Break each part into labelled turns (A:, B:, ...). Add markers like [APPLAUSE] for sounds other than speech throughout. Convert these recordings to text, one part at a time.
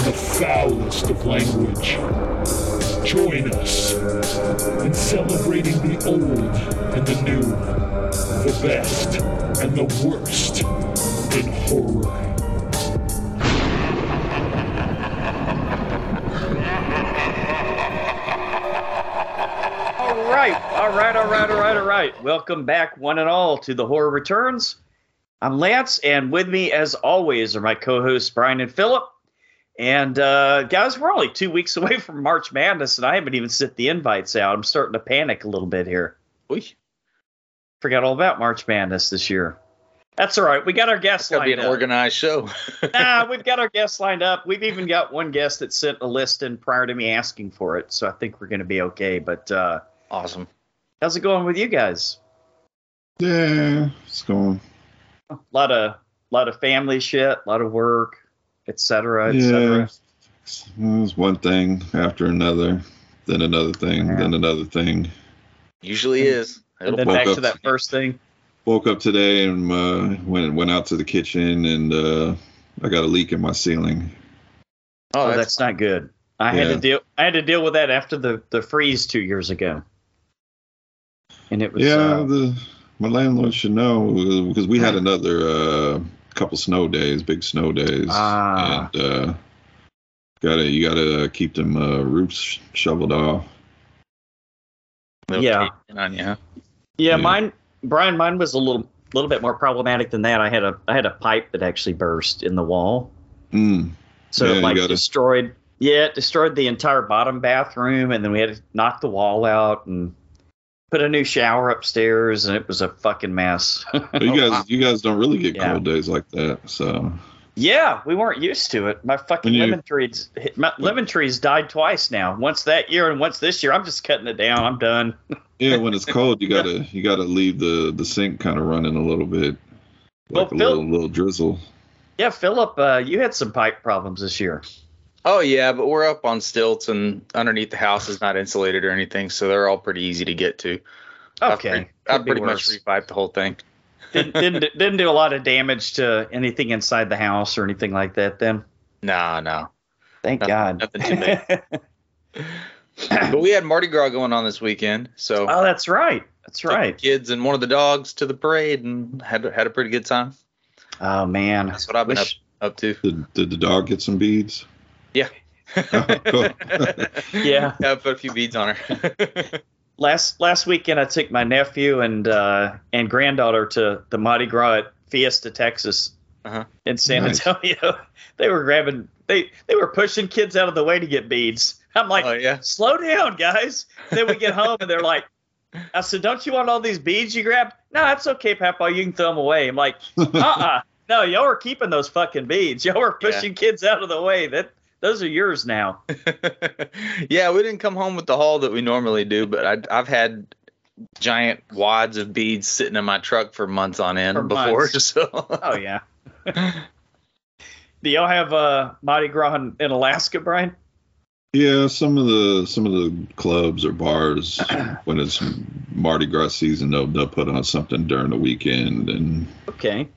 A: the foulest of language. Join us in celebrating the old and the new, the best and the worst in horror.
B: All right, all right, all right, all right, all right. Welcome back, one and all, to the Horror Returns. I'm Lance, and with me, as always, are my co-hosts Brian and Philip. And uh, guys, we're only two weeks [LAUGHS] away from March Madness, and I haven't even sent the invites out. I'm starting to panic a little bit here.
C: Oy.
B: Forgot all about March Madness this year. That's all right. We got our guests
C: Gotta be
B: lined
C: an
B: up.
C: organized show.
B: [LAUGHS] nah, we've got our guests lined up. We've even got one guest that sent a list in prior to me asking for it, so I think we're going to be okay. But uh,
C: Awesome.
B: how's it going with you guys?
D: Yeah, it's going.
B: a lot of lot of family shit, a lot of work, etc. Cetera,
D: yeah,
B: etc.
D: it was one thing after another, then another thing,
B: Yeah.
D: then another thing.
C: Usually is.
B: And then
D: Woke
B: back
D: up.
B: to that first thing.
D: Woke up today and uh, went went out to the kitchen and uh, I got a leak in my ceiling.
B: Oh,
C: oh,
B: that's,
C: that's,
B: not good. I had
D: Yeah.
B: to deal. I had to deal with that after the the freeze two years ago. And it was
D: yeah,
B: uh,
D: the my landlord should know because we had another uh, couple snow days, big snow days,
B: Ah.
D: and uh, gotta you gotta keep them uh, roofs shoveled off.
C: no
B: yeah.
C: taking on you, huh?
B: yeah.
D: yeah.
B: Mine, Brian, mine was a little little bit more problematic than that. I had a I had a pipe that actually burst in the wall,
D: Mm.
B: so
D: Yeah,
B: it
D: you
B: like
D: gotta-
B: destroyed. Yeah, it destroyed the entire bottom bathroom, and then we had to knock the wall out and put a new shower upstairs, and it was a fucking mess. [LAUGHS]
D: But you
C: Oh,
D: guys,
C: wow.
D: you guys don't really get
B: Yeah.
D: cold days like that, so
B: Yeah, we weren't used to it. My fucking
D: When you-
B: lemon trees, my lemon trees died twice now. Once that year and once this year. I'm just cutting it down. I'm done.
D: Yeah, when it's cold, you gotta you gotta leave the the sink kind of running a little bit,
B: Well,
D: like a
B: Phil-
D: little little drizzle.
B: Yeah, Philip, uh, you had some pipe problems this year.
C: Oh, yeah, but we're up on stilts and underneath the house is not insulated or anything, so they're all pretty easy to get to. I've
B: Okay,
C: pretty- I
B: could
C: pretty,
B: be
C: much
B: worse.
C: revived the whole thing.
B: [LAUGHS] didn't, didn't didn't do a lot of damage to anything inside the house or anything like that. Then, [CLEARS THROAT]
C: Nah, no.
B: thank
C: Nothing-
B: God.
C: nothing too but we had Mardi Gras going on this weekend, so
B: [LAUGHS] oh, that's right. That's
C: took the
B: right.
C: kids and one of the dogs to the parade and had had a pretty good time.
B: Oh man,
C: That's what I've been
B: Wish- [LAUGHS]
C: up to.
D: Did, did the dog get some beads?
B: Oh,
C: [LAUGHS]
B: [LAUGHS] Yeah.
C: I put a few beads on her. [LAUGHS]
B: last last weekend I took my nephew and uh, and granddaughter to the Mardi Gras at Fiesta, Texas,
C: Uh-huh.
B: in San
D: Nice.
B: Antonio. [LAUGHS] they were grabbing they they were pushing kids out of the way to get beads. I'm like,
C: oh, yeah.
B: slow down, guys. Then we get home and
C: [LAUGHS]
B: they're like, I said, don't you want all these beads you grabbed? No, that's okay, Papa. You can throw them away. I'm like, uh uh No, y'all are keeping those fucking beads. Y'all are
C: Yeah.
B: pushing kids out of the way. That those are yours now.
C: [LAUGHS] yeah, we didn't come home with the haul that we normally do, but I, I've had giant wads of beads sitting in my truck for months on end
B: For
C: before.
B: months.
C: [LAUGHS] So
B: Oh yeah. Do y'all have uh, Mardi Gras in, in Alaska, Brian?
D: yeah, some of the some of the clubs
B: [CLEARS THROAT]
D: or bars when it's Mardi Gras season, they'll they'll put on something during the weekend, and
B: Okay.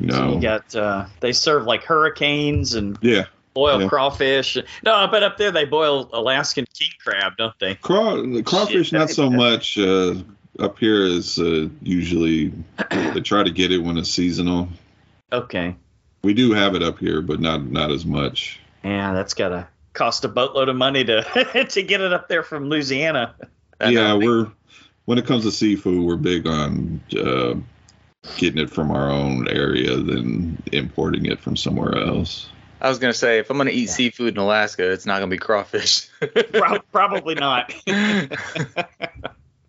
D: you
B: So
D: know,
B: you got uh, they serve like hurricanes and
D: yeah,
B: boil
D: Yeah.
B: crawfish. No, but up there they boil Alaskan king crab, don't they?
D: Craw, the crawfish
B: Shit,
D: not so
B: that-
D: much. Uh, up here is uh,
B: [CLEARS THROAT]
D: usually they try to get it when it's seasonal.
B: Okay.
D: We do have it up here, but not not as much.
B: Yeah, that's gotta cost a boatload of money to [LAUGHS] to get it up there from Louisiana.
C: I
D: yeah,
C: don't think-
D: we're when it comes to seafood, we're big on uh, getting it from our own area than importing it from somewhere else.
C: I was gonna say if I'm gonna eat
B: Yeah.
C: seafood in Alaska, it's not gonna be crawfish. [LAUGHS]
B: Pro- probably [LAUGHS] not.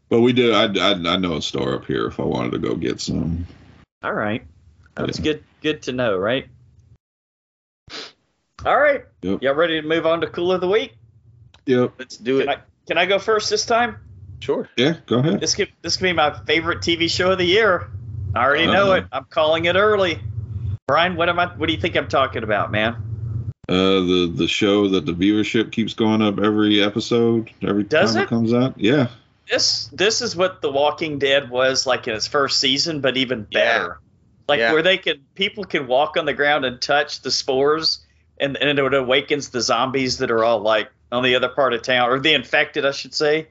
D: But we do. I, I, I know a store up here if I wanted to go get some.
B: All right. That's
D: Yeah.
B: good good to know, right? All right.
D: Yep.
B: Y'all ready to move on to cool of the week?
D: Yep.
C: Let's do it.
B: [LAUGHS] Can I can I go first this time?
C: sure.
D: Yeah, go ahead.
B: This could this could be my favorite TV show of the year. I already know
D: Uh-huh.
B: it. I'm calling it early. Brian, what am I? What do you think I'm talking about, man?
D: Uh, the the show that the viewership keeps going up every episode, every
B: Does
D: time
B: it?
D: it comes out. Yeah.
B: This this is what The Walking Dead was like in its first season, but even
C: Yeah.
B: better. Like
C: Yeah.
B: where they can people can walk on the ground and touch the spores, and and it awakens the zombies that are all like on the other part of town, or the infected, I should say,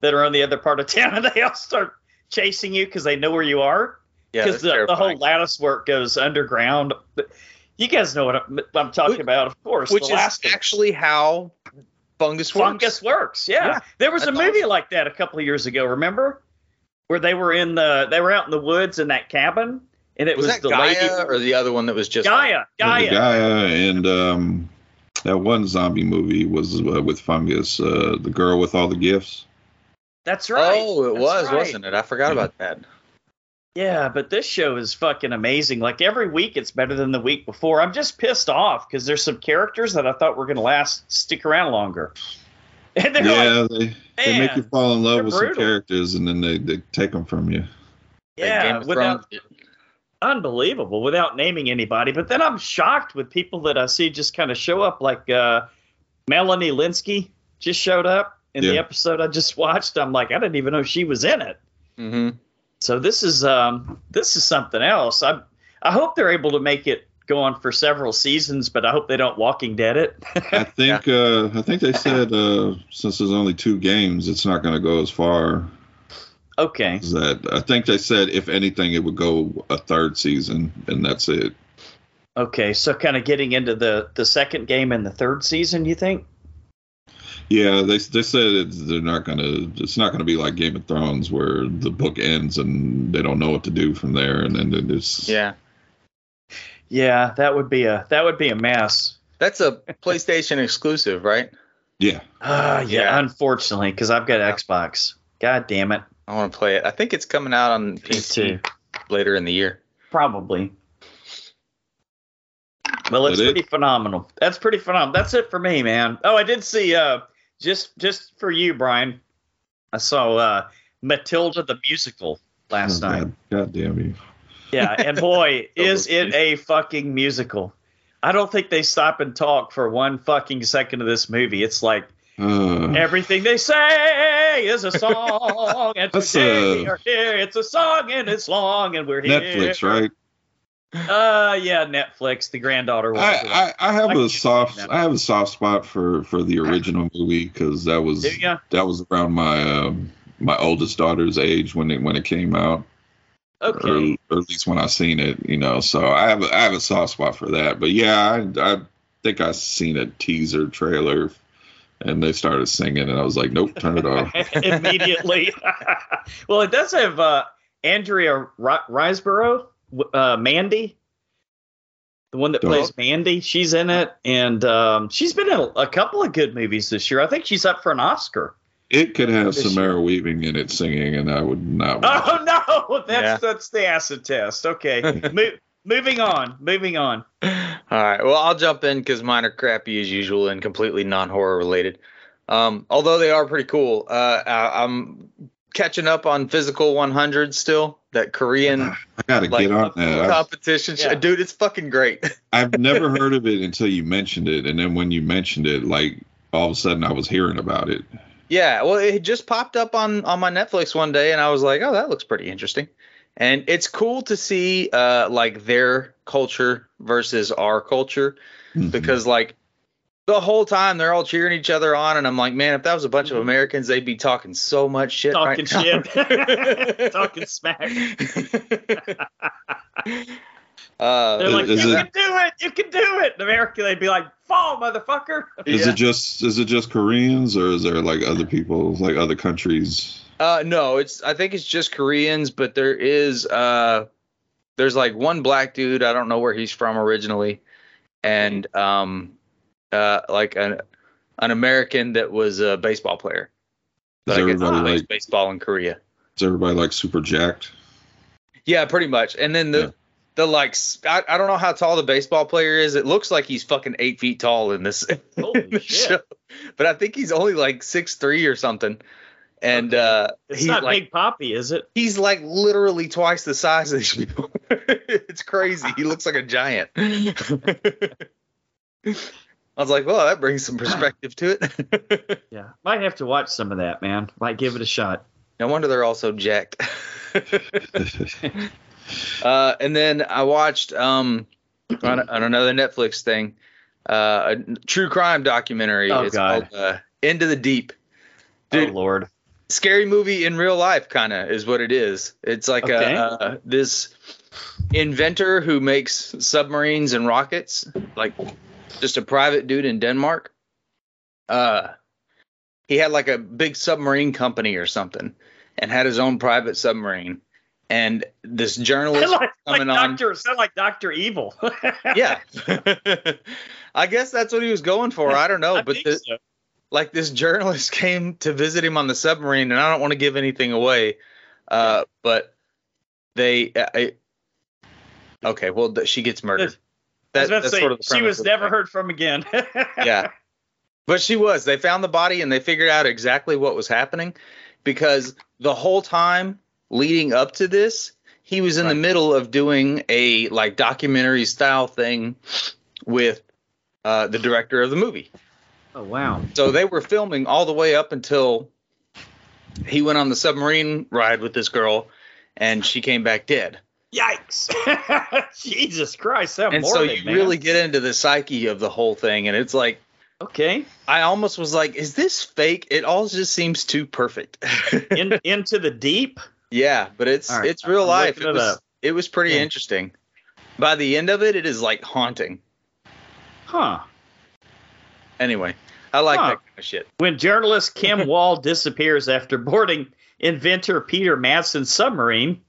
B: that are on the other part of [LAUGHS] town, and they all start chasing you because they know where you are.
C: Yeah,
B: because
C: that's
B: the, the whole
C: terrifying.
B: lattice work goes underground. But You guys know what I'm, I'm talking
C: Which-
B: about, of course.
C: which
B: the
C: is
B: last
C: actually how fungus works.
B: fungus works. Yeah.
C: Yeah,
B: there was a
C: that's
B: movie
C: awesome.
B: like that a couple of years ago. Remember, where they were in the they were out in the woods in that cabin, and it
C: was,
B: was,
C: that
B: the
C: Gaia
B: lady
C: or the other one that was just
B: Gaia,
D: And the
B: Gaia.
D: Gaia and um, that one zombie movie was uh, with fungus. Uh, the girl with all the gifts.
B: That's right.
C: Oh, it
B: That's
C: was,
B: right.
C: wasn't it? I forgot about that.
B: Yeah, but this show is fucking amazing. Like every week, it's better than the week before. I'm just pissed off because there's some characters that I thought were gonna last stick around longer, [LAUGHS] and they're like,
D: yeah, they, they make you
B: "Man,
D: fall in
B: they're
D: love with some
B: brutal."
D: characters, and then they they take them from you.
C: That Game
B: yeah,
C: of
B: without
C: Thrones-
B: unbelievable without naming anybody. But then I'm shocked with people that I see just kind of show up, like uh, Melanie Linsky just showed up in the
D: Yeah.
B: episode I just watched. I'm like, I didn't even know she was in it.
C: Mhm.
B: So this is um, this is something else. I I hope they're able to make it go on for several seasons, but I hope they don't Walking Dead it. [LAUGHS]
D: I think uh, I think they said uh, since there's only two games, it's not going to go as far
B: okay,
D: as that. I think they said if anything, it would go a third season, and that's it.
B: okay. So kind of getting into the the second game and the third season, you think?
D: Yeah, they they said it's, they're not gonna. It's not gonna be like Game of Thrones where the book ends and they don't know what to do from there, and then it's
C: Yeah.
B: Yeah, that would be a that would be a mess. [LAUGHS]
C: That's a PlayStation exclusive, right?
D: yeah.
B: Ah, yeah,
C: Yeah.
B: unfortunately, because I've got Xbox. God damn it.
C: I want to play it. I think it's coming out on
B: Me
C: PC
B: too.
C: later in the year. [LAUGHS]
B: Probably. Well, it's
D: That it?
B: pretty phenomenal. That's pretty phenomenal. That's it for me, man. Oh, I did see uh just just for you, Brian. I saw uh Matilda the musical last
D: Oh,
B: night.
D: God, God damn you!
B: Yeah, and
D: [LAUGHS]
B: boy, is
C: Totally.
B: it a fucking musical. I don't think they stop and talk for one fucking second of this movie. It's like
D: Uh,
B: Everything they say is a song, and
D: [LAUGHS] That's,
B: today
D: uh,
B: we are here. It's a song, and it's long, and we're here.
D: Netflix, right?
B: Uh, yeah, Netflix. The granddaughter. watched it.
D: I, I, I have
B: I
D: a
B: can't
D: soft
B: see that.
D: I have a soft spot for for the original movie because that was
B: Do ya?
D: that was around my um, my oldest daughter's age when it when it came out.
B: Okay.
D: or, or at least when I seen it, you know. So I have a, I have a soft spot for that. But yeah, I, I think I seen a teaser trailer, and they started singing, and I was like, nope, turn
B: [LAUGHS]
D: it off.
B: Immediately. [LAUGHS] well, it does have uh, Andrea Ri- Riseborough, w- uh, Mandy, the one that
D: Don't-
B: plays Mandy. She's in it, and um, she's been in a, a couple of good movies this year. I think she's up for an Oscar.
D: It could have
B: This
D: Samara Weaving in it singing, and I
B: [LAUGHS]
D: would not. watch it.
B: Oh no, that's
C: Yeah.
B: that's the acid test. Okay,
C: [LAUGHS]
B: Mo- moving on, moving on.
C: All right. Well, I'll jump in because mine are crappy as usual and completely non horror related. Um, although they are pretty cool. Uh, I, I'm catching up on Physical 100 still, that Korean
D: I gotta
C: like,
D: get on that. I've,
C: competition.
B: Yeah.
C: show. Dude, it's fucking great. [LAUGHS]
D: I've never heard of it until you mentioned it, and then when you mentioned it, like all of a sudden I was hearing about it.
C: Yeah, well, it just popped up on on my Netflix one day, and I was like, "Oh, that looks pretty interesting." And it's cool to see uh, like their culture versus our culture
D: Mhm.
C: Mm-hmm. because like the whole time they're all cheering each other on, and I'm like, "Man, if that was a bunch
B: Mhm.
C: of Americans, they'd be talking so much shit."
B: Talking
C: right now."
B: shit, [LAUGHS] talking smack.
C: [LAUGHS] Uh,
B: They're like,
D: Is
B: you
D: it-
B: can do it, you can do it. In America, they'd be like, fall,
C: [LAUGHS]
B: motherfucker.
D: Is
C: yeah.
D: it just is it just Koreans or is there like other people like other countries?
C: Uh, no, it's I think it's just Koreans, but there is uh, there's like one black dude. I don't know where he's from originally, and um, uh, like an an American that was a baseball player.
D: Is
C: But I guess
D: everybody
C: he plays
D: like
C: baseball in Korea.
D: is everybody like super jacked? [LAUGHS]
C: Yeah, pretty much. And then the
D: Yeah.
C: the like s- I, I don't know how tall the baseball player is. It looks like he's fucking eight feet tall in this, [LAUGHS] in
B: Holy
C: this
B: shit.
C: show, but I think he's only like six three or something. And
B: Okay.
C: uh,
B: It's
C: he's
B: not
C: like
B: Big Poppy, is it?
C: he's like literally twice the size of these people. [LAUGHS] it's crazy. He looks like
B: [LAUGHS]
C: a giant. I was like, well, that brings some perspective to it. [LAUGHS]
B: Yeah. Might have to watch some of that, man. Might give it a shot.
C: no wonder they're all so jacked. [LAUGHS] Uh, and then I watched um, on, on another Netflix thing, uh, a true crime documentary.
B: Oh,
C: it's
B: God.
C: called uh, Into the Deep. Dude.
B: oh [LAUGHS] Lord.
C: Scary movie in real life, kind of, is what it is. It's like a,
B: Okay.
C: uh, this inventor who makes submarines and rockets, like just a private dude in Denmark. Uh, he had like a big submarine company or something and had his own private submarine. And
B: [LAUGHS]
C: this journalist
B: like,
C: coming
B: like
C: on.
B: Doctor, sound like Doctor Evil. [LAUGHS]
C: yeah. I guess that's what he was going for. I don't know,
B: I
C: Oh, but
B: think
C: the,
B: so.
C: like this journalist [LAUGHS] came to visit him on the submarine, and I don't want to give anything away, uh, but they, uh, I, okay, well, th- she gets murdered.
B: I was
C: That-
B: about to
C: that's
B: say,
C: sort of the
B: she
C: premise
B: was
C: of the
B: never
C: thing.
B: heard from again. [LAUGHS]
C: Yeah, but she was. They found the body, and they figured out exactly what was happening, because the whole time leading up to this, he was in the
B: Right.
C: middle of doing a like documentary style thing with uh, the director of the movie.
B: Oh wow.
C: So they were filming all the way up until he went on the submarine ride with this girl, and she came back dead.
B: Yikes. [LAUGHS] Jesus Christ, that
C: and
B: morbid,
C: so you
B: man.
C: really get into the psyche of the whole thing, and it's like
B: Okay.
C: I almost was like, is this fake? It all just seems too perfect. [LAUGHS]
D: [LAUGHS]
B: In, into the deep.
C: yeah, but it's
B: All right,
C: it's real
B: I'm
C: life. It
B: looking it
C: was
B: up.
C: it was pretty
B: Yeah.
C: interesting. By the end of it, it is like haunting.
B: Huh.
C: Anyway, I like
B: Huh.
C: that kind of shit.
B: When journalist
D: [LAUGHS]
B: Kim Wall disappears after boarding inventor Peter Madsen's submarine,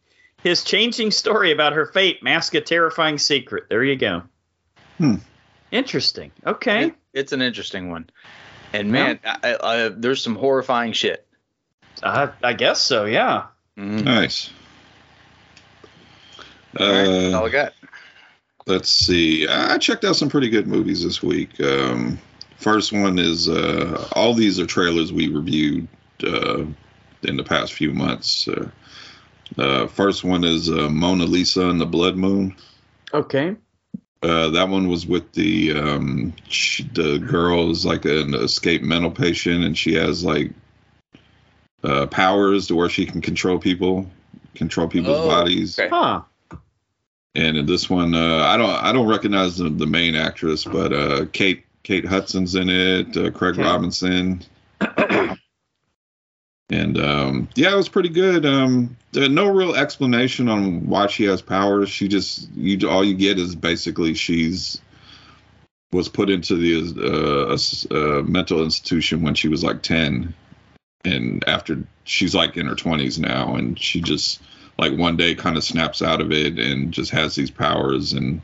B: his changing story about her fate masks a terrifying secret. There you go.
D: Hmm.
B: Interesting. Okay.
C: It- it's an interesting one. And man, I, I, I, there's some horrifying shit.
B: I, I guess so, yeah.
C: Mhm.
D: Nice.
C: All right, that's
D: Uh,
C: all I got.
D: let's see. I checked out some pretty good movies this week. Um, first one is uh, all these are trailers we reviewed uh, in the past few months. Uh, uh, first one is uh, Mona Lisa and the Blood Moon.
B: Okay.
D: Uh, that one was with the um, sh the girl is like an escaped mental patient, and she has like uh, powers to where she can control people, control people's
C: Oh,
D: bodies.
C: okay.
B: Huh.
D: And in this one, uh, I don't I don't recognize the, the main actress, but uh, Kate Kate Hudson's in it, uh, Craig
B: Okay.
D: Robinson, [CLEARS THROAT] and um, yeah, it was pretty good. Um, there- no real explanation on why she has powers. She just you all you get is basically she's was put into the uh, uh, mental institution when she was like ten, and after she's like in her twenties now, and she just like one day kind of snaps out of it and just has these powers and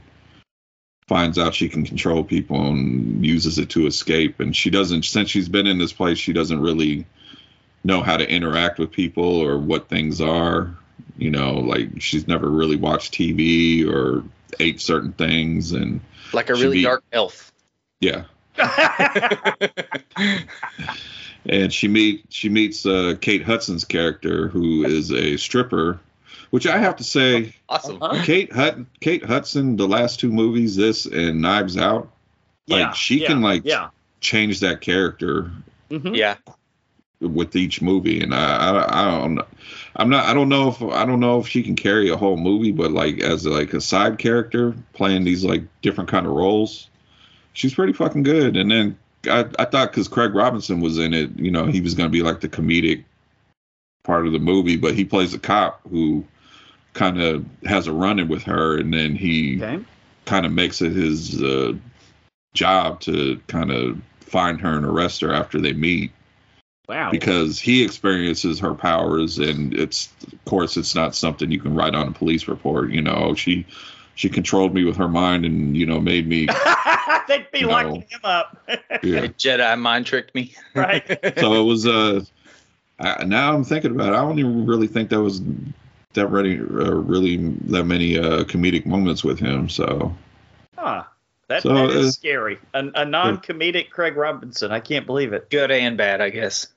D: finds out she can control people and uses it to escape and she doesn't since she's been in this place she doesn't really know how to interact with people or what things are you know like she's never really watched tv or ate certain things and
C: Like a
D: Should
C: really
D: be-
C: dark elf.
D: yeah
C: That's
D: and she meet she meets uh, kate hudson's character who is a stripper which i have to say
C: awesome.
B: Uh-huh.
D: Kate Hut Kate Hudson, the last two movies, this and Knives Out, Like, she
B: yeah,
D: can, like-
B: Yeah.
D: changed that character
B: Mhm.
C: Yeah.
D: with each movie, and I, I, I don't, I'm not, I don't know if I don't know if she can carry a whole movie, but like as like a side character playing these like different kind of roles, she's pretty fucking good. And then I, I thought because Craig Robinson was in it, you know, he was gonna be like the comedic part of the movie, but he plays a cop who kind of has a run in with her, and then he
B: Okay.
D: kind of makes it his uh, job to kind of find her and arrest her after they meet
B: Wow.
D: because he experiences her powers and it's of course it's not something you can write on a police report you know she she controlled me with her mind and you know
B: [LAUGHS]
D: made me
B: [LAUGHS] They'd be
D: No.
B: locking him up. [LAUGHS]
D: yeah.
C: A Jedi mind tricked me. [LAUGHS]
B: right.
D: [LAUGHS] so it was uh I, now i'm thinking about it i don't even really think that was that really, uh, really that many uh, comedic moments with him. So
B: Huh. That,
D: So,
B: that is
D: uh,
B: scary. An, a non-comedic Craig Robinson. I can't believe it.
C: Good and bad, I guess.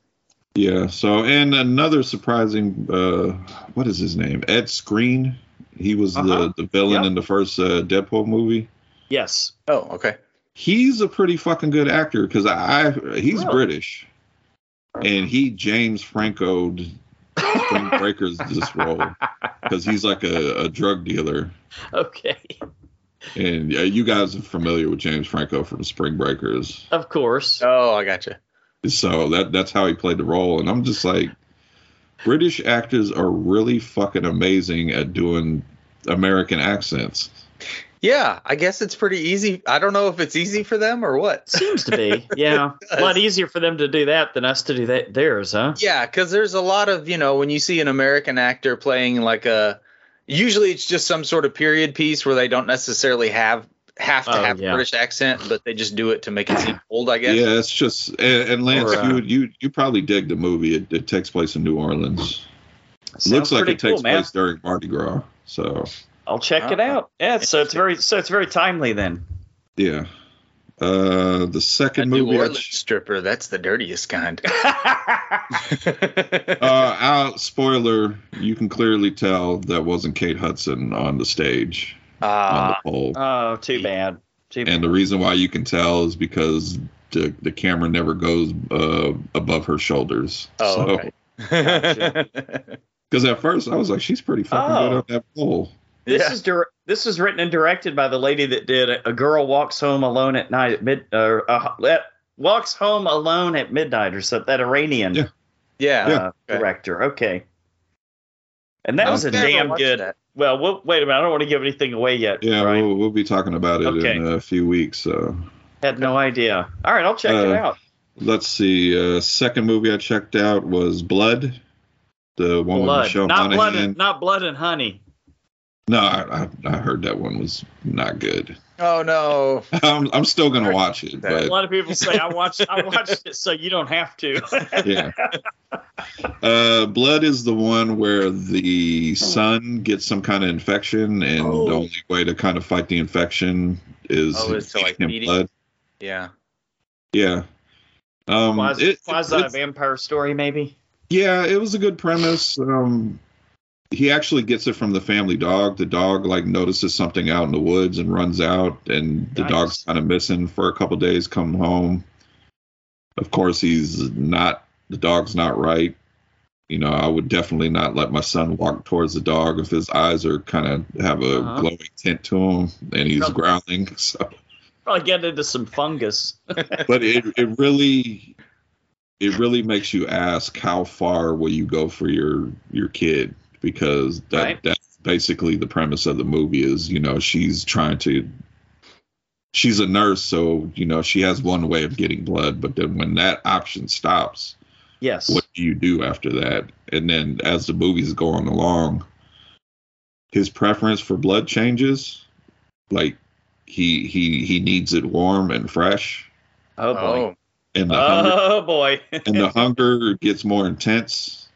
D: yeah, so and another surprising, uh, what is his name? Ed Screen. He was
B: Uh-huh.
D: the, the villain
B: Yeah.
D: in the first uh, Deadpool movie. [LAUGHS]
B: Yes.
C: Oh, okay.
D: He's a pretty fucking good actor because I, I he's
B: Really?
D: British, and he James Franco'd Spring
B: [LAUGHS]
D: Breakers this role because he's like a, a drug dealer.
B: Okay.
D: And uh, you guys are familiar with James Franco from Spring Breakers,
B: Of course.
C: Oh, I gotcha.
D: so that that's how he played the role. And I'm just like, British actors are really fucking amazing at doing American accents.
C: Yeah, I guess it's pretty easy. I don't know if it's easy for them or what.
B: Seems to be.
D: [LAUGHS]
B: Yeah. a lot
C: does.
B: easier for them to do that than us to do that theirs, huh?
C: Yeah, because there's a lot of you know when you see an American actor playing like a, usually it's just some sort of period piece where they don't necessarily have have to
B: Oh,
C: have
B: yeah.
C: a British accent, but they just do it to make
B: [LAUGHS]
C: it seem old. I guess.
D: Yeah, it's just and, and Lance,
B: Or, uh,
D: you you you probably dig the movie. It, it takes place in New Orleans. Looks
B: Sounds
D: like
B: pretty
D: it takes
B: cool, man.
D: place during Mardi Gras. So
B: I'll check it
C: Ah.
B: out. Yeah,
D: Uh-huh.
B: so it's very so it's very timely
D: [LAUGHS]
B: then.
D: yeah, uh, the
C: A
D: second
C: New
D: movie. I
C: Orleans
D: ch-
C: stripper. That's the
B: [LAUGHS]
C: dirtiest kind.
D: uh, out spoiler. You can clearly tell that wasn't Kate Hudson on the stage on
C: Ah,
D: the pole.
B: oh, too bad. Too bad.
D: and the reason why you can tell is because the the camera never goes uh, above her shoulders.
C: Oh,
D: so,
C: okay. [LAUGHS]
D: Because at first I was like, she's pretty fucking
B: Oh.
D: good on that pole.
B: This
C: Yeah.
B: is dir- this is written and directed by the lady that did A Girl Walks Home Alone at Night at Mid uh, uh, that- Walks Home Alone at Midnight or something that Iranian
D: Yeah.
C: yeah.
B: uh,
C: Yeah.
B: director. Okay. And that
D: I
B: was a
C: was there to
B: damn
C: watch
B: good.
C: that.
B: Well, we'll wait a minute. I don't want to give anything away yet.
D: Yeah,
B: Brian.
D: we'll, we'll be talking about it
B: Okay.
D: in a few weeks. So
B: Had no idea. All right, I'll check it
D: Uh,
B: out.
D: let's see. Uh, second movie I checked out was Blood. The one with
B: Blood,
D: Michelle
B: not blood,
D: Monaghan.
B: and, not blood and honey.
D: No, I, I, I heard that one was not good. [LAUGHS]
C: Oh no.
D: I'm, I'm still gonna watch it,
B: A
D: but
B: lot of people say I watched, I watched it, so you don't have to.
D: yeah. Uh, blood is the one where the son gets some kind of infection, and the
B: Oh.
D: only way to kind of fight the infection is
C: Oh, it's like
D: him
C: eating-
D: blood.
C: Yeah.
D: Yeah. [LAUGHS] Um,
B: Quasi,
D: it-
B: quasi
D: it's-
B: vampire story, maybe.
D: yeah, it was a good premise. Um, he actually gets it from the family dog. The dog like notices something out in the woods and runs out, and the
B: Nice.
D: dog's kind of missing for a couple days. Come home. Of course, he's not. The dog's not right. You know, I would definitely not let my son walk towards the dog if his eyes are kind of have a
B: Uh-huh.
D: glowing tint to him and he's
B: Probably.
D: growling. [LAUGHS] So
B: Probably get into some fungus.
D: but it, it really it really makes you ask how far will you go for your your kid because that
B: Right.
D: that's basically the premise of the movie is you know she's trying to she's a nurse so you know she has one way of getting blood but then when that option stops
B: Yes.
D: what do you do after that? And then as the movie's going along, his preference for blood changes. Like he he he needs it warm and fresh,
B: Oh boy.
C: Oh.
D: and the hunger,
B: Oh boy.
D: and the hunger gets more intense.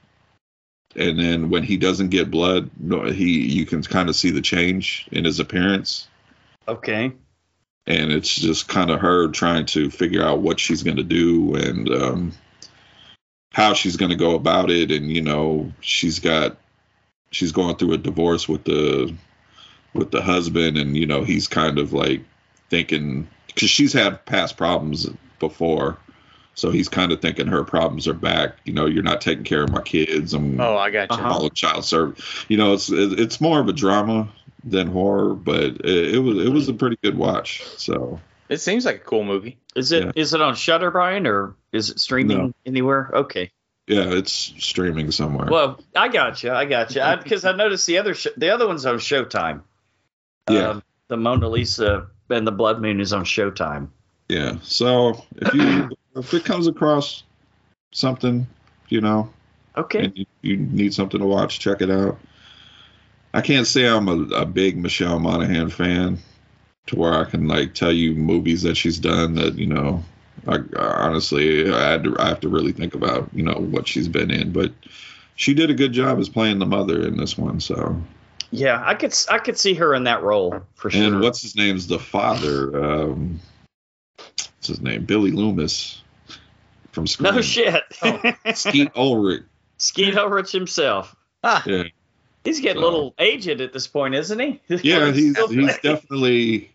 D: And then when he doesn't get blood, no, he you can kind of see the change in his appearance,
B: [LAUGHS] okay.
D: and it's just kind of her trying to figure out what she's going to do and um, how she's going to go about it and you know she's got she's going through a divorce with the with the husband and you know he's kind of like thinking because she's had past problems before so he's kind of thinking her problems are back you know you're not taking care of my kids i'm
C: Oh, I gotcha.
B: Uh-huh.
D: all of child service you know it's it- it's more of a drama than horror but it, it was it was a pretty good watch so
C: It seems like a cool movie.
B: Is it is
D: Yeah.
B: it on Shutter, Brian, or is it streaming
D: No.
B: anywhere? Okay.
D: yeah it's streaming somewhere
B: Well, I got you. I got you. Because
D: [LAUGHS]
B: I, noticed the other sh- the other one's on Showtime.
D: Yeah.
B: Um, the Mona Lisa and the Blood Moon is on Showtime.
D: Yeah. So if you if it comes across something, you know,
B: Okay.
D: and you, you need something to watch, check it out. I can't say I'm a, a big Michelle Monaghan fan to where I can like tell you movies that she's done that you know. I, I honestly, I had to, I have to really think about you know what she's been in, but she did a good job as playing the mother in this one. So
B: Yeah, I could I could see her in that role for sure.
D: and what's his name's the father? Um, what's his name? Billy Loomis from Scream.
B: no shit.
C: Oh.
D: Skeet Ulrich.
B: [LAUGHS] Skeet Ulrich himself.
C: Ah,
D: Yeah,
B: He's getting a
D: So-
B: little aged at this point, isn't he? [LAUGHS]
D: yeah, he's
B: Still
D: he's
B: playing.
D: definitely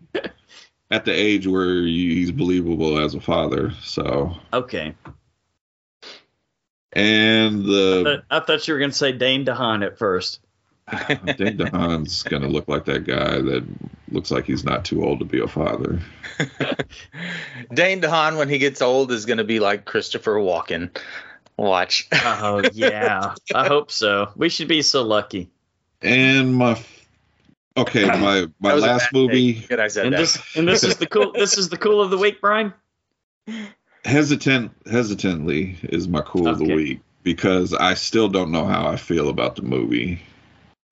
D: at the age where you- he's believable as a father. So
B: [LAUGHS] okay.
D: and the
B: I thought you were gonna say Dane DeHaan at first. Uh-huh.
D: Ding DeHaan's gonna look like that guy that looks like he's not too old to be a father.
C: Dane DeHaan when he gets old is gonna be like Christopher Walken. Watch. [LAUGHS]
B: Oh yeah, I hope so. We should be so lucky.
D: And my f- okay, my my
C: That was a
D: last
C: bad
D: movie.
C: take. Good I said
B: And
C: that.
B: this and this is the cool. This is the cool of the week, Brian.
D: hesitant hesitantly is my cool of
B: Okay.
D: the week because I still don't know how I feel about the movie,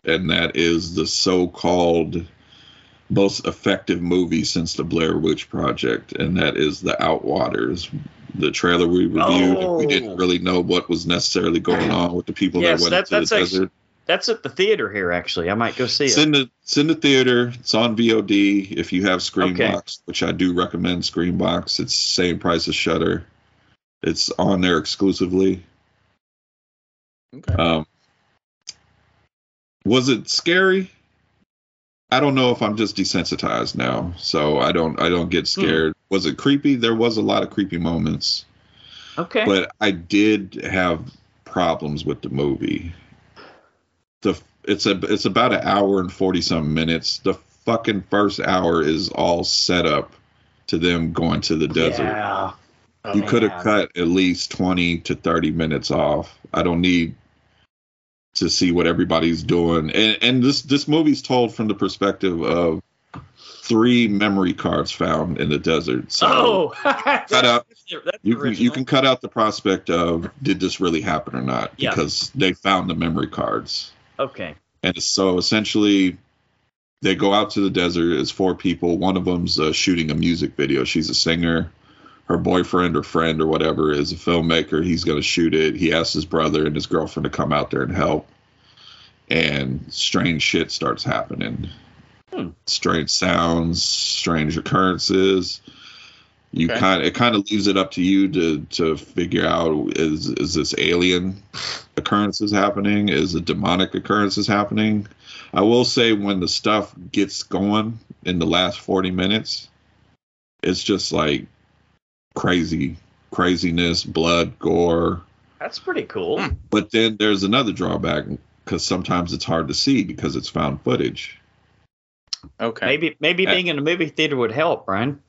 D: and that is the so-called most effective movie since the Blair Witch Project, and that is The Outwaters. The trailer we reviewed, and we
B: Oh.
D: didn't really know what was necessarily going on with the people
B: Yes,
D: that went
B: that-
D: into
B: that's
D: the
B: actually-
D: desert.
B: That's at the theater here. Actually, I might go see
D: It's
B: it.
D: in the it's in the theater. It's on VOD if you
B: Okay.
D: have Screenbox, which I do recommend. Screenbox, it's same price as Shutter. It's on there exclusively.
C: Okay.
D: Um, was it scary? I don't know if I'm just desensitized now, so I don't I don't get scared. Was it creepy? There was a lot of creepy moments,
B: [LAUGHS] Okay.
D: but I did have problems with the movie. The it's a it's about an hour and forty some minutes. The fucking first hour is all set up to them going to the desert.
B: Yeah.
D: You could
B: man.
D: have cut at least 20 to 30 minutes off. I don't need to see what everybody's doing. And and this this movie's told from the perspective of three memory cards found in the desert. So
B: Oh, [LAUGHS]
D: cut out
B: That's
D: you can, you
B: original.
D: can cut out the prospect of did this really happen or not
B: Yeah.
D: because they found the memory cards.
B: Okay.
D: And so essentially, they go out to the desert. It's four people. One of them's uh, shooting a music video. She's a singer. Her boyfriend or friend or whatever is a filmmaker. He's going to shoot it. He asks his brother and his girlfriend to come out there and help. And strange shit starts happening.
B: Hmm.
D: Strange sounds, strange occurrences. You
C: Okay.
D: kind it kind of leaves it up to you to to figure out is is this alien occurrences happening? Is a demonic occurrences happening? I will say when the stuff gets going in the last 40 minutes, it's just like crazy craziness, blood, gore.
B: That's pretty cool.
C: Hmm.
D: But then there's another drawback because sometimes it's hard to see because it's found footage.
C: okay.
B: Maybe maybe being in a movie theater would help, Brian.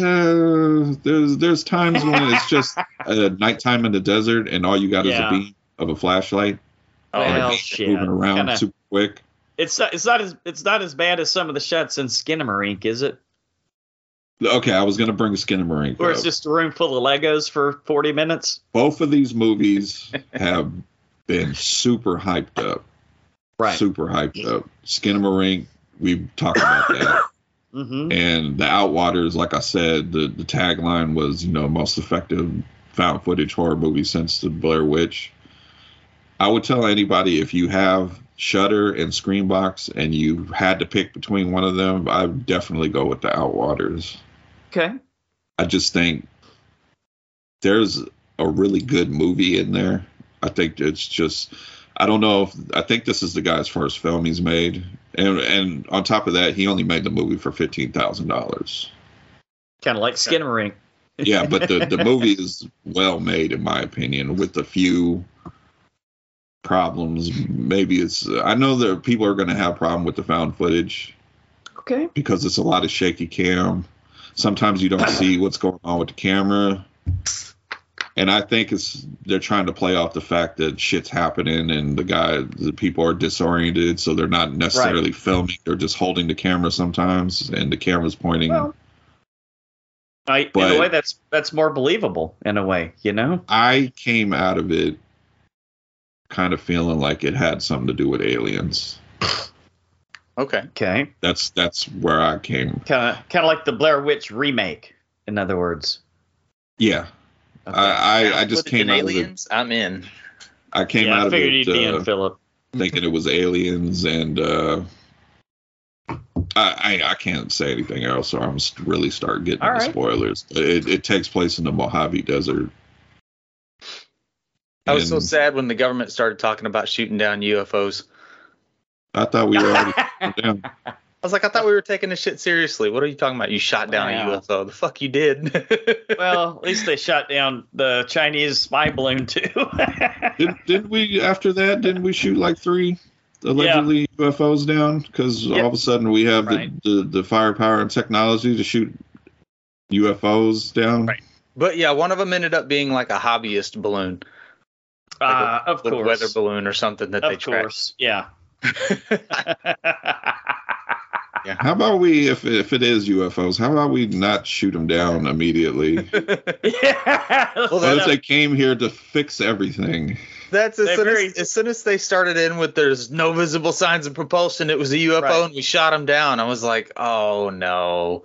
D: Uh, there's there's times when it's just uh, nighttime in the desert and all you got
B: Yeah.
D: is a beam of a flashlight
C: Oh,
D: and
B: Well,
D: a beam
B: shit.
D: moving around
B: Kinda-
D: super quick.
B: It's not, it's not as it's not as bad as some of the shots in Skinamarink, is it?
D: Okay, I was gonna bring Skinnamarink.
B: Where
D: up.
B: it's just a room full of Legos for forty minutes.
D: both of these movies have been super hyped up. Super hyped up. Skinamarink, we've talked about that.
B: Mm-hmm.
D: and the Outwaters, like I said, the, the tagline was, you know, most effective found footage horror movie since the Blair Witch. I would tell anybody if you have Shutter and Screenbox and you had to pick between one of them, I would definitely go with the Outwaters.
B: Okay.
D: I just think there's a really good movie in there. I think it's just I don't know if I think this is the guy's first film he's made. And and on top of that, he only made the movie for fifteen thousand dollars.
B: Kind of like Skinamarink.
D: Yeah,
B: [LAUGHS]
D: but the, the movie is well made in my opinion, with a few problems. Maybe it's I know that people are gonna have problem with the found footage
B: Okay.
D: because it's a lot of shaky cam. Sometimes you don't see what's going on with the camera. And I think it's they're trying to play off the fact that shit's happening and the guy the people are disoriented, so they're not necessarily filming, they're just holding the camera sometimes and the camera's pointing
B: Well, I, in
D: But-
B: a way, that's that's more believable. In a way, you know.
D: I came out of it kind of feeling like it had something to do with aliens.
C: Okay.
B: Okay.
D: That's that's where I came.
B: Kind of kind of like the Blair Witch remake. In other words.
D: Yeah.
B: Okay.
D: I, I, I
C: Found
D: just
C: footage
D: came
C: and
D: out of it
C: aliens. I'm in.
D: I came
B: yeah,
D: out
B: I
D: of
B: figured you'd
D: it
B: be
D: uh,
B: in Philip.
D: thinking it was aliens, and uh, I, I I can't say anything else, or I'm s- really start getting
B: All
D: into
B: right.
D: spoilers. It, it takes place in the Mojave Desert.
C: I was so
D: And
C: sad when the government started talking about shooting down UFOs.
D: I thought we were
B: [LAUGHS]
D: already down.
C: I was like, I thought we were taking this shit seriously. What are you talking about? You shot down
B: Wow.
C: a UFO. The fuck you did. [LAUGHS]
B: well, at least they shot down the Chinese spy balloon too. [LAUGHS]
D: Did, didn't we after that? Didn't we shoot like three allegedly UFOs down? Because
B: Yeah.
D: all of a sudden we have
B: Right.
D: the, the the firepower and technology to shoot UFOs down.
B: Right.
C: but yeah, one of them ended up being like a hobbyist balloon,
B: uh, of
C: like a
B: course,
C: weather balloon or something that they
B: of
C: tracked.
B: course, yeah.
D: [LAUGHS] How about we, if if it is UFOs, how about we not shoot them down immediately?
B: yeah.
D: What
C: Well,
D: if they came here to fix everything?
C: That's
B: They're
C: as soon
B: very-
C: as, as soon as they started in with there's no visible signs of propulsion. It was a UFO
B: Right.
C: and we shot him down. I was like, oh no,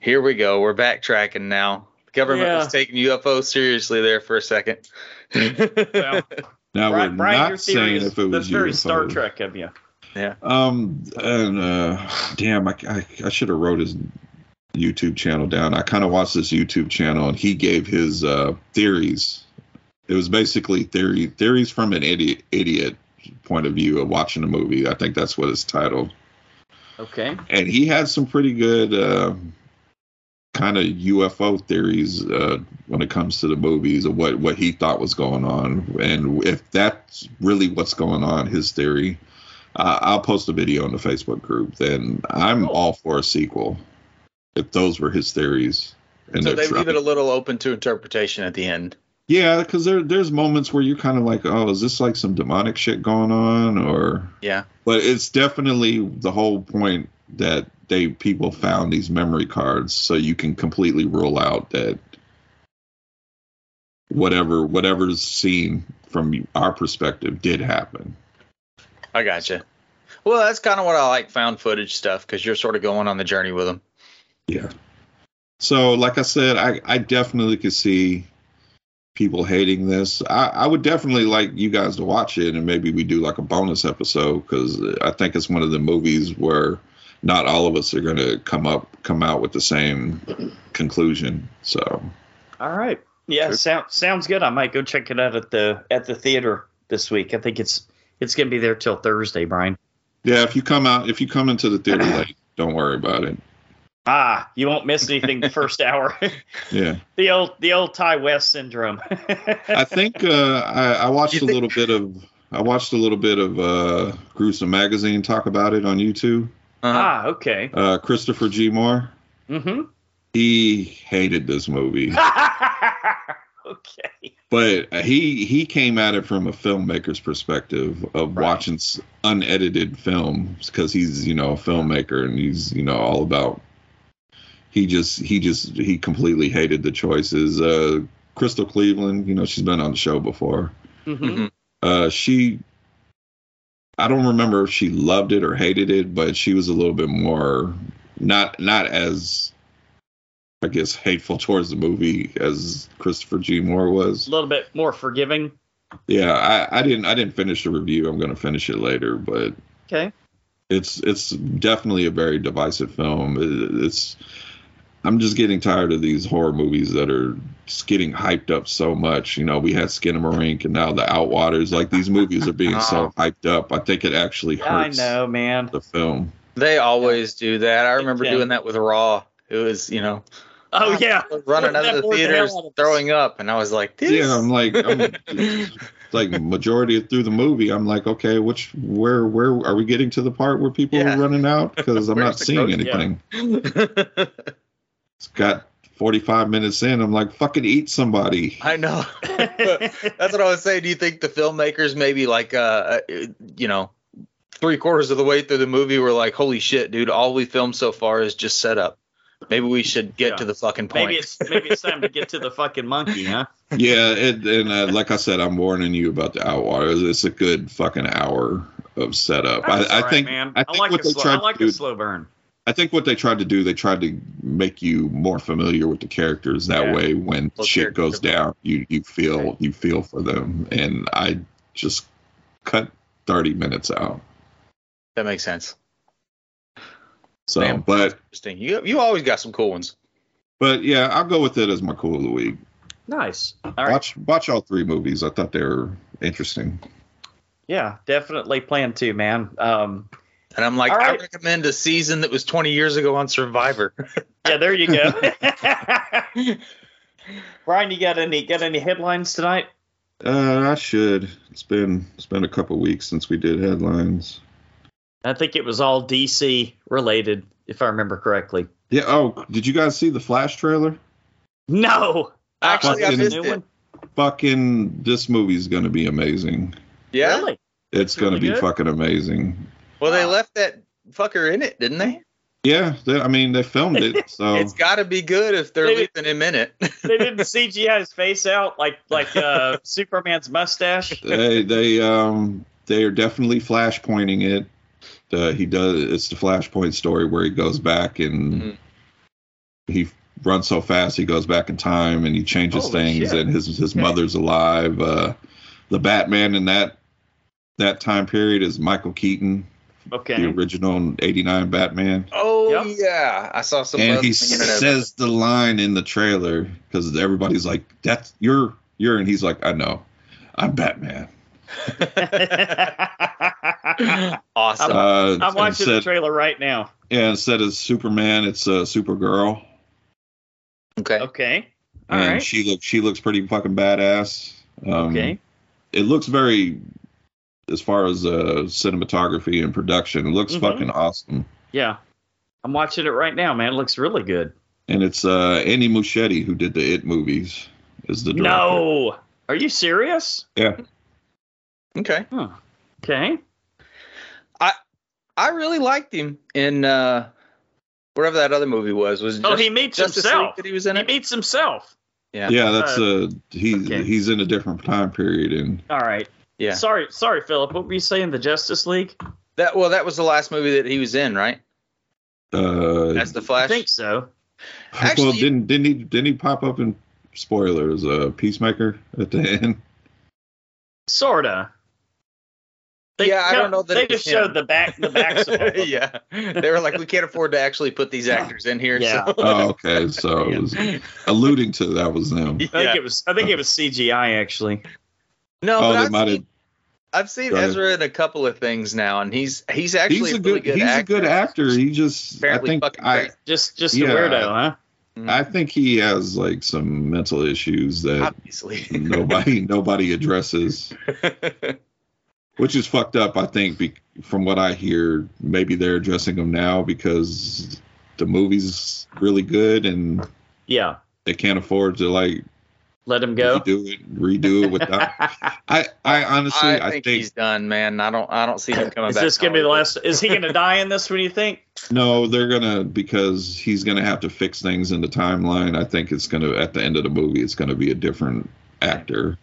C: here we go. We're backtracking now. The government
B: Yeah.
C: was taking UFOs seriously there for a second.
B: Well,
D: Now
B: Brian, Brian,
D: we're
B: your
D: not
B: theory
D: saying
B: is,
D: if it was
B: that's very
D: UFOs.
B: Star Trek of you.
D: Um, and uh, damn, I I, I should have wrote his YouTube channel down. I kind of watched this YouTube channel, and he gave his uh, theories. It was basically theory theories from an idiot idiot point of view of watching a movie. I think that's what it's titled.
B: Okay.
D: and he had some pretty good uh, kind of UFO theories uh, when it comes to the movies of what what he thought was going on, and if that's really what's going on, his theory. Uh, I'll post a video on the Facebook group. Then I'm
C: Oh.
B: Cool.
D: all for a sequel if those were his theories. And
C: so
D: they're
C: they
D: true.
C: leave it a little open to interpretation at the end.
D: yeah, because there there's moments where you're kind of like, oh, is this like some demonic shit going on, or
C: Yeah.
D: but it's definitely the whole point that they people found these memory cards so you can completely rule out that whatever whatever's seen from our perspective did happen
C: I gotcha. Well, that's kind of what I like found footage stuff because you're sort of going on the journey with them.
D: yeah so like i said i i definitely could see people hating this i i would definitely like you guys to watch it and maybe we do like a bonus episode because i think it's one of the movies where not all of us are going to come up come out with the same conclusion so
B: All right. Yeah.
C: Sure.
B: Sound, sounds good. I might go check it out at the at the theater this week. I think it's it's gonna be there till Thursday, Brian.
D: yeah if you come out if you come into
C: [CLEARS THROAT]
D: the theater late don't worry about it
B: Ah, you won't miss anything the first [LAUGHS] hour.
D: yeah
B: the old the old Ty West syndrome. [LAUGHS]
D: i think uh i, I watched a
C: You think-
D: little bit of i watched a little bit of uh gruesome magazine talk about it on youtube
C: Uh-huh.
B: ah, okay.
D: uh christopher g moore
B: Mm-hmm.
D: he hated this movie
B: [LAUGHS] okay.
D: but he he came at it from a filmmaker's perspective of
B: Right.
D: watching s- unedited films because he's you know a filmmaker and he's you know all about he just he just he completely hated the choices uh crystal cleveland you know she's been on the show before
B: Mm-hmm.
C: Mhm.
D: uh she i don't remember if she loved it or hated it but she was a little bit more not not as i guess hateful towards the movie as christopher g moore was
B: A little bit more forgiving.
D: yeah, I, I didn't I didn't finish the review. I'm gonna finish it later, but
B: Okay.
D: it's it's definitely a very divisive film. It- It's I'm just getting tired of these horror movies that are just getting hyped up so much. You know, we had Skinamarink and now The Outwaters. Like these movies are being
B: [LAUGHS]
D: so hyped up. I think it actually
B: Uh-huh. Yeah, I
D: hurts
B: know, man.
D: the film.
C: They always do that. I remember
B: Yeah.
C: doing that with Raw. It was, you know,
B: Oh [LAUGHS] yeah.
C: running out
B: That
C: of the
B: bored the hell
C: theaters,
B: out of us.
C: throwing up, and I was like, this.
D: Yeah, I'm
B: [LAUGHS]
D: like I'm like majority [LAUGHS] through the movie, I'm like, okay, which where where are we getting to the part where people
C: Yeah.
D: are
B: [LAUGHS]
D: running out? Because I'm
C: Where's
D: not
C: the
D: seeing
C: gross-
B: yeah.
D: anything.
B: [LAUGHS]
D: It's got 45 minutes in. I'm like, fucking eat
B: [LAUGHS]
D: somebody.
C: I know. That's what I was saying. Do you think the filmmakers maybe like, uh, uh, you know, three quarters of the way through the movie were like, holy shit, dude, all we filmed so far is just setup. Maybe we should get
B: Yeah.
C: to the fucking point.
B: maybe it's maybe it's time to get to the fucking monkey, huh?
D: yeah, it, and uh, like I said, I'm warning you about the Outwaters. It's a good fucking hour of setup. [LAUGHS] I,
B: That's all
D: I
B: right,
D: think
B: man.
D: I
B: I,
D: think
B: like
D: what
B: a
D: they
B: slow, I
D: tried to
B: like
D: do-
B: a slow burn.
D: I think what they tried to do, they tried to make you more familiar with the characters. That
B: Yeah.
D: way, when
C: Well,
D: shit goes
C: character-
D: down, you you feel
C: Right.
D: you feel for them. And I Just cut 30 minutes out.
C: That makes sense.
D: So,
C: Damn.
D: but
C: Interesting. You you always got some cool ones.
D: but yeah, I'll go with it as my cool of the week.
B: Nice. All right.
D: watch watch all three movies. I thought they were interesting.
B: Yeah, definitely plan to, man. Um,
C: And I'm like,
B: All
C: I
B: right.
C: recommend a season that was 20 years ago
B: [LAUGHS]
C: on Survivor.
B: yeah, there you go.
D: [LAUGHS]
B: [LAUGHS] Brian, you got any got any headlines tonight?
D: Uh, I should. It's been it's been a couple weeks since we did headlines.
B: I think it was all DC related, if I remember correctly.
D: Yeah. Oh, did you guys see the Flash trailer?
B: No,
C: Actually, I
D: Fucking-
C: missed
B: New
C: it.
B: one?
D: Fucking, this movie's gonna be amazing.
C: Yeah.
B: Really?
D: It's gonna
B: Really
D: be
B: good?
D: fucking amazing.
C: Well, they
B: Wow.
C: left that fucker in it, didn't they?
D: Yeah. They, I mean, they filmed
B: [LAUGHS]
D: it, so
C: It's got to be good if they're
B: They-
C: leaving him in it. [LAUGHS]
B: They didn't CGI his face out like like
D: [LAUGHS]
B: uh, Superman's mustache.
D: they they um they are definitely flash pointing it. Uh, he does. It's the flashpoint story where he goes back and
B: Mm-hmm.
C: Mhm.
D: he runs so fast he goes back in time and he changes
B: Holy
D: things
B: shit.
D: and his his
B: Okay.
D: mother's alive. Uh, the Batman in that that time period is Michael Keaton, the
B: Okay. [LAUGHS]
D: original '89 Batman.
C: Oh
B: Yep.
C: yeah, I saw some. buzz
D: and he
C: on the internet.
D: says the line in the trailer because everybody's like, "That's you're you're," and he's like, "I know, I'm Batman."
C: [LAUGHS]
B: I'm
C: awesome.
D: Uh, and
B: watching the
D: said-
B: trailer right now.
D: Yeah, instead of Superman, it's uh, Supergirl,
C: okay.
B: Okay. All
D: and
B: right.
D: she looks she looks pretty fucking badass. Um,
B: Okay.
D: it looks very, as far as uh, cinematography and production, it looks
B: Mhm.
D: fucking awesome.
B: Yeah. I'm watching it right now, man. It looks really good.
D: And it's uh, Andy Muschietti who did the It movies is the director.
B: No. Are you serious?
C: Okay.
B: Huh. Okay.
C: I really liked him in uh whatever that other movie was. Was it
B: Oh,
C: just,
B: he meets
C: Justice League
B: himself.
C: that he was in
B: He
C: it?
B: meets himself.
C: Yeah.
D: Yeah, that's uh, he
B: okay.
D: he's in a different time period and
B: All right.
C: Yeah.
B: Sorry, sorry, Philip. What were you saying? The Justice League?
C: That well, that was the last movie that he was in, right?
D: uh,
C: That's the
B: I
C: Flash.
B: think so.
D: well
C: actually-
D: didn't didn't he didn't he pop up in spoilers uh, Peacemaker at the [LAUGHS] end?
B: Sorta.
C: Yeah, I don't know that
B: they
C: it was
B: just showed
C: him.
B: the back,
C: [LAUGHS]
B: the backs of all of them.
C: yeah. They were like, we can't afford to actually
B: [LAUGHS]
C: put these actors in here.
B: Yeah.
C: So.
D: Oh, okay, so it
C: [LAUGHS]
D: was
C: yeah.
D: alluding to that was them.
B: I think it was. I think it was CGI actually.
C: No,
D: Oh,
C: but
D: they
C: I've
D: might have
C: seen, I've seen
D: Go ahead.
C: Ezra in a couple of things now, and he's he's actually
D: he's a
C: really
D: good, he's
C: actor.
D: a good actor. He just I
C: Apparently
D: think
C: fucking
D: I,
C: great.
B: Just, just
D: Yeah.
B: a weirdo, huh?
D: I think he has like some mental
C: [LAUGHS]
D: issues that
C: Obviously.
D: nobody nobody addresses,
C: [LAUGHS]
D: which is fucked up. I think be, from what I hear, maybe they're addressing him now because the movie's really good and
B: Yeah.
D: they can't afford to like
B: Let him go.
D: redo it redo it without. I I honestly
C: I think he's done, man. I don't I don't see him
B: [LAUGHS] [LAUGHS]
C: coming
B: Is
C: back.
B: this
C: to
B: gonna be the
C: Hollywood.
B: last? Is he gonna die in this? What do you think?
D: No, they're gonna because he's gonna have to fix things in the timeline. I think it's gonna at the end of the movie, it's gonna be a different actor.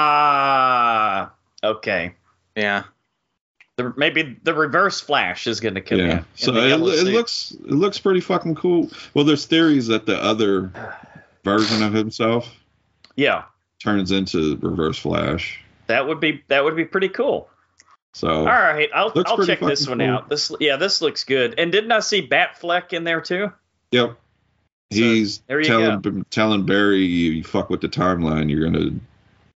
B: Ah. Okay.
C: Yeah.
B: The, maybe the reverse Flash is gonna come in.
D: yeah,
B: in
D: so
B: the
D: it,
B: yellow
D: it
B: suit.
D: looks it looks pretty fucking cool. Well, there's theories that the other version of himself
B: Yeah,
D: turns into Reverse Flash.
B: that would be that would be pretty cool.
D: So
B: All right, I'll
D: Looks
B: I'll
D: pretty
B: check this one
D: fucking cool.
B: out. This yeah, this looks good. And didn't I see Batfleck in there too?
D: yep, he's
B: there you
D: telling telling Barry, you fuck with the timeline, you're gonna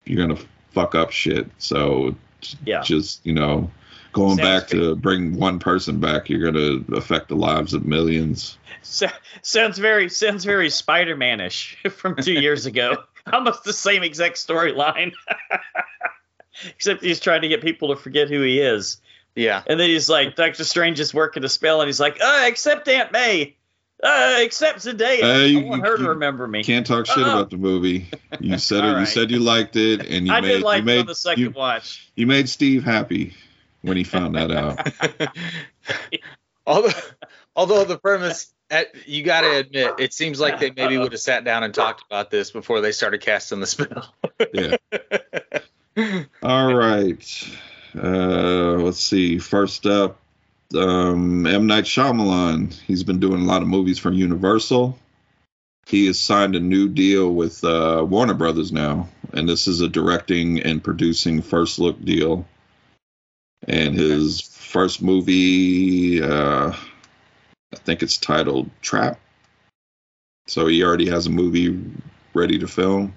D: you're gonna fuck up shit. So
B: Yeah.
D: just you know going
B: Sounds
D: back
B: good.
D: to bring one person back you're going to affect the lives of millions
B: So, sounds very sounds very Spider-Man-ish [LAUGHS] from two years
D: [LAUGHS]
B: ago. Almost the same exact storyline, [LAUGHS] except he's trying to get people to forget who he is. [LAUGHS]
C: Yeah. [LAUGHS]
B: And then he's like, Doctor Strange is working a spell, and he's like, uh, except Aunt May, uh, except Zendaya.
D: Hey,
B: I
D: you-
B: want
D: you-
B: her to
D: you
B: remember me.
D: can't talk shit
B: Uh-uh.
D: about the movie
B: [LAUGHS]
D: you said it
B: All
D: you
B: right.
D: said you liked it and you
B: I
D: made
B: did like
D: you
B: it
D: made
B: on the second
D: you,
B: watch.
D: you made steve happy when he found that out
C: although although the premise at, you got to admit it seems like they maybe would have sat down and talked about this before they started casting the spell.
D: yeah all right uh let's see first up um m night Shyamalan. he's been doing a lot of movies for universal he has signed a new deal with uh warner brothers now and this is a directing and producing first look deal. And his first movie, uh, I think it's titled Trap. So he already has a movie ready to film.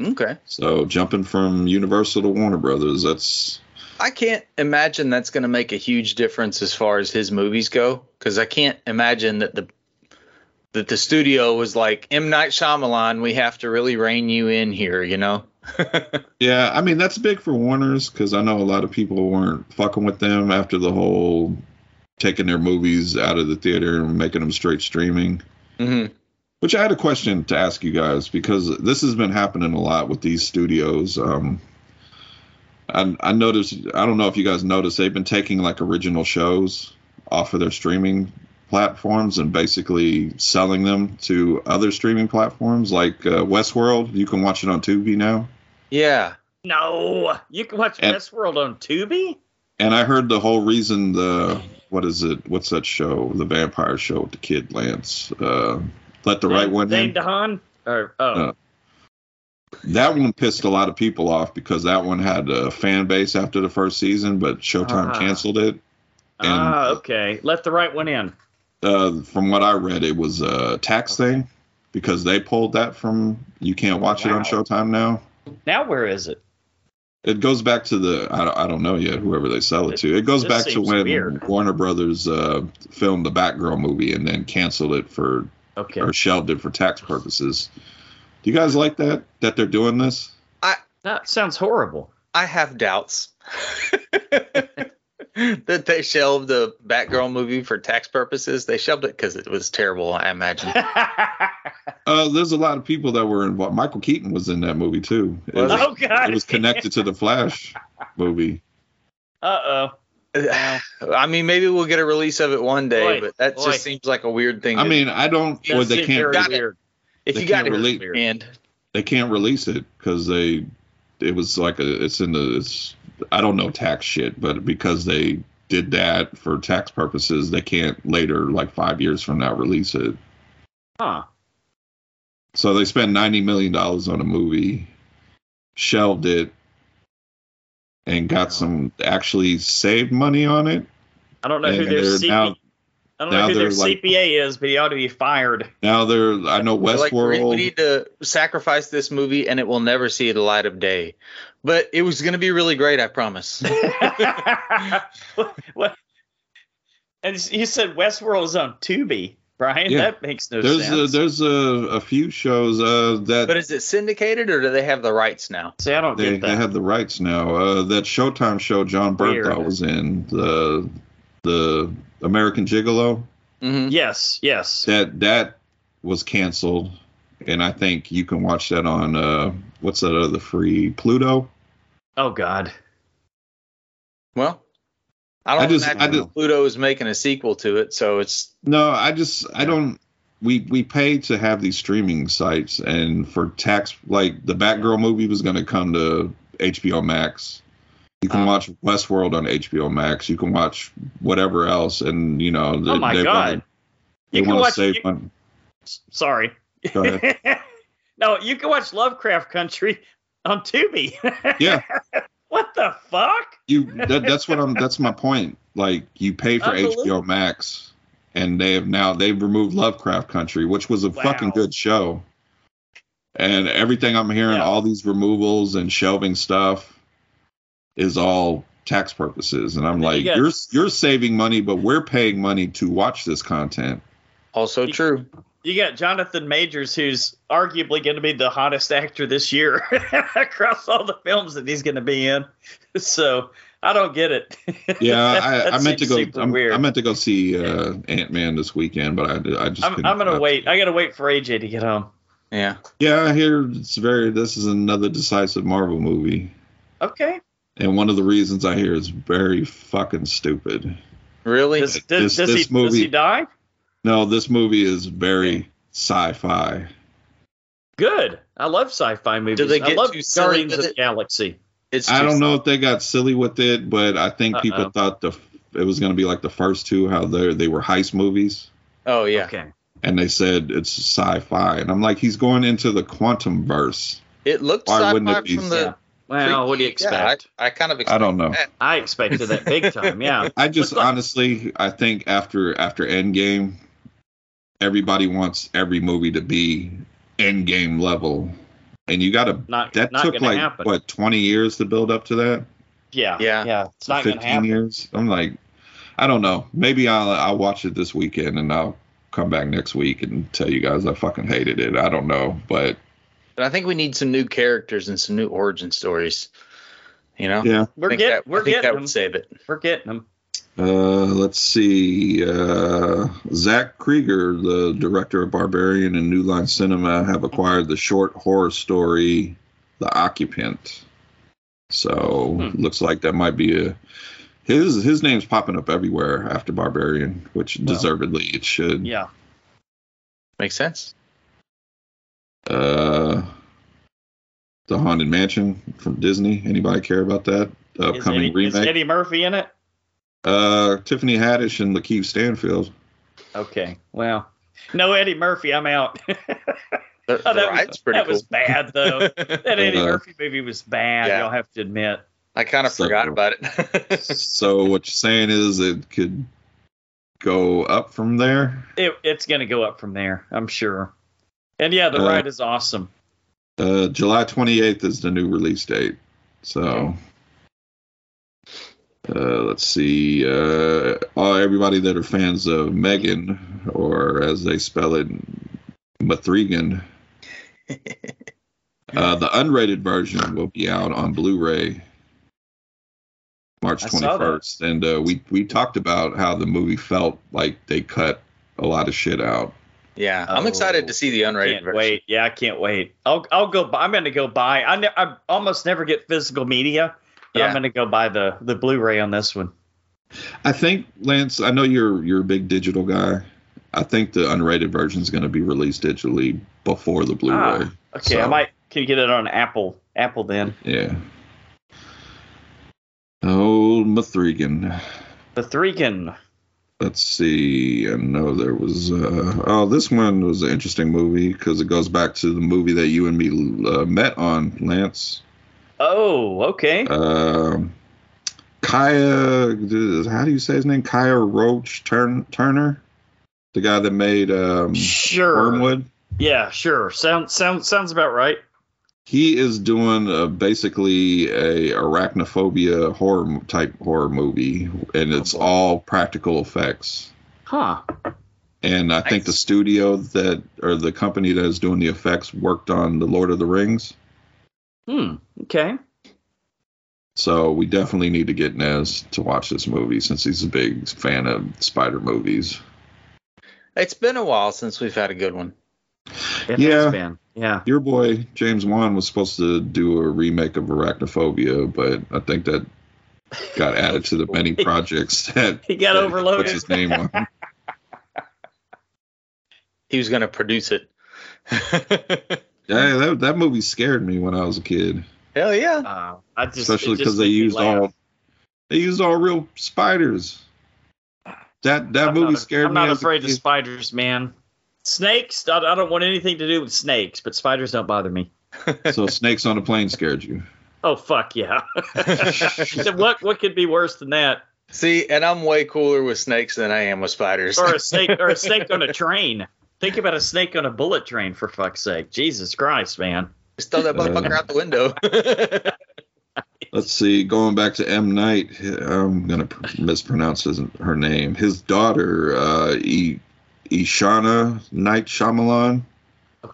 C: Okay.
D: So jumping from Universal to Warner Brothers, that's
C: I can't imagine that's going to make a huge difference as far as his movies go, because I can't imagine that the that the studio was like M Night Shyamalan, we have to really rein you in here, you know?
D: yeah. I mean, that's big for Warner's because I know a lot of people weren't fucking with them after the whole taking their movies out of the theater and making them straight streaming.
C: hmm
D: Which I had a question to ask you guys because this has been happening a lot with these studios. Um, I, I noticed, I don't know if you guys noticed, they've been taking like original shows off of their streaming platforms and basically selling them to other streaming platforms like uh, Westworld. You can watch it on Tubi now.
C: Yeah.
B: No, you can watch
D: And-
B: Westworld on Tubi.
D: And I heard the whole reason the, what is it? What's that show? The vampire show with the kid Lance. Uh, let the right one
B: Dane
D: in.
B: DeHaan. Or oh,
D: Uh, That one pissed a lot of people off because that one had a fan base after the first season, but Showtime
B: Ah.
D: canceled it.
B: ah, okay. Let the right one in.
D: Uh, from what I read, it was a tax thing because they pulled that from you can't watch it
B: Wow.
D: on Showtime now.
B: Now where is it?
D: It goes back to the I don't, I don't know yet whoever they sell it to. It goes
B: This
D: back to
B: seems
D: when
B: weird.
D: Warner Brothers uh, filmed the Batgirl movie and then canceled it for
B: Okay.
D: or shelved it for tax purposes. Do you guys like that that they're doing this?
B: That sounds horrible.
C: I have doubts [LAUGHS] that they shelved the Batgirl movie for tax purposes. They shelved it because it was terrible, I imagine.
B: Oh,
D: Uh, there's a lot of people that were involved. Michael Keaton was in that movie too. It was-
B: oh God.
D: it
B: [LAUGHS]
D: was connected to the Flash movie.
B: Uh oh.
C: I mean, maybe we'll get a release of it one day,
B: Boy,
C: but that
B: boy.
C: just seems like a weird thing.
D: I
C: to-
D: mean, I don't. Well, they can't.
C: Got it.
B: weird.
C: if
D: they
C: you got
D: can't
C: it,
D: relate-
C: and
D: They can't release it because they. It was like a. It's in the. It's. I don't know tax shit, but because they did that for tax purposes, they can't later, like five years from now, release it.
B: Huh.
D: So they spent ninety million dollars on a movie, shelved it, and got some actually saved money on it.
B: I don't know who
D: And
B: their
D: they're
B: CP.
D: now-
B: I don't
D: now
B: know who their
D: they're like-
B: CPA is, but he ought to be
D: [LAUGHS]
B: fired. [LAUGHS]
D: Now they're. I know
C: They're like, we,
D: Westworld.
C: we need to sacrifice this movie, and it will never see the light of day. But it was going to be really great, I
D: [LAUGHS]
C: promise.
B: what, what? And you said Westworld is on Tubi, Brian.
D: Yeah.
B: That makes no
D: there's a,
B: sense.
D: there's a, a few shows uh, that
C: but is it syndicated, or do they have the rights now?
B: See, I don't
D: they,
B: get that.
D: they have the rights now. Uh, that Showtime show John
B: Weird.
D: Bernthal was in the the American Gigolo
C: hmm
B: yes, yes.
D: that that was canceled, and I think you can watch that on uh, what's that other free Pluto.
B: Oh God.
C: Well, I don't
D: I just-
C: imagine
D: I just-
C: Pluto is making a sequel to it, so it's
D: No, I just I don't. We we pay to have these streaming sites, and for tax like the Batgirl movie was going to come to HBO Max. You
B: Oh.
D: can
C: Ah.
D: watch Westworld on HBO Max. You can watch whatever else, and you know.
B: Oh my God.
D: Wanna, they
B: You can
D: want to
B: watch.
D: save
B: you-
D: money.
B: sorry. [LAUGHS]
D: Go ahead.
B: no, you can watch Lovecraft Country on Tubi. [LAUGHS]
D: Yeah.
B: what the fuck?
D: You that, that's what I'm. That's my point. Like you pay for
B: Unbelievable.
D: HBO Max, and they have now they've removed Lovecraft Country, which was a
B: Wow.
D: fucking good show. And everything I'm hearing,
B: Yeah.
D: all these removals and shelving stuff, is all tax purposes. And I'm
B: then
D: like,
B: you got-
D: you're you're saving money, but we're paying money to watch this content.
C: also
B: You-
C: true.
B: You got Jonathan Majors, who's arguably going to be the hottest actor this year [LAUGHS] across all the films that he's going to be in. [LAUGHS] So I don't get it. [LAUGHS]
D: Yeah,
B: That-
D: I,
B: that
D: I meant to
B: seems
D: go.
B: super
D: I'm,
B: weird.
D: I meant to go see uh, Ant Man this weekend, but I, I just
B: I'm,
D: couldn't-
B: I'm gonna
D: I-
B: wait. I gotta wait for AJ to get home.
C: Yeah.
D: Yeah, I hear it's very. This is another decisive Marvel movie.
B: Okay.
D: And one of the reasons I hear is very fucking stupid.
C: Really?
B: Does, does, does,
D: This- this
B: he, does
D: movie-
B: he die?
D: No, this movie is very sci-fi.
B: Good. I love sci-fi movies.
C: they
B: I
C: get
B: love
C: too silly
B: Guardians
C: with
B: of the
C: it?
B: Galaxy.
C: It's
D: I don't
C: just-
D: know if they got silly with it, but I think
B: Uh-oh.
D: people thought the it was going to be like the first two, how they they were heist movies,
C: Oh yeah.
B: Okay.
D: and they said it's sci-fi, and I'm like, he's going into the quantum verse.
C: It looked
D: Why
C: sci-fi
D: wouldn't it
C: from
D: be
C: the.
B: Well, what do you
C: Yeah,
B: expect?
C: I, I kind of
D: I
C: expect.
D: don't know.
B: I, expected that big
D: [LAUGHS]
B: time. Yeah.
D: I just
B: Look, look.
D: honestly, I think after after Endgame, everybody wants every movie to be Endgame level, and you got to.
B: Not
D: That
B: not
D: took
B: gonna
D: like
B: happen.
D: what twenty years to build up to that.
B: yeah.
C: Yeah.
B: Yeah. It's not gonna happen.
D: years. I'm like, I don't know. Maybe I'll I'll watch it this weekend and I'll come back next week and tell you guys I fucking hated it. I don't know, but
C: But I think we need some new characters and some new origin stories. You know,
D: Yeah.
B: We're
C: I think
B: getting
C: that, I
B: we're
C: think
B: getting
C: that
B: them.
C: would save it.
B: We're getting them.
D: uh, let's see. Uh, Zach Krieger, the director of Barbarian and New Line Cinema, have acquired the short horror story The Occupant. So
B: Hmm.
D: looks like that might be a his his name's popping up everywhere after Barbarian, which deservedly it should.
B: Yeah.
C: Makes sense.
D: Uh, the Haunted Mansion from Disney. Anybody care about that? The
B: Is
D: upcoming
B: Eddie, is
D: remake.
B: Eddie Murphy in it?
D: uh, Tiffany Haddish and Lakeith Stanfield.
B: Okay. Well. No Eddie Murphy, I'm out. [LAUGHS]
C: The,
B: Oh,
C: the
B: that was-
C: ride's pretty
B: that was bad
C: [LAUGHS]
B: though.
C: cool.
B: That Eddie
D: Uh,
B: Murphy movie was bad,
C: yeah.
B: y'all have to admit.
C: I kind of
D: So-
C: forgot about it. [LAUGHS]
D: so what you're saying is it could go up from there.
B: It, it's gonna go up from there, I'm sure. And yeah, the
D: Uh,
B: ride is awesome.
D: Uh, July 28th is the new release date. So. Uh, let's see. Uh, all everybody that are fans of Megan, or as they spell it,
B: [LAUGHS]
D: Mathregan, Uh, the unrated version will be out on Blu-ray March
B: I saw that.
D: 21st, and uh, we we talked about how the movie felt like they cut a lot of shit out. [LAUGHS]
C: yeah, I'm excited
B: Oh,
C: to see the unrated
B: Can't
C: version.
B: wait. Yeah, I can't wait. I'll I'll go. bu- I'm gonna go buy. I, ne- I almost never get physical media, but I'm
C: Yeah.
B: gonna go buy the the Blu-ray on this one.
D: I think Lance, I know you're you're a big digital guy. I think the unrated version is going to be released digitally before the Blu-ray.
B: Ah, Okay, I
D: So-
B: might can get it on Apple. Apple then
D: Yeah. Oh, Old Mathregan.
B: the Threekin.
D: let's see i know there was uh oh this one was an interesting movie because it goes back to the movie that you and me uh, met on lance
B: Oh, okay.
D: um kaya how do you say his name kaya roach Turn, turner the guy that made um
B: sure.
D: wormwood
B: Yeah, sure. Sounds sounds sounds about right.
D: he is doing uh basically a arachnophobia horror m- type horror movie and it's all practical effects
B: Huh.
D: and I think the studio that or the company that is doing the effects worked on the Lord of the Rings.
B: Hmm. Okay.
D: So we definitely need to get Nez to watch this movie since he's a big fan of spider movies.
C: It's been a while since we've had a good one.
B: It
D: Yeah.
B: has been. Yeah.
D: Your boy James Wan was supposed to do a remake of Arachnophobia, but I think that got added to the many projects that
B: He got
D: that he
B: overloaded.
D: Puts his name on.
C: He was going to produce it. [LAUGHS]
D: Yeah, that, that movie scared me when I was a kid,
C: Hell yeah.
B: [LAUGHS]
C: [LAUGHS]
B: Uh, I just
D: especially
B: it just
D: because they
B: made me
D: used
B: laugh.
D: all they used all real spiders. That that
B: I'm
D: movie
B: not,
D: scared
B: I'm
D: me.
B: not
D: as a
B: afraid of
D: kid.
B: spiders, man. Snakes. I, I don't want anything to do with snakes, but spiders don't bother me. [LAUGHS]
D: so snakes on a plane scared you.
B: Oh fuck yeah! [LAUGHS] what what could be worse than that?
C: See, and I'm way cooler with snakes than I am with spiders.
B: Or a snake or a snake on a train. Think about a snake on a bullet train for fuck's sake. Jesus Christ, man.
C: Just throw that
D: Uh,
C: motherfucker out the window. [LAUGHS]
D: Let's see. Going back to M. Knight, I'm gonna pr- mispronounce his, her name. His daughter, uh, e- Ishana Knight Shyamalan,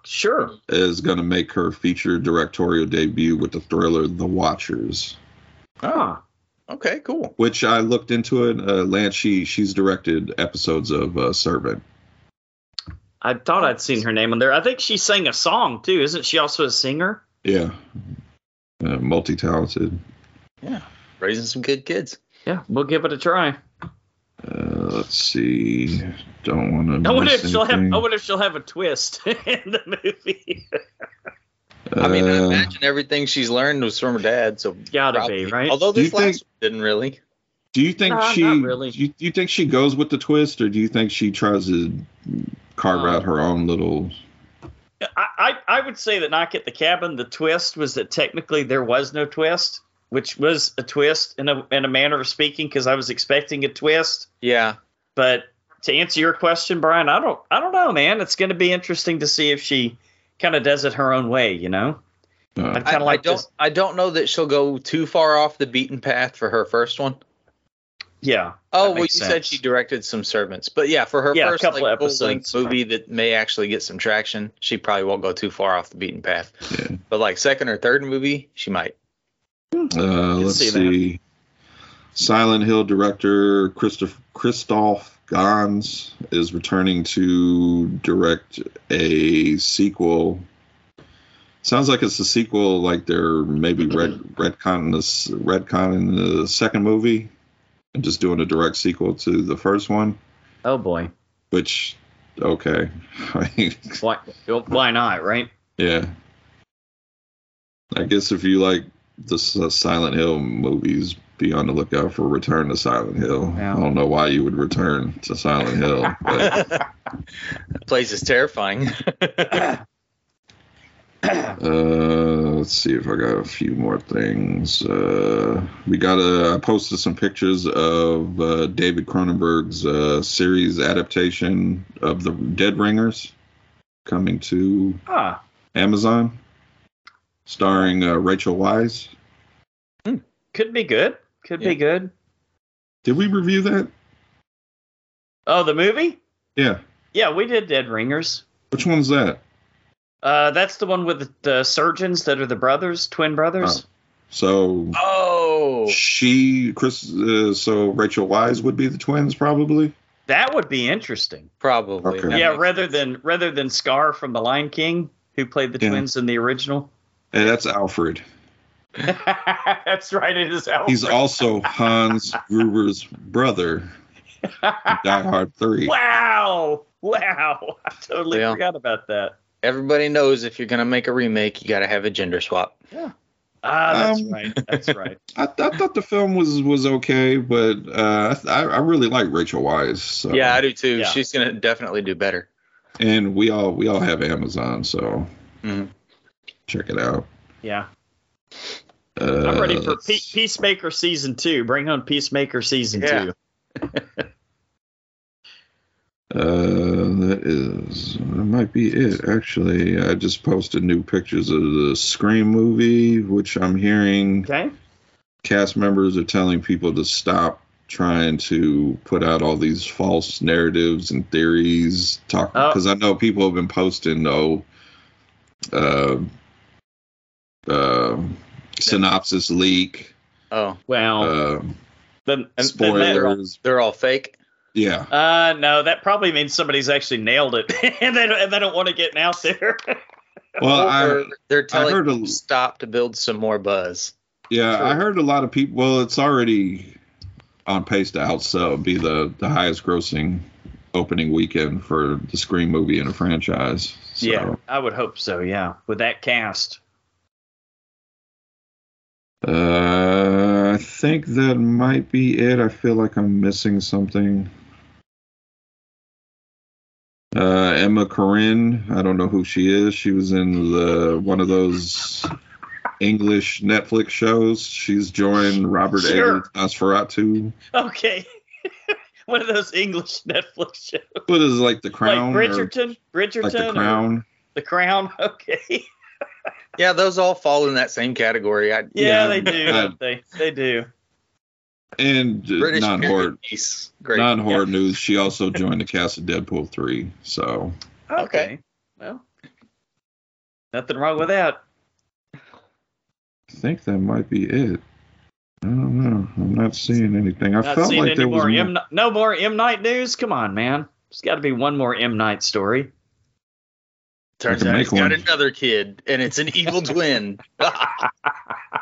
B: Sure.
D: is gonna make her feature directorial debut with the thriller The Watchers,
B: Huh.
C: okay, cool.
D: which I looked into it. Uh, Lance, she she's directed episodes of uh, Servant.
B: I thought I'd seen her name on there. I think she sang a song too. Isn't she also a singer?
D: Yeah, uh, multi-talented.
C: Raising some good kids.
B: Yeah, we'll give it a try.
D: Uh, let's see. Don't want to.
B: I wonder if she'll have. I wonder if she'll have a twist [LAUGHS] in the movie.
C: I mean,
D: Uh,
C: I imagine everything she's learned was from her dad. So
B: Gotta
C: probably.
B: be right.
C: Although
D: Do you
C: this last
D: think-
C: one didn't really.
D: Do you think
B: Nah,
D: she?
B: Uh, not really.
D: Do you, do you think she
C: Uh,
D: goes with the twist, or do you think she tries to carve
B: Um,
D: out her own little?
B: I, I, I would say that Knock at the Cabin, the twist was that technically there was no twist, which was a twist in a, in a manner of speaking because I was expecting a twist.
C: Yeah.
B: But to answer your question, Brian, I don't I don't know, man. It's going to be interesting to see if she kind of does it her own way, you know.
D: Uh,
B: I'd
C: I,
B: kind of like
C: I don't
B: this-
C: I don't know that she'll go too far off the beaten path for her first one.
B: Yeah.
C: Oh, well, you
B: makes
C: said
B: sense.
C: she directed some servants, but yeah, for her
B: Yeah, a
C: first
B: couple
C: like,
B: of
C: full-length
B: episodes.
C: movie that may actually get some traction, she probably won't go too far off the beaten path.
D: Yeah.
C: But like second or third movie, she might.
D: Uh, let's
B: see
D: see.
B: that.
D: Silent Hill director Christoph Christoph Gans is returning to direct a sequel. Sounds like it's a sequel, like they're maybe
B: Mm-hmm.
D: red redcon this redcon in the second movie, and just doing a direct sequel to the first one.
B: Oh boy.
D: Which, okay, [LAUGHS]
B: Why well, why not, right?
D: yeah. I guess if you like the S- uh, Silent Hill movies, be on the lookout for Return to Silent Hill.
B: Yeah.
D: I don't know why you would return to Silent Hill, but
C: that place is terrifying. [LAUGHS]
D: uh, let's see if I got a few more things. Uh, we got a. I posted some pictures of uh, David Cronenberg's uh, series adaptation of the Dead Ringers coming to
B: Ah,
D: Amazon, starring uh, Rachel Wise.
B: could be good. Could
C: Yeah.
B: be good.
D: Did we review that?
B: Oh, the movie?
D: Yeah.
B: Yeah, we did Dead Ringers.
D: Which one's that?
B: Uh, that's the one with the, the surgeons that are the brothers, twin brothers.
D: So
C: oh,
D: she, Chris, uh, so Rachel Wise would be the twins, probably.
B: That would be interesting.
C: probably.
D: Okay.
C: That
B: yeah,
C: makes
B: rather
C: sense.
B: than rather than Scar from The Lion King, who played the
D: Yeah.
B: twins in the original. [LAUGHS]
D: Hey, that's Alfred.
B: that's right. It is Alfred.
D: He's also Hans Gruber's brother. in Die Hard Three.
B: Wow! Wow! [LAUGHS] I totally
C: Yeah.
B: forgot about that.
C: everybody knows if you're gonna make a remake, you gotta have a gender swap.
B: Ah, that's
D: Um,
B: right. That's
C: [LAUGHS]
B: right.
D: I, I thought the film was was okay, but uh, I, I really like Rachel Wise. So.
C: yeah, I do too.
B: Yeah.
C: She's gonna definitely do better.
D: and we all we all have Amazon, so
C: Mhm.
D: check it out.
B: Yeah,
D: Uh,
B: I'm ready for
D: let's-
B: Pe- Peacemaker season two. Bring on Peacemaker season
C: Yeah.
B: two.
D: Uh, that is that might be it actually. I just posted new pictures of the Scream movie, which I'm hearing
B: Okay.
D: cast members are telling people to stop trying to put out all these false narratives and theories. Talk
B: Oh.
D: because I know people have been posting oh, uh, uh, synopsis leak,
C: Oh,
B: Well,
D: uh,
B: then, then that-
D: spoilers.
C: they're all fake.
D: Yeah,
B: uh, no, that probably means somebody's actually nailed it, [LAUGHS] and they don't, and they don't want to get out there. [LAUGHS]
D: well, I.
C: Or they're telling
D: heard a-
C: you to stop to build some more buzz.
D: Yeah,
B: Sure.
D: I heard a lot of people. Well, it's already on pace to outsell be the the highest grossing opening weekend for the Scream movie in a franchise. So,
B: Yeah, I would hope so. Yeah, with that cast.
D: Uh, I think that might be it. I feel like I'm missing something. Uh, Emma Corrin. I don't know who she is. She was in the one of those English Netflix shows. She's joined Robert
B: Sure.
D: Eggers' Nosferatu.
B: Okay. [LAUGHS] One of those English [LAUGHS] Netflix shows,
D: What is it, like the
B: like
D: crown? or-
B: Bridgerton, Bridgerton,
D: like the
B: or
D: crown.
B: The Crown. [LAUGHS] Okay.
C: Yeah, those all fall in that same category. I,
B: Yeah,
D: Yeah,
B: they do.
D: uh,
B: don't they they do.
D: And
C: British
D: non horror
C: period piece. Great.
D: non horror news. She also joined the cast of Deadpool three. So
B: Okay.
C: Okay.
B: Well, nothing wrong with that.
D: I think that might be it. I don't know. I'm not seeing anything. I
B: Not
D: felt
B: seeing
D: like
B: any
D: there was
B: more
D: more.
B: M. No more M Night news. Come on, man. There's got to be one more M Night story.
C: Turns
D: I can
C: out
D: make
C: he's got
D: one.
C: another kid, and it's an
D: [LAUGHS]
C: evil twin.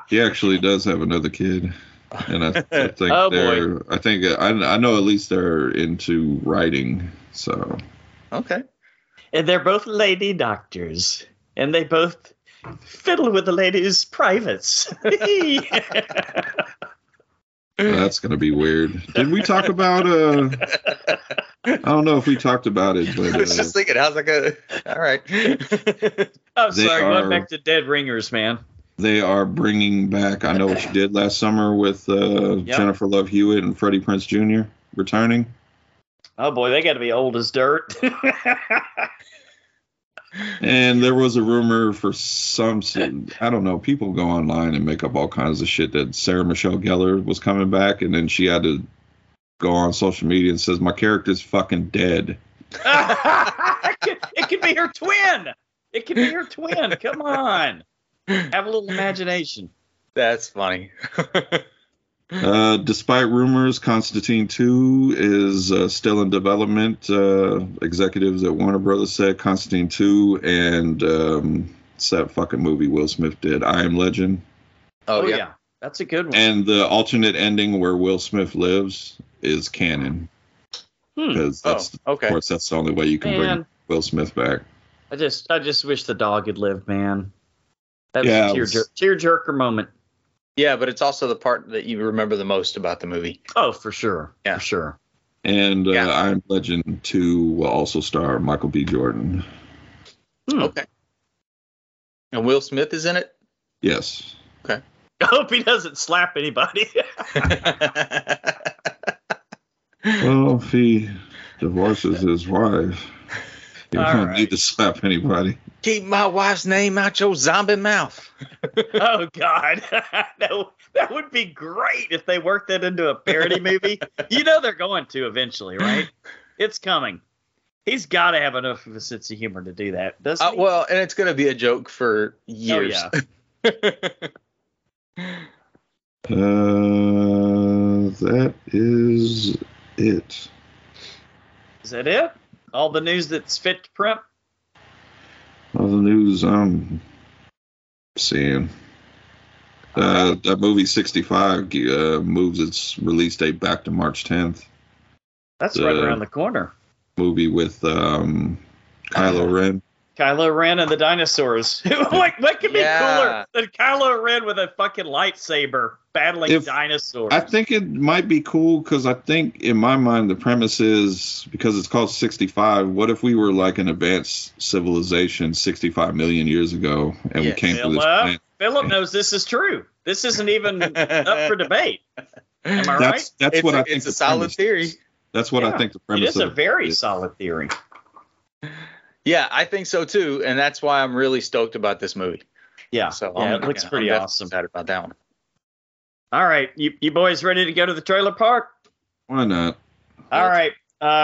D: he actually does have another kid, and I,
B: [LAUGHS]
D: I think
B: Oh, boy.
D: they're. I think I, I know at least they're into writing. So
C: okay.
B: And they're both lady doctors, and they both fiddle with the ladies'
D: [LAUGHS]
B: privates. [LAUGHS]
D: that's gonna be weird. Did we talk about uh I don't know if we talked about it,
C: [LAUGHS]
D: but
C: I was
D: uh,
C: just thinking, how's that gonna? All [LAUGHS] right.
B: I'm
D: They
B: sorry,
D: are-
B: going back to Dead Ringers, man.
D: they are bringing back. I know what you did last summer with uh,
B: Yep.
D: Jennifer Love Hewitt and Freddie Prince Jr. returning.
B: Oh boy, they got to be old as dirt. [LAUGHS]
D: And there was a rumor for some, I don't know, people go online and make up all kinds of shit that Sarah Michelle Gellar was coming back, and then she had to go on social media and says my character's fucking dead.
B: it, could, it could be her twin. It could be her twin. Come on, have a little imagination.
C: That's funny.
D: Uh, despite rumors, Constantine 2 is uh, still in development. Uh, executives at Warner Brothers said Constantine 2 and um, it's that fucking movie Will Smith did, I Am Legend,
C: Oh, yeah.
B: that's a good one.
D: and the alternate ending where Will Smith lives is canon
B: Hmm.
D: because
C: Oh,
D: that's
C: okay.
D: Of course, that's the only way you can
B: Man,
D: bring Will Smith back.
B: I just, I just wish the dog had lived, man. That's
D: Yeah,
B: a
D: it
B: tear,
D: was-
B: jer- tear jerker moment.
C: Yeah, but it's also the part that you remember the most about the movie.
B: Oh, for sure.
C: Yeah.
B: For sure.
D: And uh,
C: Yeah.
D: I Am Legend 2 will also star Michael B. Jordan. Oh,
B: Hmm.
C: Okay. And Will Smith is
B: [LAUGHS]
C: in it.
D: Yes.
B: I hope he doesn't slap anybody. [LAUGHS]
D: Well, if he divorces his wife, he
B: All
D: won't
B: right.
D: need to slap anybody.
C: Keep my wife's name out your zombie mouth.
B: oh God, [LAUGHS] that, w- that would be great if they worked that into a parody movie. you know they're going to eventually, right? It's coming. He's got to have enough of a sense of humor to do that, doesn't
C: [LAUGHS] Uh,
B: he?
C: well, and it's gonna be a joke for
B: Oh,
C: years. [LAUGHS]
B: yeah.
D: Uh, that is it.
B: Is that it? All the news that's fit to print.
D: All the news I'm seeing. Uh, that movie 65 uh, moves its release date back to March 10th.
B: That's right
D: Uh,
B: around the corner.
D: Movie with um, Kylo Ren.
B: Kylo Ren and the dinosaurs. [LAUGHS] what, what could be
C: Yeah.
B: cooler than Kylo Ren with a fucking lightsaber battling
D: If-
B: dinosaurs?
D: I think it might be cool because I think in my mind the premise is because it's called 65. What if we were like an advanced civilization 65 million years ago and
C: Yeah.
D: we came to this
B: Philip,
D: planet?
B: Philip knows this is true. This isn't even up for debate. Am I
D: [LAUGHS] That's
B: right?
D: that's
C: it's
D: what
C: a,
D: I think.
C: It's
D: the
C: a solid
D: premise-
C: theory.
D: That's what
B: Yeah.
D: I think the
B: It
D: premise.
B: is a
D: of
B: very
D: is.
B: solid theory.
C: Yeah, I think so too, and that's why I'm really stoked about this movie.
B: Yeah,
C: So
B: yeah,
C: I'm-
B: it looks
C: I'm
B: pretty
C: definitely
B: awesome.
C: Excited about that one.
B: All right, you, you boys ready to go to the trailer park?
D: Why not?
B: All
C: Let's-
B: right,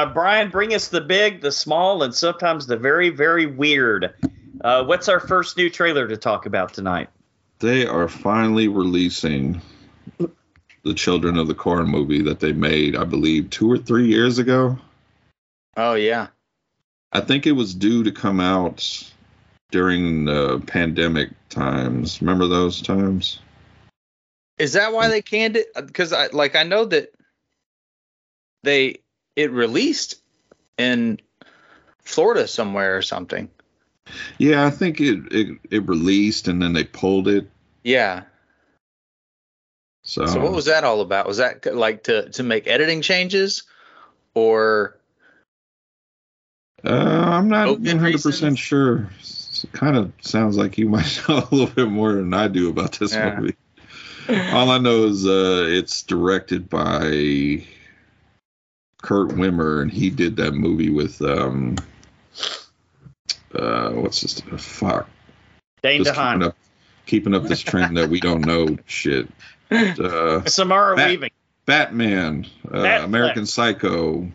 B: uh, Brian, bring us the big, the small, and sometimes the very, very weird. Uh, what's our first new trailer to talk about tonight?
D: They are finally releasing the Children of the Corn movie that they made, I believe, two or three years ago.
C: Oh yeah.
D: I think it was due to come out during the pandemic times. Remember those times?
C: Is that why they canned it? Because I like I know that they it released in Florida somewhere or something.
D: Yeah, I think it it, it released and then they pulled it.
C: Yeah.
D: So,
C: So what was that all about? Was that c- like to to make editing changes, or
D: uh, I'm not
C: Open
D: 100
C: reasons?
D: percent sure. S- Kind of sounds like you [LAUGHS] might know a little bit more than I do about this
C: Yeah. [LAUGHS]
D: movie. All I know is uh, it's directed by Kurt Wimmer, and he did that movie with um, uh, what's this? Fuck,
B: Dane
D: just keeping
B: DeHaan,
D: up, keeping up this trend that we don't know
C: [LAUGHS]
D: shit. Uh,
B: Samara
D: Bat-
B: Weaving,
D: Batman, uh,
B: Batfleck.
D: American Psycho.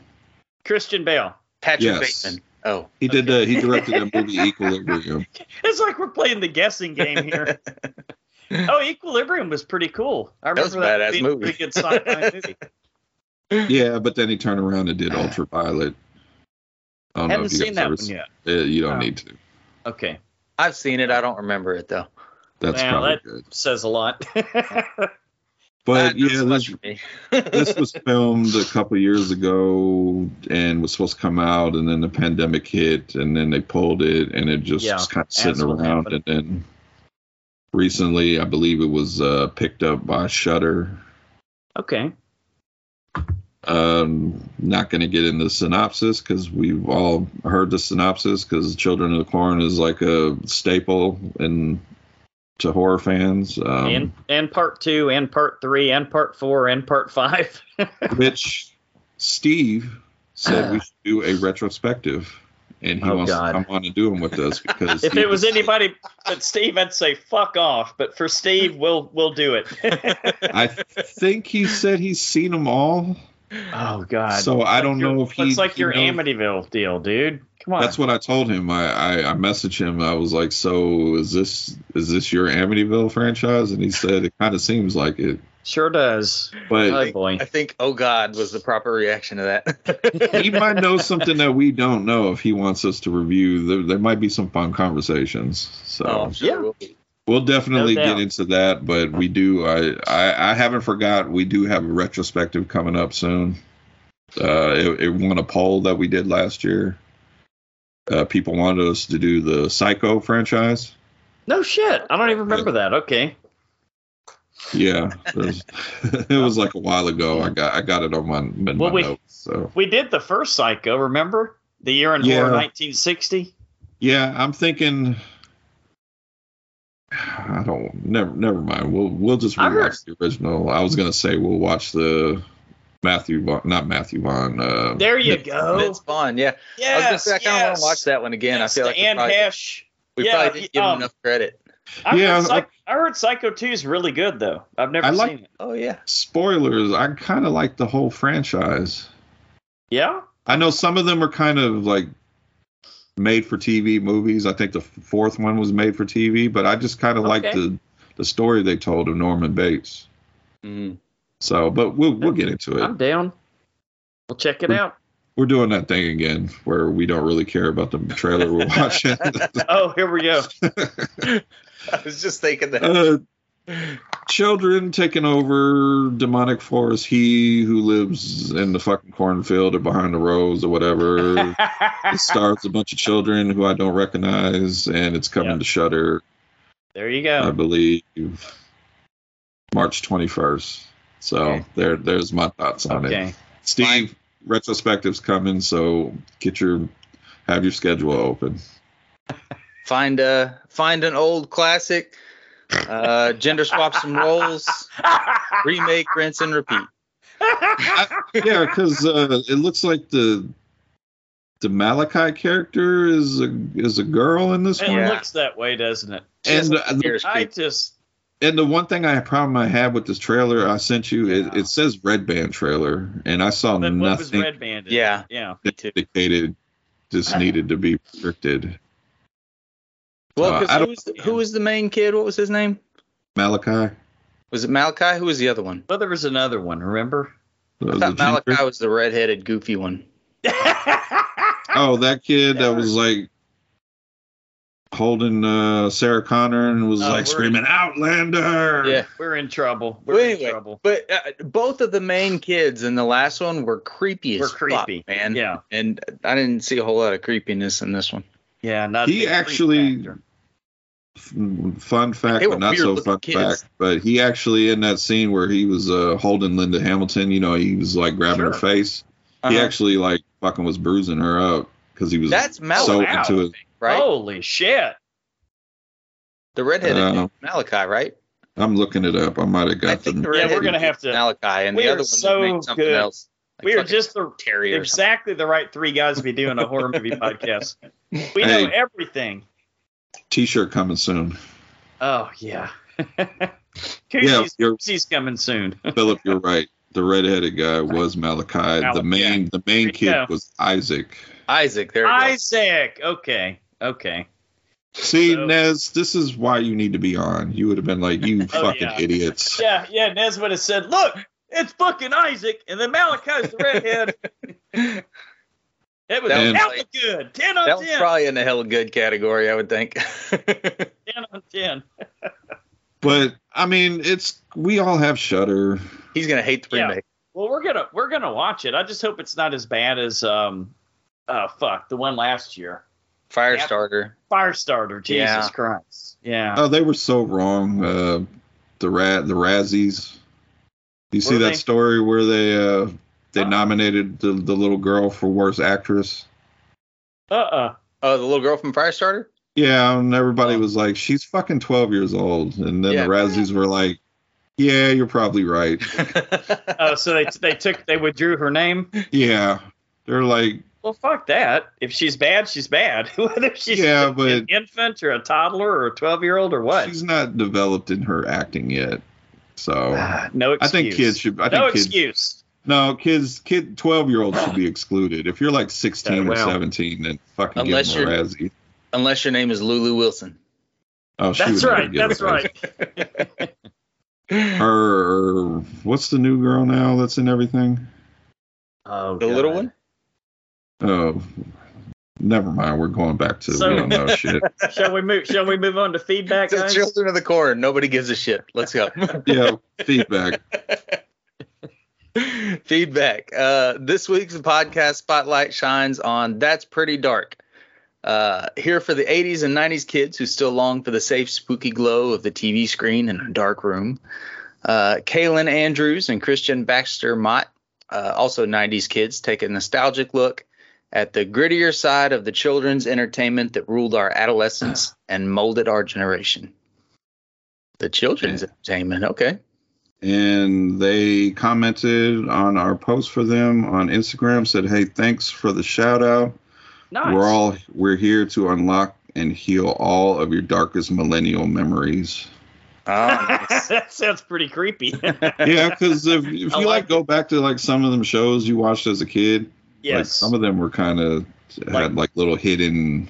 B: Christian Bale.
C: Patrick
D: Yes.
C: Bateman? Oh,
D: He did. Uh, he directed that
B: [LAUGHS]
D: movie Equilibrium.
B: It's like we're playing the guessing game
C: [LAUGHS]
B: here. oh, Equilibrium was pretty cool. I remember
C: was a badass
B: being a
C: movie.
B: Pretty good
D: [LAUGHS]
B: sci-fi movie.
D: Yeah, but then he turned around and did Ultraviolet. I don't know
B: Haven't
D: if you
B: seen
D: guys
B: that
D: ever
B: one
D: seen-
B: yet. Oh.
D: Uh, you
B: No.
D: don't need to.
B: Okay,
C: I've seen it. I don't remember it though.
D: That's
B: Well,
D: probably
B: that-
D: good.
B: says a lot. [LAUGHS]
C: Uh,
D: But
C: not
D: yeah,
C: so much
D: this,
C: for me. [LAUGHS]
D: this was filmed a couple years ago and was supposed to come out, and then the pandemic hit, and then they pulled it, and it just
B: Yeah,
D: was kind of
B: that's
D: sitting
B: what
D: around.
B: happened.
D: And then recently, I believe it was uh, picked up by Shutter,
B: okay,
D: Um, not going to get into synopsis because we've all heard the synopsis because Children of the Corn is like a staple in to horror fans. Um,
B: and and part two, and part three, and part four, and part five.
D: [LAUGHS]
B: [LAUGHS]
D: which Steve said we should do a retrospective, and he
B: Oh,
D: wants
B: God.
D: to come on and do them with
B: [LAUGHS]
D: us because
B: if
D: he
B: it was
D: just-
B: anybody but Steve, I'd say fuck off. But for Steve, we'll we'll do it.
D: I think he said he's seen them all.
B: [LAUGHS] oh God.
D: So I don't
B: Your-
D: know if he
B: looks like
D: he
B: your
D: knows-
B: Amityville deal, dude. Come on.
D: That's what I told him. I, I I messaged him. I was like, "So is this is this your Amityville franchise?" And he said, "It kind of seems like it."
B: sure does.
D: But
B: [LAUGHS] Oh boy.
C: I think oh god was the proper reaction to that. [LAUGHS]
D: he might know something that we don't know if he wants us to review. There, there might be some fun conversations. So
C: oh, I'm sure
B: Yeah.
C: it will be.
D: we'll definitely
B: No doubt.
D: get into that. But we do. I, I I haven't forgot. We do have a retrospective coming up soon. Uh, it, it won a poll that we did last year. Uh, people wanted us to do the Psycho franchise.
B: No shit. I don't even remember that. Okay.
D: Yeah, there's- it was [LAUGHS] like a while ago. I got I got it on my, in my
B: Well, we-
D: notes. So
B: We did the first Psycho, remember? The year in
D: Yeah.
B: horror 1960.
D: yeah, I'm thinking. [SIGHS] I don't. Never never mind. We'll we'll just
B: I heard-
D: rewatch the original. I was gonna say we'll watch the Matthew Vaughn, not Matthew Vaughn. Uh,
B: There you
D: Nick-
B: go.
C: It's fun, yeah. I was gonna
B: Yes,
C: say I kind of want
B: yes.
C: to watch that one again.
B: Yes,
C: I feel
B: the
C: like we
B: Anne
C: probably,
B: Hesh.
C: we
B: yeah,
C: probably didn't give him
B: um,
C: enough credit.
B: I,
D: Yeah,
B: heard Psych- I heard Psycho 2 is really good, though. I've never
D: I
B: seen
D: like-
B: it.
C: Oh yeah,
D: Spoilers. I kind of like the whole franchise.
B: Yeah?
D: I know some of them are kind of like made for TV movies. I think the f- fourth one was made for TV, but I just kind of like
B: Okay.
D: the the story they told of Norman Bates.
C: mm.
D: Mm-hmm. So, but we'll we'll get into
B: I'm
D: it.
B: down. We'll check it
D: Mm.
B: out. [LAUGHS]
D: We're doing that thing again where we don't really care about the trailer we're watching.
B: Oh, here we go.
C: [LAUGHS] I was just thinking that.
D: uh, children taking over demonic forest. He who lives in the fucking cornfield or behind the rows or whatever. it stars a bunch of children who I don't recognize, and it's coming
B: Yeah.
D: to Shutter.
B: [LAUGHS] there you
D: I
B: go.
D: believe March 21st. So
B: Okay.
D: there, there's my thoughts on it.
B: Okay. [LAUGHS]
D: Steve,
C: Fine.
D: retrospectives coming, so get your have your schedule open.
C: find a find an old classic, uh, gender swap some roles, remake, rinse and repeat.
D: yeah, because uh, it looks like the the Malachi character is a is a girl in this
B: It
D: one,
C: Yeah.
B: looks that way, doesn't it?
D: and uh,
C: Just
D: the-
C: Here's
B: I
C: creep.
B: just
D: and the one thing I problem I had with this trailer I sent you it,
B: Yeah.
D: it says Red Band trailer, and I saw
B: but what was
D: nothing
B: red banded?
C: Yeah.
B: Yeah.
C: Me too.
D: indicated this needed to be restricted.
C: Well,
D: Uh, I
C: because
D: don't-
C: who, was, who was the main kid? What was his name?
D: Malachi.
C: Was it Malachi? Who was the other one?
B: Well, there was another one, [LAUGHS] remember?
C: I
D: Uh, the
C: thought Malachi
D: ginger-
C: was the redheaded, goofy one.
D: Oh, that kid that was like holding uh, Sarah Connor and was
B: Oh,
D: like
B: we're-
D: screaming Outlander.
C: Yeah.
B: We're in trouble. We're
C: Well,
B: in
C: anyway,
B: trouble.
C: But uh, both of the main kids in the last one were creepy as
B: We're
C: fuck,
B: creepy.
C: man.
B: yeah.
C: And I didn't see a whole lot of creepiness in this one.
B: Yeah. Not
D: He
B: a big creep
D: actually-
B: factor.
D: F- Fun fact,
C: They were
D: but not so
C: weird-looking
D: fun
C: kids.
D: fact, but he actually in that scene where he was uh, holding Linda Hamilton, you know, he was like grabbing her
B: Sure.
D: face. He
C: Uh-huh.
D: actually like fucking was bruising her up because he was
C: That's Malachi,
D: so
B: Wow.
D: into it.
C: right?
B: Holy shit.
C: the redheaded
D: Uh,
C: dude, Malachi, right?
D: I'm looking it up. I might have
C: I
D: got
C: think
D: the
C: the redheaded
B: we're gonna
C: dude's
B: have to-
C: Malachi, and
B: we
C: the
B: are
C: other one
B: so
C: made something
B: good.
C: else. Like
B: we are
C: fucking
B: just the
C: Terry or something.
B: exactly the right three guys to be doing a horror [LAUGHS] movie podcast. We know
D: Hey.
B: everything.
D: t-shirt coming
C: [LAUGHS]
D: soon.
B: Oh yeah. [LAUGHS]
D: Yeah,
B: Koosie's,
D: you're
B: Koosie's coming soon.
D: Philip, you're right. The redheaded guy was Malachi. The
B: Malachi.
D: main, the main
B: you
D: kid
B: go.
D: was Isaac.
C: Isaac, there it is.
B: Isaac. Okay. Okay.
D: See,
B: So- Oh,
D: Nez, this is why you need to be on. You would have been like,
B: [LAUGHS]
D: you fucking
B: yeah.
D: idiots.
B: Yeah, yeah, Nez would have said, Look, it's fucking Isaac, and then Malachi's the redhead. [LAUGHS] It was
C: That
D: was
B: hella
C: like-
B: good. Ten
C: That
B: on
C: was
B: ten.
C: probably in the hell good category, I would think. [LAUGHS]
B: ten on ten.
D: But I mean, it's we all have Shutter.
C: He's gonna hate the
B: Yeah.
C: remake.
B: Well, we're gonna we're gonna watch it. I just hope it's not as bad as um, uh, fuck the one last year,
C: Firestarter.
B: Firestarter. Jesus
C: Yeah.
B: Christ. Yeah.
D: Oh, they were so wrong. Uh, the rat, the Razzies. You see
B: Were
D: that
B: they?
D: story where they uh, They nominated the, the little girl for worst actress.
B: Uh uh
C: Oh, the little girl
B: [LAUGHS]
C: from Firestarter.
D: Yeah, and everybody was like, "She's fucking twelve years old," and then
C: Yeah.
D: the Razzies were like, "Yeah, you're
B: [LAUGHS]
D: probably right."
B: Oh, so they they took they withdrew her name.
D: yeah, they're like,
B: Well, fuck that. If she's bad, she's bad. [LAUGHS] Whether she's
D: Yeah, but-
B: an infant or a toddler or a twelve year old or what.
D: "She's not developed in her acting yet." So
B: Ah, no
D: I
B: excuse.
D: think kids should. I
B: no
D: think kids.
B: excuse.
D: No, kids. Kid, twelve year olds
B: [LAUGHS]
D: should be excluded. If you're like sixteen
B: Okay,
D: or
B: well.
D: seventeen, then fucking
C: Unless
D: give them a
C: you're-
D: Razzie.
C: Unless your name is Lulu Wilson.
D: Oh, she
B: That's
D: would never
B: right.
D: get a
B: That's
D: Razzie.
B: right.
D: Her, what's the new girl now that's in everything?
B: Oh,
C: The little one.
D: Oh, never mind. We're going back to
B: So-
D: we don't know shit.
B: Shall we move? Shall we move on to feedback,
C: [LAUGHS] The
B: guys?
C: children of the corn. Nobody gives a shit.
B: [LAUGHS]
C: Let's go.
D: Yeah, feedback.
C: [LAUGHS] Feedback. Uh, this week's podcast spotlight shines on That's Pretty Dark. Uh, here for the 80s and 90s kids who still long for the safe, spooky glow of the TV screen in a dark room. Uh, Kaylin Andrews and Christian Baxter Mott, uh, also 90s kids, take a nostalgic look at the grittier side of the children's entertainment that ruled our adolescence and molded our generation. The children's entertainment. Okay.
D: and they commented on our post for them on Instagram. Said, "Hey, thanks for the shout out.
B: Nice.
D: We're
B: [LAUGHS]
D: all we're here to unlock and heal all of your darkest
B: [LAUGHS]
D: millennial memories."
C: Ah, nice.
B: that sounds pretty creepy. [LAUGHS]
D: yeah, because if, if you
B: I
D: like,
B: like
D: go back to like some of them shows you watched as a kid, like
B: yes.
D: some of them were kind of
B: Like-
D: had like little hidden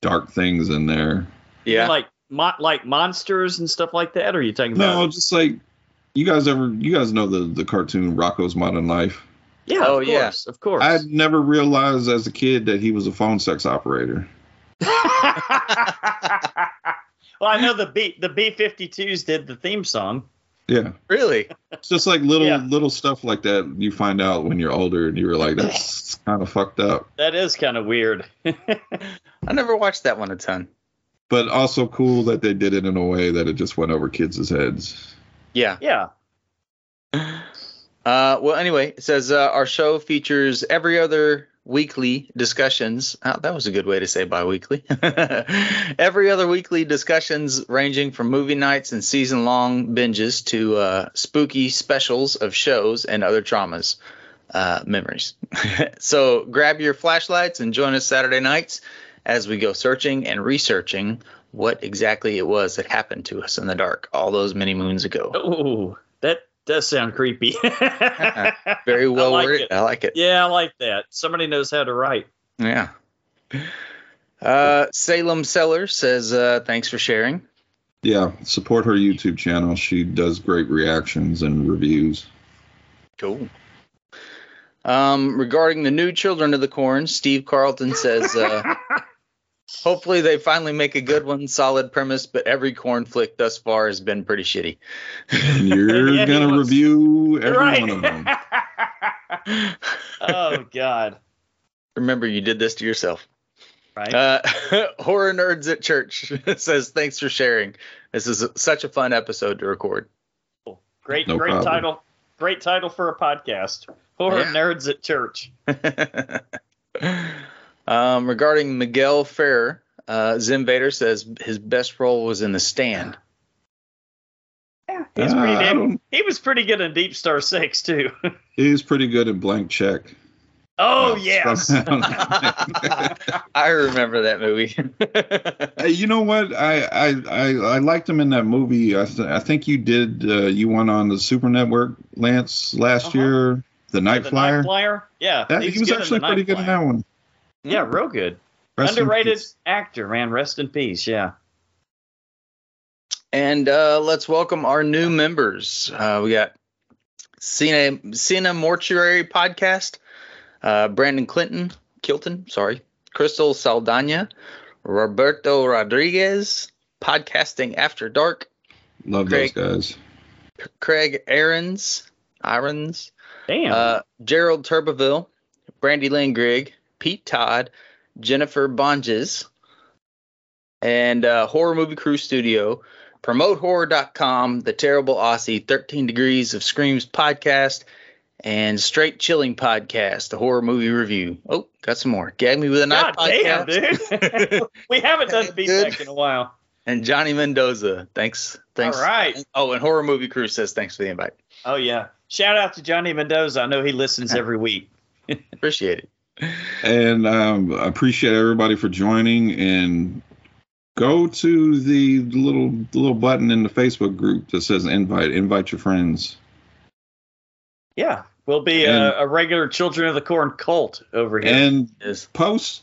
D: dark things in there.
C: Yeah.
B: Like mo- like monsters and stuff like that. Or are you talking about?
D: No, just like you guys ever you guys know the the cartoon Rocco's Modern Life.
B: Yeah.
C: Oh,
B: of
C: yeah.
B: course. Of course. [LAUGHS]
D: I never realized as a kid that he was a phone sex operator.
B: well, I know the B the B fifty twos did the theme song.
D: Yeah.
C: really?
D: It's just like little
B: Yeah.
D: little stuff like that you find out when you're older and you're
B: [LAUGHS]
D: like, that's kind of fucked up.
B: That is kind of weird.
C: I never watched that one a ton.
D: But also cool that they did it in a way that it just went over kids' heads.
C: Yeah.
B: Yeah.
C: Uh, well, anyway, it says uh, our show features every other weekly discussions. Oh, that was a good way to say bi-weekly. [LAUGHS] every other weekly discussions ranging from movie nights and season-long binges to uh, spooky specials of shows and other traumas. Uh, memories. [LAUGHS] so grab your flashlights and join us Saturday nights as we go searching and researching what exactly it was that happened to us in the dark all those many moons ago.
B: Oh, that does sound creepy. [LAUGHS]
C: Very well
B: like
C: worded.
B: it.
C: [LAUGHS] I like it.
B: yeah, I like that. Somebody knows how to write.
C: Yeah. Uh, Salem Seller says, uh, thanks for sharing.
D: Yeah, support her YouTube channel. She does great reactions and reviews.
C: Cool. Um, regarding the new Children of the Corn, Steve Carlton says, [LAUGHS] uh, hopefully they finally make a good one, solid premise, but every corn flick thus far has been pretty shitty. [LAUGHS]
B: [LAUGHS]
D: And you're
B: Yeah, he
D: gonna
B: was- [LAUGHS]
D: review every
B: right.
D: one of them.
B: oh God.
C: Remember, you did this to yourself.
B: Right.
C: Uh, [LAUGHS] Horror Nerds at Church [LAUGHS] says, thanks for sharing. This is such a fun episode to record.
B: great,
D: no
B: great
D: problem.
B: title. Great title for a podcast. Horror
C: Yeah.
B: nerds at church.
C: um, regarding Miguel Ferrer, uh, Zim Vader says his best role was in The Stand. [LAUGHS]
B: Yeah, he's
D: Uh,
B: pretty
D: I
B: damn.
D: don't-
B: He was pretty good in Deep Star Six too. [LAUGHS]
D: He's pretty good at blank check.
B: oh
D: Uh,
B: yes. [LAUGHS]
C: I remember that movie.
D: Hey, you know what? I, I I I liked him in that movie. I th- I think you did. Uh, you won on the Super Network, Lance, last
B: Uh-huh.
D: year. The Night
B: the
D: Flyer.
B: Night Flyer. Yeah.
D: That- he was
B: good in
D: actually
B: The
D: pretty
B: Night
D: good in
B: Flyer.
D: that one.
B: Yeah, real good.
D: Rest in
B: Underrated
D: peace.
B: actor, man. Rest in peace. Yeah.
C: and uh, let's welcome our new members. Uh, we got Cena, Cena Mortuary Podcast, uh, Brandon Clinton, Kilton, sorry, Crystal Saldana, Roberto Rodriguez, Podcasting After Dark,
D: Love
C: Craig.
D: those guys.
C: Craig Ahrens, Irons,
B: Damn.
C: uh, Gerald Turbeville, Brandy Lynn Grigg, Pete Todd, Jennifer Bonges, and uh, Horror Movie Crew Studio, PromoteHorror.com, The Terrible Aussie, 13 Degrees of Screams podcast, and Straight Chilling Podcast, the horror movie review. Oh, got some more. Gag Me With a Knife
B: God damn,
C: Podcast. [LAUGHS]
B: dude. [LAUGHS] we haven't done the beatback in a while.
C: and Johnny Mendoza. Thanks. Thanks.
B: All right.
C: Oh, and Horror Movie Crew says thanks for the invite.
B: Oh yeah. Shout out to Johnny Mendoza. I know he listens every week.
C: Appreciate it.
D: and um, I appreciate everybody for joining. And go to the little the little button in the Facebook group that says invite. Invite your friends.
B: Yeah. We'll be
C: Mm.
B: a, a regular Children of the Corn cult over here.
D: And
C: Yes.
D: post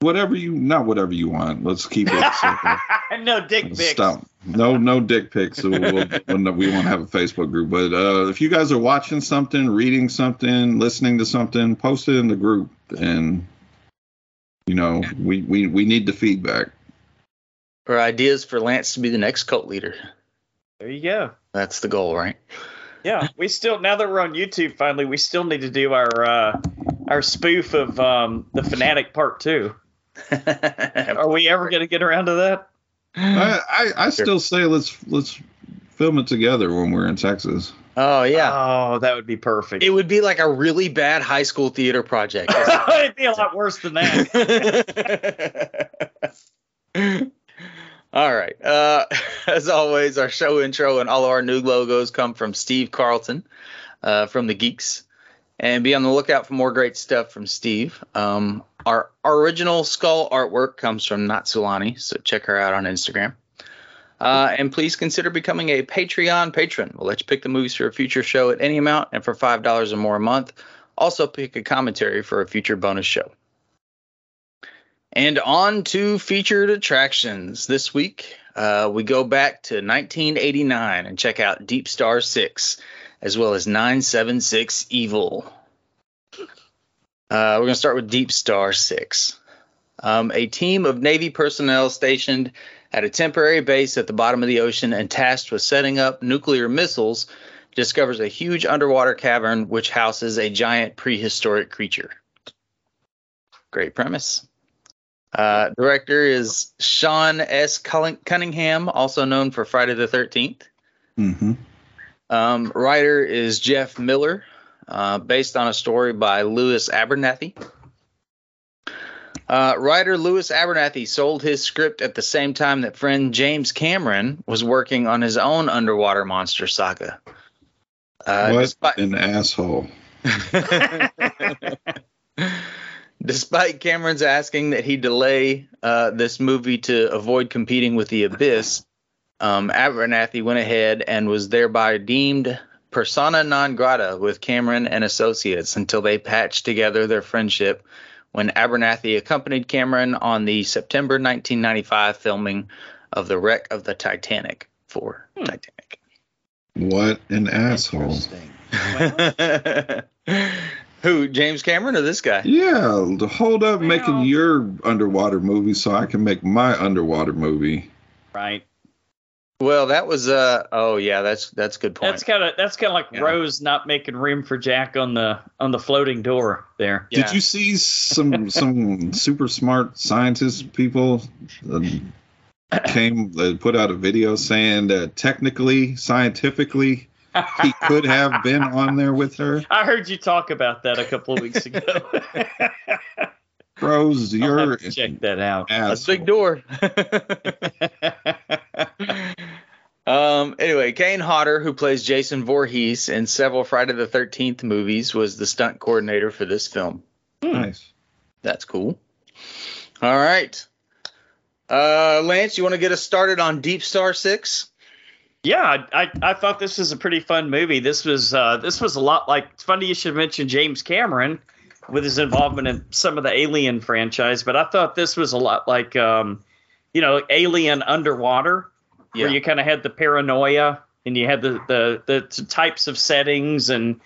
D: whatever you not whatever you want. Let's keep
B: [LAUGHS]
D: it. simple.
B: no dick pics.
D: Stop. No, no dick pics. So we'll, we'll- we won't have a Facebook group. But uh, if you guys are watching something, reading something, listening to something, post it in the group. And, you know, we, we, we need the feedback.
C: Or ideas for Lance to be the next cult leader.
B: There you go.
C: That's the goal, right?
B: Yeah,
C: [LAUGHS]
B: we still now that we're on YouTube finally, we still need to do our uh, our spoof of um, the Fanatic Part Two. Are we ever going to get around to that?
C: Hmm.
D: I, I, I still say let's let's film it together when we're in Texas.
C: [LAUGHS] oh yeah.
B: Oh, that would be [LAUGHS] perfect.
C: it would be like a really bad high school theater [LAUGHS] project.
B: It'd be a lot worse than that. [LAUGHS]
C: [LAUGHS] all right. Uh, as always, our show intro and all of our new logos come from Steve Carlton uh, from the Geeks. And be on the lookout for more great stuff from Steve. Um, our original skull artwork comes from Natsulani, so check her out on Instagram. Uh, and please consider becoming a Patreon patron. We'll let you pick the movies for a future show at any amount and for $5 or more a month. Also, pick a commentary for a future bonus show. And on to featured attractions. This week, uh, we go back to 1989 and check out Deep Star 6, as well as 976 Evil. Uh, we're going to start with Deep Star 6. Um, a team of Navy personnel stationed at a temporary base at the bottom of the ocean and tasked with setting up nuclear missiles discovers a huge underwater cavern which houses a giant prehistoric creature. Great premise. Uh, director is Sean S. Culling- Cunningham, also known for Friday the 13th.
D: Mm-hmm.
C: Um, writer is Jeff Miller, uh, based on a story by Lewis Abernathy. Uh, writer Lewis Abernathy sold his script at the same time that friend James Cameron was working on his own underwater monster saga. Uh,
D: what
C: despite-
D: an asshole.
C: [LAUGHS] Despite Cameron's asking that he delay uh, this movie to avoid competing with The Abyss, um, Abernathy went ahead and was thereby deemed persona non grata with Cameron and associates until they patched together their friendship when Abernathy accompanied Cameron on the September 1995 filming of The Wreck of the Titanic for Titanic.
D: What an asshole.
C: [LAUGHS] Who, James Cameron or this guy?
D: Yeah, to hold up making
B: Well-
D: your underwater movie so I can make my underwater movie.
B: Right.
C: Well, that was uh oh yeah, that's that's a good point.
B: That's kind of that's kind of like
C: Yeah.
B: Rose not making room for Jack on the on the floating door there.
C: yeah.
D: Did you see some some super smart scientist people um, came they put out a video saying that technically, scientifically, he could have been on there with her.
B: I heard you talk about that a couple of weeks
C: [LAUGHS]
B: ago.
D: Rose,
B: I'll
D: you're
B: have to check that out.
C: Oh, That's a
D: asshole.
C: big door. [LAUGHS] um anyway, Kane Hodder, who plays Jason Voorhees in several Friday the thirteenth movies, was the stunt coordinator for this film.
D: Nice.
C: That's cool. All right. Uh Lance, you want to get us started on Deep Star Six?
B: Yeah, I, I- I thought this was a pretty fun movie. This was uh, this was a lot like. It's funny you should mention James Cameron with his involvement in some of the Alien franchise, but I thought this was a lot like, um, you know, Alien Underwater, where you kind of had the paranoia and you had the, the the t- types of settings and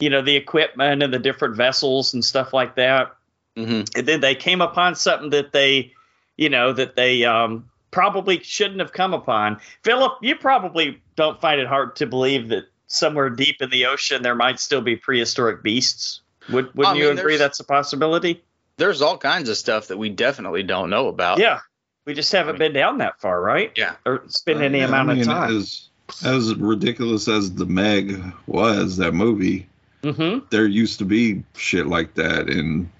B: you know the equipment and the different vessels and stuff like that
C: hmm
B: and then they came upon something that they you know that they um, probably shouldn't have come upon philip you probably don't find it hard to believe that somewhere deep in the ocean there might still be prehistoric beasts would, wouldn't you
C: mean,
B: agree
C: there's-
B: that's a possibility
C: There's all kinds of stuff that we definitely don't know about.
B: yeah we just haven't been down that far right
C: Oh. Yeah.
B: or spent
D: Uh,
B: any
D: yeah, I
B: amount
D: mean,
B: of time
D: As, as ridiculous as the Meg was, that movie,
B: Mm-hmm.
D: there used to be shit like that and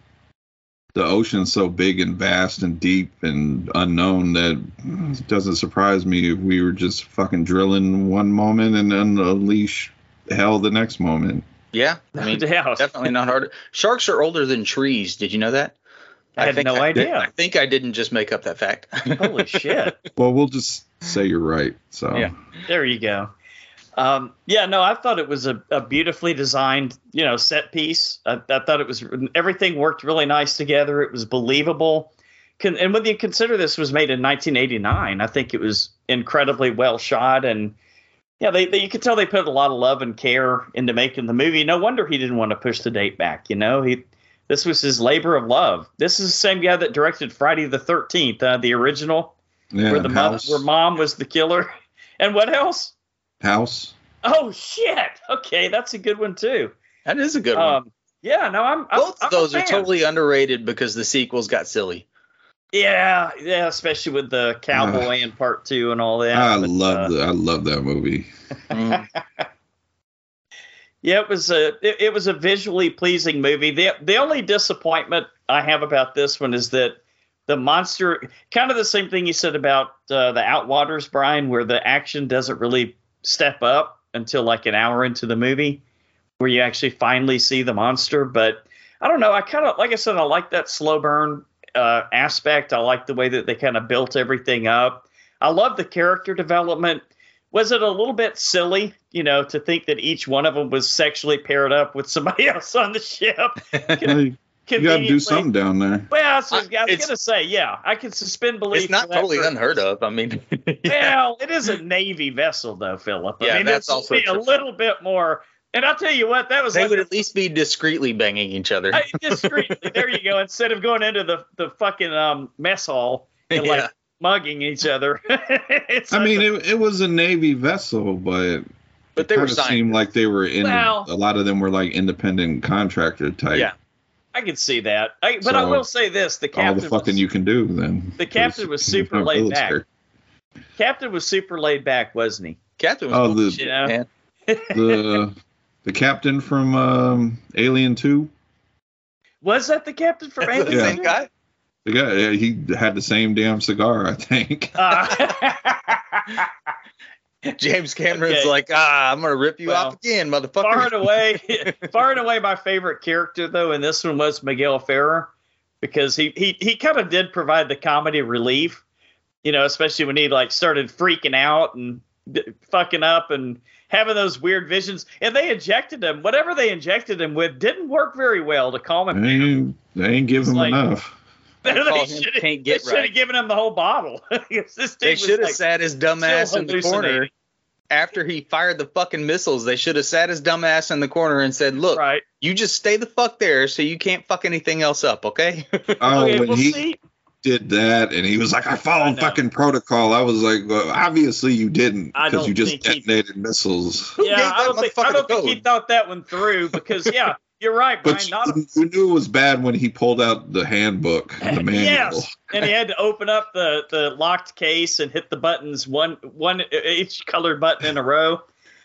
D: the ocean's so big and vast and deep and unknown that it doesn't surprise me if we were just fucking drilling one moment and then unleash hell the next moment.
B: [LAUGHS]
C: Yeah, I mean,
B: yeah.
C: definitely not hard. Sharks are older than trees. Did you know that?
B: I had
C: think
B: no
C: I
B: idea.
C: think I didn't just make up that fact. [LAUGHS]
B: Holy shit.
D: Well, we'll just say you're right. So
C: Yeah.
B: [LAUGHS] There you go. Um, yeah, no, I thought it was a, a beautifully designed, you know, set piece. I, I thought it was everything worked really nice together. It was believable. Con, and when you consider this was made in 1989, I think it was incredibly well shot. And yeah, they, they you could tell they put a lot of love and care into making the movie. No wonder he didn't want to push the date back. You know, he this was his labor of love. This is the same guy that directed Friday the 13th, uh, the original,
D: yeah,
B: where the mother,
D: house,
B: where mom was the killer. [LAUGHS] And what else?
D: house.
B: Oh shit! Okay, that's a good one too.
C: that is a good one.
B: Um, yeah, no, I'm. I'm
C: Both
B: I'm
C: of
B: a
C: those are
B: fan.
C: totally underrated because the sequels got silly.
B: Yeah, yeah, especially with the
C: Uh-huh.
B: cowboy in part two and all that.
D: I
B: but,
D: love
B: uh,
D: the, I love
B: [LAUGHS]
D: that movie.
C: Mm.
B: Yeah, it was a it, it was a visually pleasing movie. the The only disappointment I have about this one is that the monster, kind of the same thing you said about uh, the Outwaters, Brian, where the action doesn't really step up until like an hour into the movie, where you actually finally see the monster. But I don't know. I kind of like I said, I like that slow burn uh, aspect. I like the way that they kind of built everything up. I love the character development was it a little bit silly, you know, to think that each one of them was sexually paired up with somebody [LAUGHS] else on the ship?
D: Like, you got to
B: Conveniently-
D: do something down there.
B: Well, I was, I was
C: It's-
B: gonna say, yeah, I can suspend belief.
C: it's not
B: for that
C: totally
B: for-
C: unheard of. I mean,
B: [LAUGHS] Well, it is
C: [LAUGHS]
B: a navy vessel, though, Philip. I
C: Yeah,
B: mean,
C: that's
B: this would
C: also
B: be a
C: true.
B: little bit more. And I'll tell you what, that was
C: [LAUGHS] they
B: like
C: would
B: the-
C: at least be discreetly banging each other.
B: I, discreetly. there you go. Instead of going into the the fucking um, mess hall and
C: Yeah.
B: like mugging each other. [LAUGHS] It's
D: I
B: like
D: mean,
B: the-
D: it, it was a navy vessel, but
C: But they were
D: kinda seemed like they were in.
B: Well-
D: a lot of them were like independent contractor type.
C: Yeah.
B: I can see that. I, but I
D: So,
B: will say this: the captain
D: all the fucking
B: was-
D: you can do then.
B: The captain
D: [LAUGHS]
B: was super
D: You're a
B: laid
D: military.
B: Captain was super laid back, wasn't he?
C: Captain was
D: Oh,
C: bullshit,
D: the
B: You know?
C: man.
D: the the captain from um, Alien Two.
B: Was that the captain from
C: That's the
B: Alien?
C: same guy.
D: The guy yeah, he had the same damn cigar,
B: [LAUGHS]
D: I think.
B: Uh, [LAUGHS]
C: James Cameron's
B: Okay.
C: like, ah, I'm gonna rip you
B: Well,
C: off again, motherfucker.
B: far and away, far and away, my favorite character though in this one was Miguel Ferrer because he he he kind of did provide the comedy relief, you know, especially when he like started freaking out and d- fucking up and having those weird visions. And they injected him, whatever they injected him with, didn't work very well to calm
D: They
B: him down.
D: ain't, they ain't give
B: Oh It's
D: him
B: like-
D: enough.
B: [LAUGHS] they
C: Call Mm. him
B: should have
C: can't get right.
B: given him the whole bottle. [LAUGHS] This dude
C: They
B: was
C: should have
B: like-
C: sat his dumbass
B: still
C: in the corner
B: hallucinating.
C: after he fired the fucking missiles. They should have sat his dumbass in the corner and said, "Look,
B: right.
C: you just stay the fuck there, so you can't fuck anything else up, okay?" [LAUGHS]
B: [LAUGHS]
D: Oh,
B: okay,
D: when
B: well,
D: he
B: see,
D: did that, and he was like, "I
B: I
D: followed
B: know.
D: fucking protocol." I was like, well, "Obviously, you didn't,
B: I
D: because
B: don't
D: you just
B: think he-
D: detonated missiles."
C: Who gave
B: yeah, I
C: that
B: don't, think, I
C: motherfucker
B: don't
C: the
B: think he
C: code?
B: thought that one through because,
C: [LAUGHS]
B: yeah, you're right, Brian.
D: But you,
B: Not a,
D: you knew it was bad when he pulled out the handbook, the manual.
B: [LAUGHS] yes, and he had to open up the, the locked case and hit the buttons one one e-, each colored button in a row.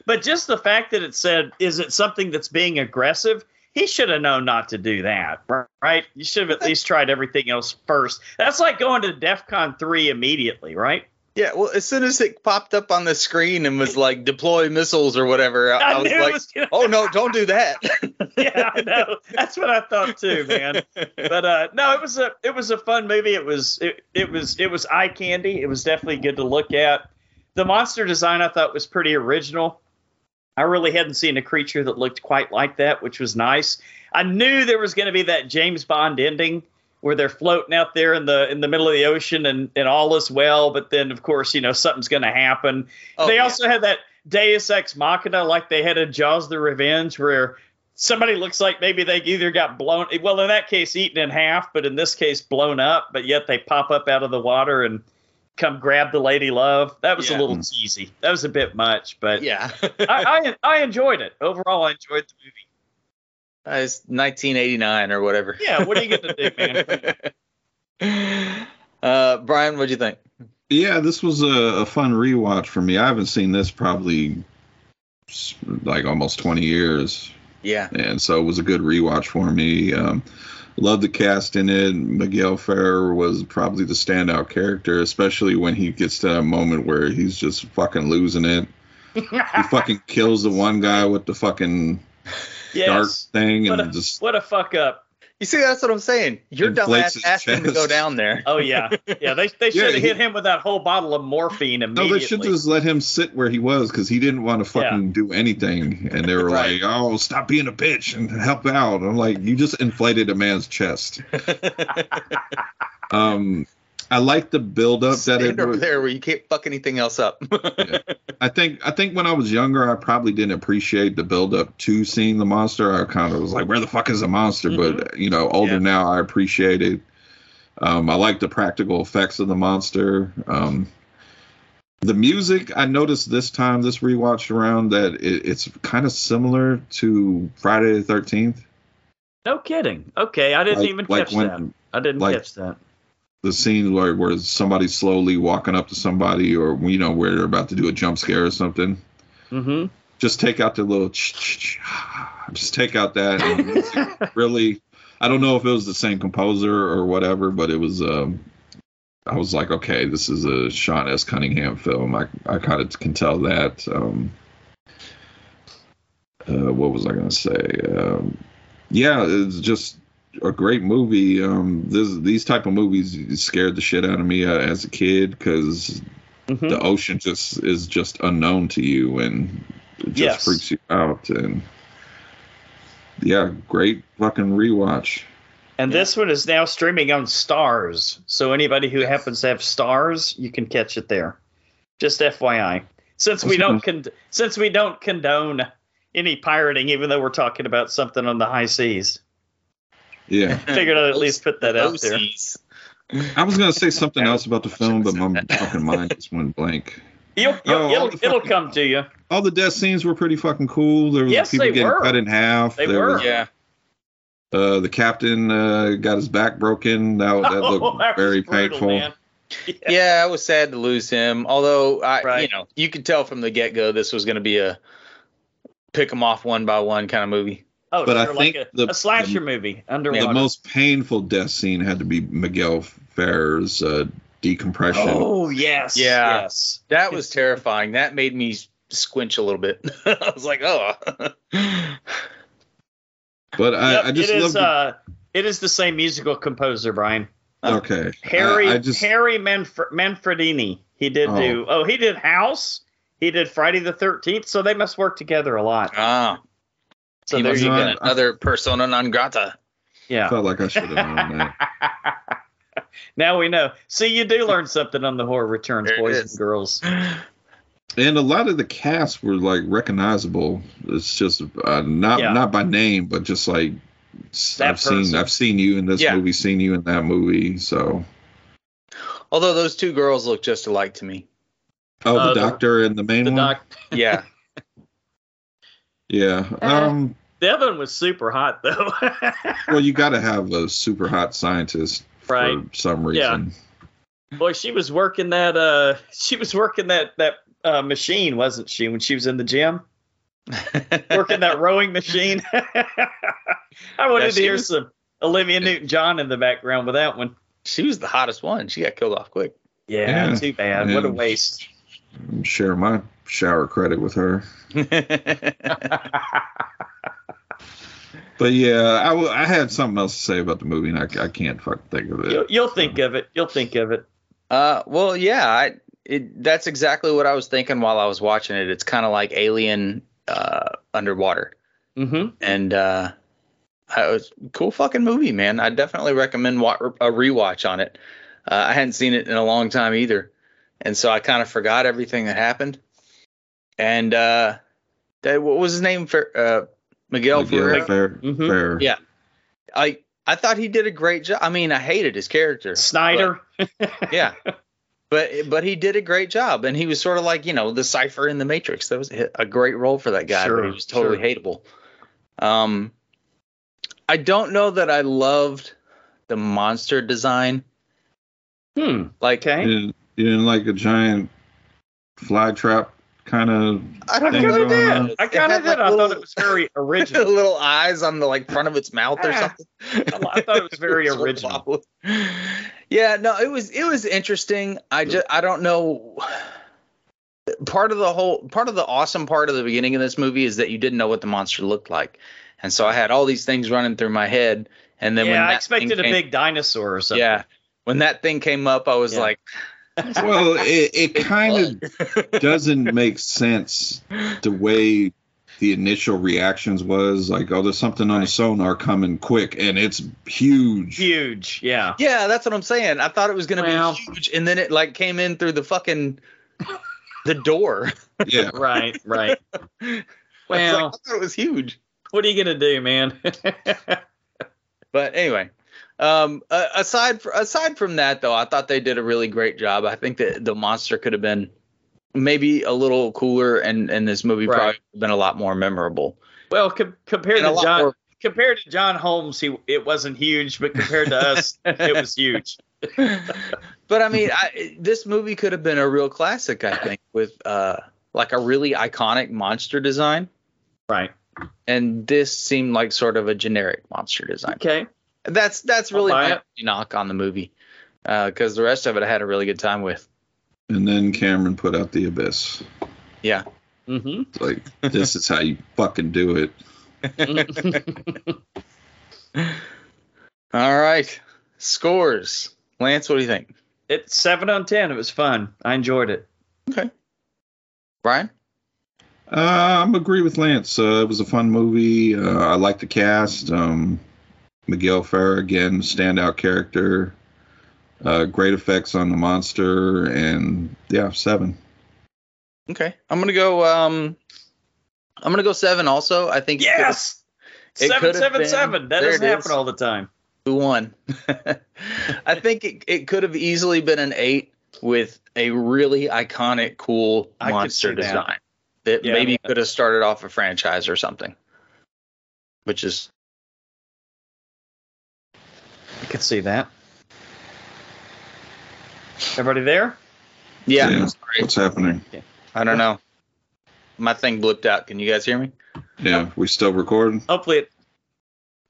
B: But just the fact that it said, "Is it something that's being aggressive?" He should have known not to do that, right? You should have at least tried everything else first. That's like going to DEF CON three immediately, right?
C: yeah, well, as soon as it popped up on the screen and was like deploy missiles or whatever, I, I was
B: knew
C: like,
B: it was gonna [LAUGHS]
C: "Oh no, don't do that." [LAUGHS]
B: yeah, I know. That's what I thought too, man. But uh, no, it was a it was a fun movie. It was it, it was it was eye candy. It was definitely good to look at. The monster design I thought was pretty original. I really hadn't seen a creature that looked quite like that, which was nice. I knew there was going to be that James Bond ending where they're floating out there in the in the middle of the ocean and and all is well, but then of course you know something's going to happen
C: Oh,
B: they
C: yeah.
B: also had that Deus Ex Machina, like they had in Jaws: The Revenge, where somebody looks like maybe they either got blown. Well, in that case, eaten in half, but in this case, blown up. But yet they pop up out of the water and come grab the lady love. That was a
C: Yeah.
B: little cheesy. That was a bit much, but
C: yeah.
B: [LAUGHS] I, I I enjoyed it overall. I enjoyed the movie.
C: It's 1989 or whatever.
B: Yeah, what are you gonna do,
D: [LAUGHS]
B: man?
C: [LAUGHS] uh, Brian, what'd you think?
D: Yeah, this was a, a fun rewatch for me. I haven't seen this probably s- like almost 20 years.
C: Yeah.
D: and so it was a good rewatch for me. Um, love the cast in it. Miguel Ferrer was probably the standout character, especially when he gets to that moment where he's just fucking losing
B: [LAUGHS]
D: it. He fucking kills the one guy with the fucking dark
B: yes.
D: thing
B: What
D: and
B: a,
D: just
B: what a fuck up.
C: You see, that's what I'm saying. Your
D: Inflates
C: dumbass
D: his
C: asked him to go
D: chest.
C: down there.
B: Oh yeah, yeah. They they should have
D: he-
B: hit him with that whole bottle of morphine
D: no,
B: immediately.
D: Oh, they should just let him sit where he was because he didn't want to fucking do anything. And they were
C: Right.
D: like, "Oh, stop being a bitch and help out." I'm like, "You just inflated a man's chest." um, I like the buildup that
C: Stand
D: it
C: over
D: was.
C: there where you can't fuck anything else up.
D: I think I think when I was younger, I probably didn't appreciate the build up to seeing the monster. I kind of was like, "Where the fuck is the monster?" But you know, older
B: Mm-hmm. Yeah.
D: now, I appreciate it. Um, I like the practical effects of the monster. Um, the music I noticed this time, this rewatch around, that it, it's kind of similar to Friday the Thirteenth.
B: No kidding. Okay, I didn't
D: Like-
B: even
D: like
B: catch
D: when-
B: that. I didn't
D: like-
B: catch that.
D: The scene where where somebody's slowly walking up to somebody, or you know, where they're about to do a jump scare or something.
B: hmm
D: just take out the little ch- ch- [SIGHS] ch- just take out that and [LAUGHS] it's really i don't know if it was the same composer or whatever but it was um i was like okay this is a sean s cunningham film i i kind of can tell that um uh what was i gonna say um yeah it's just a great movie um this these type of movies scared the shit out of me uh, as a kid because
B: hmm
D: the ocean just is just unknown to you and it just
B: Yes.
D: freaks you out and yeah great fucking rewatch
B: And
C: Yeah.
B: this one is now streaming on Stars. So anybody who happens to have Stars, you can catch it there. Just FYI. Since we
D: [LAUGHS]
B: don't con- since we don't condone any pirating, even though we're talking about something on the high seas, [LAUGHS]
D: yeah
B: figured I'd at least put that out there.
C: OCs.
D: i was gonna say something else about the film but my fucking mind just went blank
B: You'll, you'll,
D: Oh, all
B: it'll,
D: the fucking-
B: it'll come to you.
D: all the death scenes were pretty fucking cool there was
B: Yes,
D: people
B: they
D: getting
B: were.
D: cut in half
B: They
D: There
B: were.
D: was-
C: Yeah.
D: uh, the captain uh, got his back broken that,
B: [LAUGHS]
D: Oh, that looked
B: Oh, that was
D: very
B: brutal,
D: painful
B: man. [LAUGHS] Yeah.
C: Yeah, I was sad to lose him. Although I, you
B: Right.
C: know, you could tell from the get go this was going to be a pick them off one by one kind of movie.
B: Oh,
D: But I
B: sure,
D: think
B: like a,
D: the-
B: a slasher
D: the-
B: movie
D: the
B: underwater.
D: most painful death scene had to be miguel ferrer's uh, decompression [LAUGHS]
B: oh yes,
C: Yeah.
B: yes. [LAUGHS]
C: That was terrifying. That made me squinch a little bit. [LAUGHS] I was like, oh. [LAUGHS]
D: but I,
B: Yep,
D: I just
B: it
D: love
B: is.
D: the-
B: Uh, it is the same musical composer, Brian.
D: Okay.
B: Uh, Harry
D: I, I just
B: Harry Manfr- Manfredini. He did
D: Oh.
B: do. Oh, he did House. He did Friday the Thirteenth. So they must work together a lot.
C: ah,
B: So
C: he
B: there
C: must
B: you
D: was
C: have
B: go.
D: on-
C: been another persona non grata.
B: Yeah.
D: felt like I should have known that.
B: now we know. See, you do learn something on the horror returns,
C: There it
B: boys
C: is.
B: and
D: [LAUGHS]
B: girls.
D: And a lot of the casts were like recognizable. It's just uh, not
B: Yeah.
D: not by name, but just like s-
B: That
D: I've seen
B: person.
D: I've seen you in this
C: Yeah.
D: movie, seen you in that movie. So
C: Although those two girls look just alike to me.
D: oh,
B: Uh,
D: the
B: the-
D: doctor and the main
B: The
D: one.
B: doc. [LAUGHS]
C: Yeah. [LAUGHS]
D: yeah. Um.
B: The other one was super hot though. [LAUGHS]
D: Well, you got to have a super hot scientist
B: right.
D: for some
B: Yeah.
D: reason.
B: Boy, she was working that. Uh, she was working that that uh, machine, wasn't she? When she was in the gym. working
D: [LAUGHS]
B: that rowing machine. [LAUGHS] I wanted
C: Yeah,
B: to
C: she
B: hear
C: was-
B: some Olivia Newton John in the background with that one.
C: she was the hottest one. She got killed off quick. [LAUGHS]
B: Yeah,
D: Yeah.
B: too bad. What a
D: Yeah.
B: waste.
D: Share my shower credit with her. But yeah, I, w- I had something else to say about the movie, and I, I can't fucking think of it.
B: you'll, you'll think of it. You'll think of it.
C: Uh, well, yeah, I, it, that's exactly what I was thinking while I was watching it. It's kind of like Alien uh, underwater,
B: hmm
C: and uh, I was cool fucking movie, man. I definitely recommend wa- a rewatch on it. Uh, I hadn't seen it in a long time either, and so I kind of forgot everything that happened. And uh, that, what was his name for uh, Miguel,
D: Miguel
C: Ferrer?
D: Ferrer.
B: Mhm.
D: Ferrer.
C: Yeah. I I thought he did a great job. I mean, I hated his character.
B: Snyder.
C: yeah but but he did a great job and he was sort of like you know the cipher in the matrix that was a great role for that guy but
B: Sure,
C: he was totally
B: sure.
C: hateable um i don't know that i loved the monster design
B: Hmm.
C: like
D: You
B: Okay.
D: didn't, you didn't like a giant fly trap kind of
C: I
B: I
C: don't
B: kind
D: Things
B: of
D: going
B: did.
D: on.
B: I kind of
C: had,
B: did.
C: like,
B: I thought
C: little-
B: it was
C: [LAUGHS]
B: very
C: The
B: original.
C: little eyes on the like front of its mouth or
B: Yeah.
C: something. [LAUGHS]
B: I thought it was very
C: It's
B: original.
C: wild. Yeah, no, it was it was interesting. I just I don't know. Part of the whole part of the awesome part of the beginning of this movie is that you didn't know what the monster looked like, and so I had all these things running through my head. And then when
B: yeah, I
C: that
B: expected
C: thing
B: a
C: came-
B: big dinosaur or something.
C: yeah. When that thing came up, I was
B: Yeah.
C: like,
D: well, it, it kind of doesn't make sense the way the initial reactions was like, oh, there's something on the sonar coming quick, and it's huge.
B: huge. Yeah,
C: Yeah, that's what I'm saying. I thought it was gonna
B: Well.
C: be huge, and then it like came in through the fucking the door. [LAUGHS]
D: Yeah,
B: right, right.
C: It's like,
B: Well,
C: I thought it was huge.
B: what are you gonna do, man? [LAUGHS]
C: But anyway, um, uh, aside fr- aside from that, though, I thought they did a really great job. I think that the monster could have been maybe a little cooler, and and this movie
B: Right.
C: probably been a lot more memorable.
B: well, com- compared
C: And a
B: to
C: lot
B: John,
C: more-
B: compared to John Holmes, he it wasn't huge, but compared to
C: [LAUGHS]
B: us, it was huge. [LAUGHS]
C: but I mean, I, this movie could have been a real classic. I think with uh, like a really iconic monster design.
B: Right.
C: and this seemed like sort of a generic monster design.
B: Okay.
C: That's that's
B: I'll
C: really
B: buy
C: my
B: it.
C: only knock on the movie, because the rest of it I had a really good time with.
D: and then Cameron put out the abyss.
B: Mm-hmm.
D: It's like this is how you fucking do it.
C: All right, scores. Lance, what do you think?
B: [LAUGHS] It's seven on ten. It was fun. I enjoyed it.
C: Brian?
D: Uh, I'm agree with Lance. Uh, it was a fun movie. Uh, I like the cast. Um, Miguel Ferrer again, standout character. Uh, great effects on the monster, and yeah, seven.
C: Okay, I'm gonna go. Um, I'm gonna go seven. Also, I think. it could've-
B: Yes.
C: It
B: Seven
C: could've
B: seven
C: been-
B: seven. That
C: there
B: doesn't
C: it
B: happen
C: is.
B: all the time.
C: Who won? [LAUGHS] I think it, it could have easily been an eight with a really iconic, cool
B: I could
C: monster
B: see that.
C: design that
B: Yeah.
C: maybe could have started off a franchise or something. Which is
B: I could see that. Everybody there?
C: yeah.
D: Yeah.
C: Sorry,
D: What's happening?
C: I don't know. My thing blipped out. Can you guys hear me?
D: Yeah, we still recording.
B: Hopefully it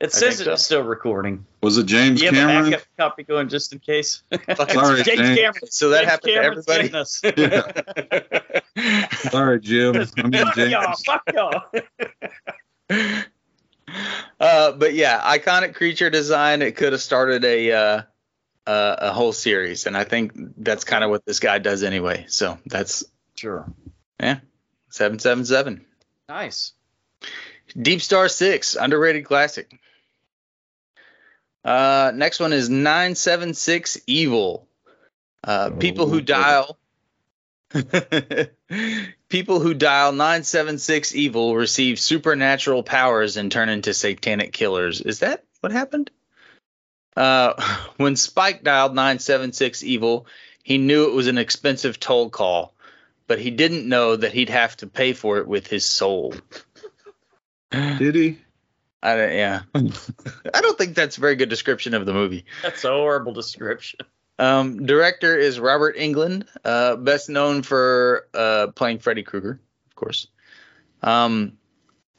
B: Oh, it says
C: think
B: it's still recording.
D: Was it James
B: Do you have a
D: Cameron?
B: backup copy going just in case?
D: [LAUGHS] Sorry,
B: James
D: James.
B: Cameron.
C: So that
B: James
C: happened
B: Cameron's
C: to
B: getting us.
D: [LAUGHS]
C: everybody. [LAUGHS]
D: Sorry, Jim.
B: [LAUGHS]
D: I mean
B: fuck y'all.
D: [LAUGHS] James.
B: Fuck y'all.
C: uh, but yeah, iconic creature design. It could have started a uh, uh, a whole series, and I think that's kind of what this guy does anyway. So that's
B: Sure.
C: seven seven seven.
B: Nice.
C: Deep Star Six, underrated classic. Uh, next one is nine seven six evil. Uh, people
D: Oh,
C: who
D: okay.
C: dial. [LAUGHS] people who dial nine seven six evil receive supernatural powers and turn into satanic killers. Is that what happened? Uh, [LAUGHS] when Spike dialed nine seven six evil, he knew it was an expensive toll call, but he didn't know that he'd have to pay for it with his soul.
D: Did he?
C: I don't, yeah. [LAUGHS] I don't think that's a very good description of the movie.
B: That's a horrible description.
C: Um, director is Robert England, uh, best known for uh, playing Freddy Krueger, of course. Um,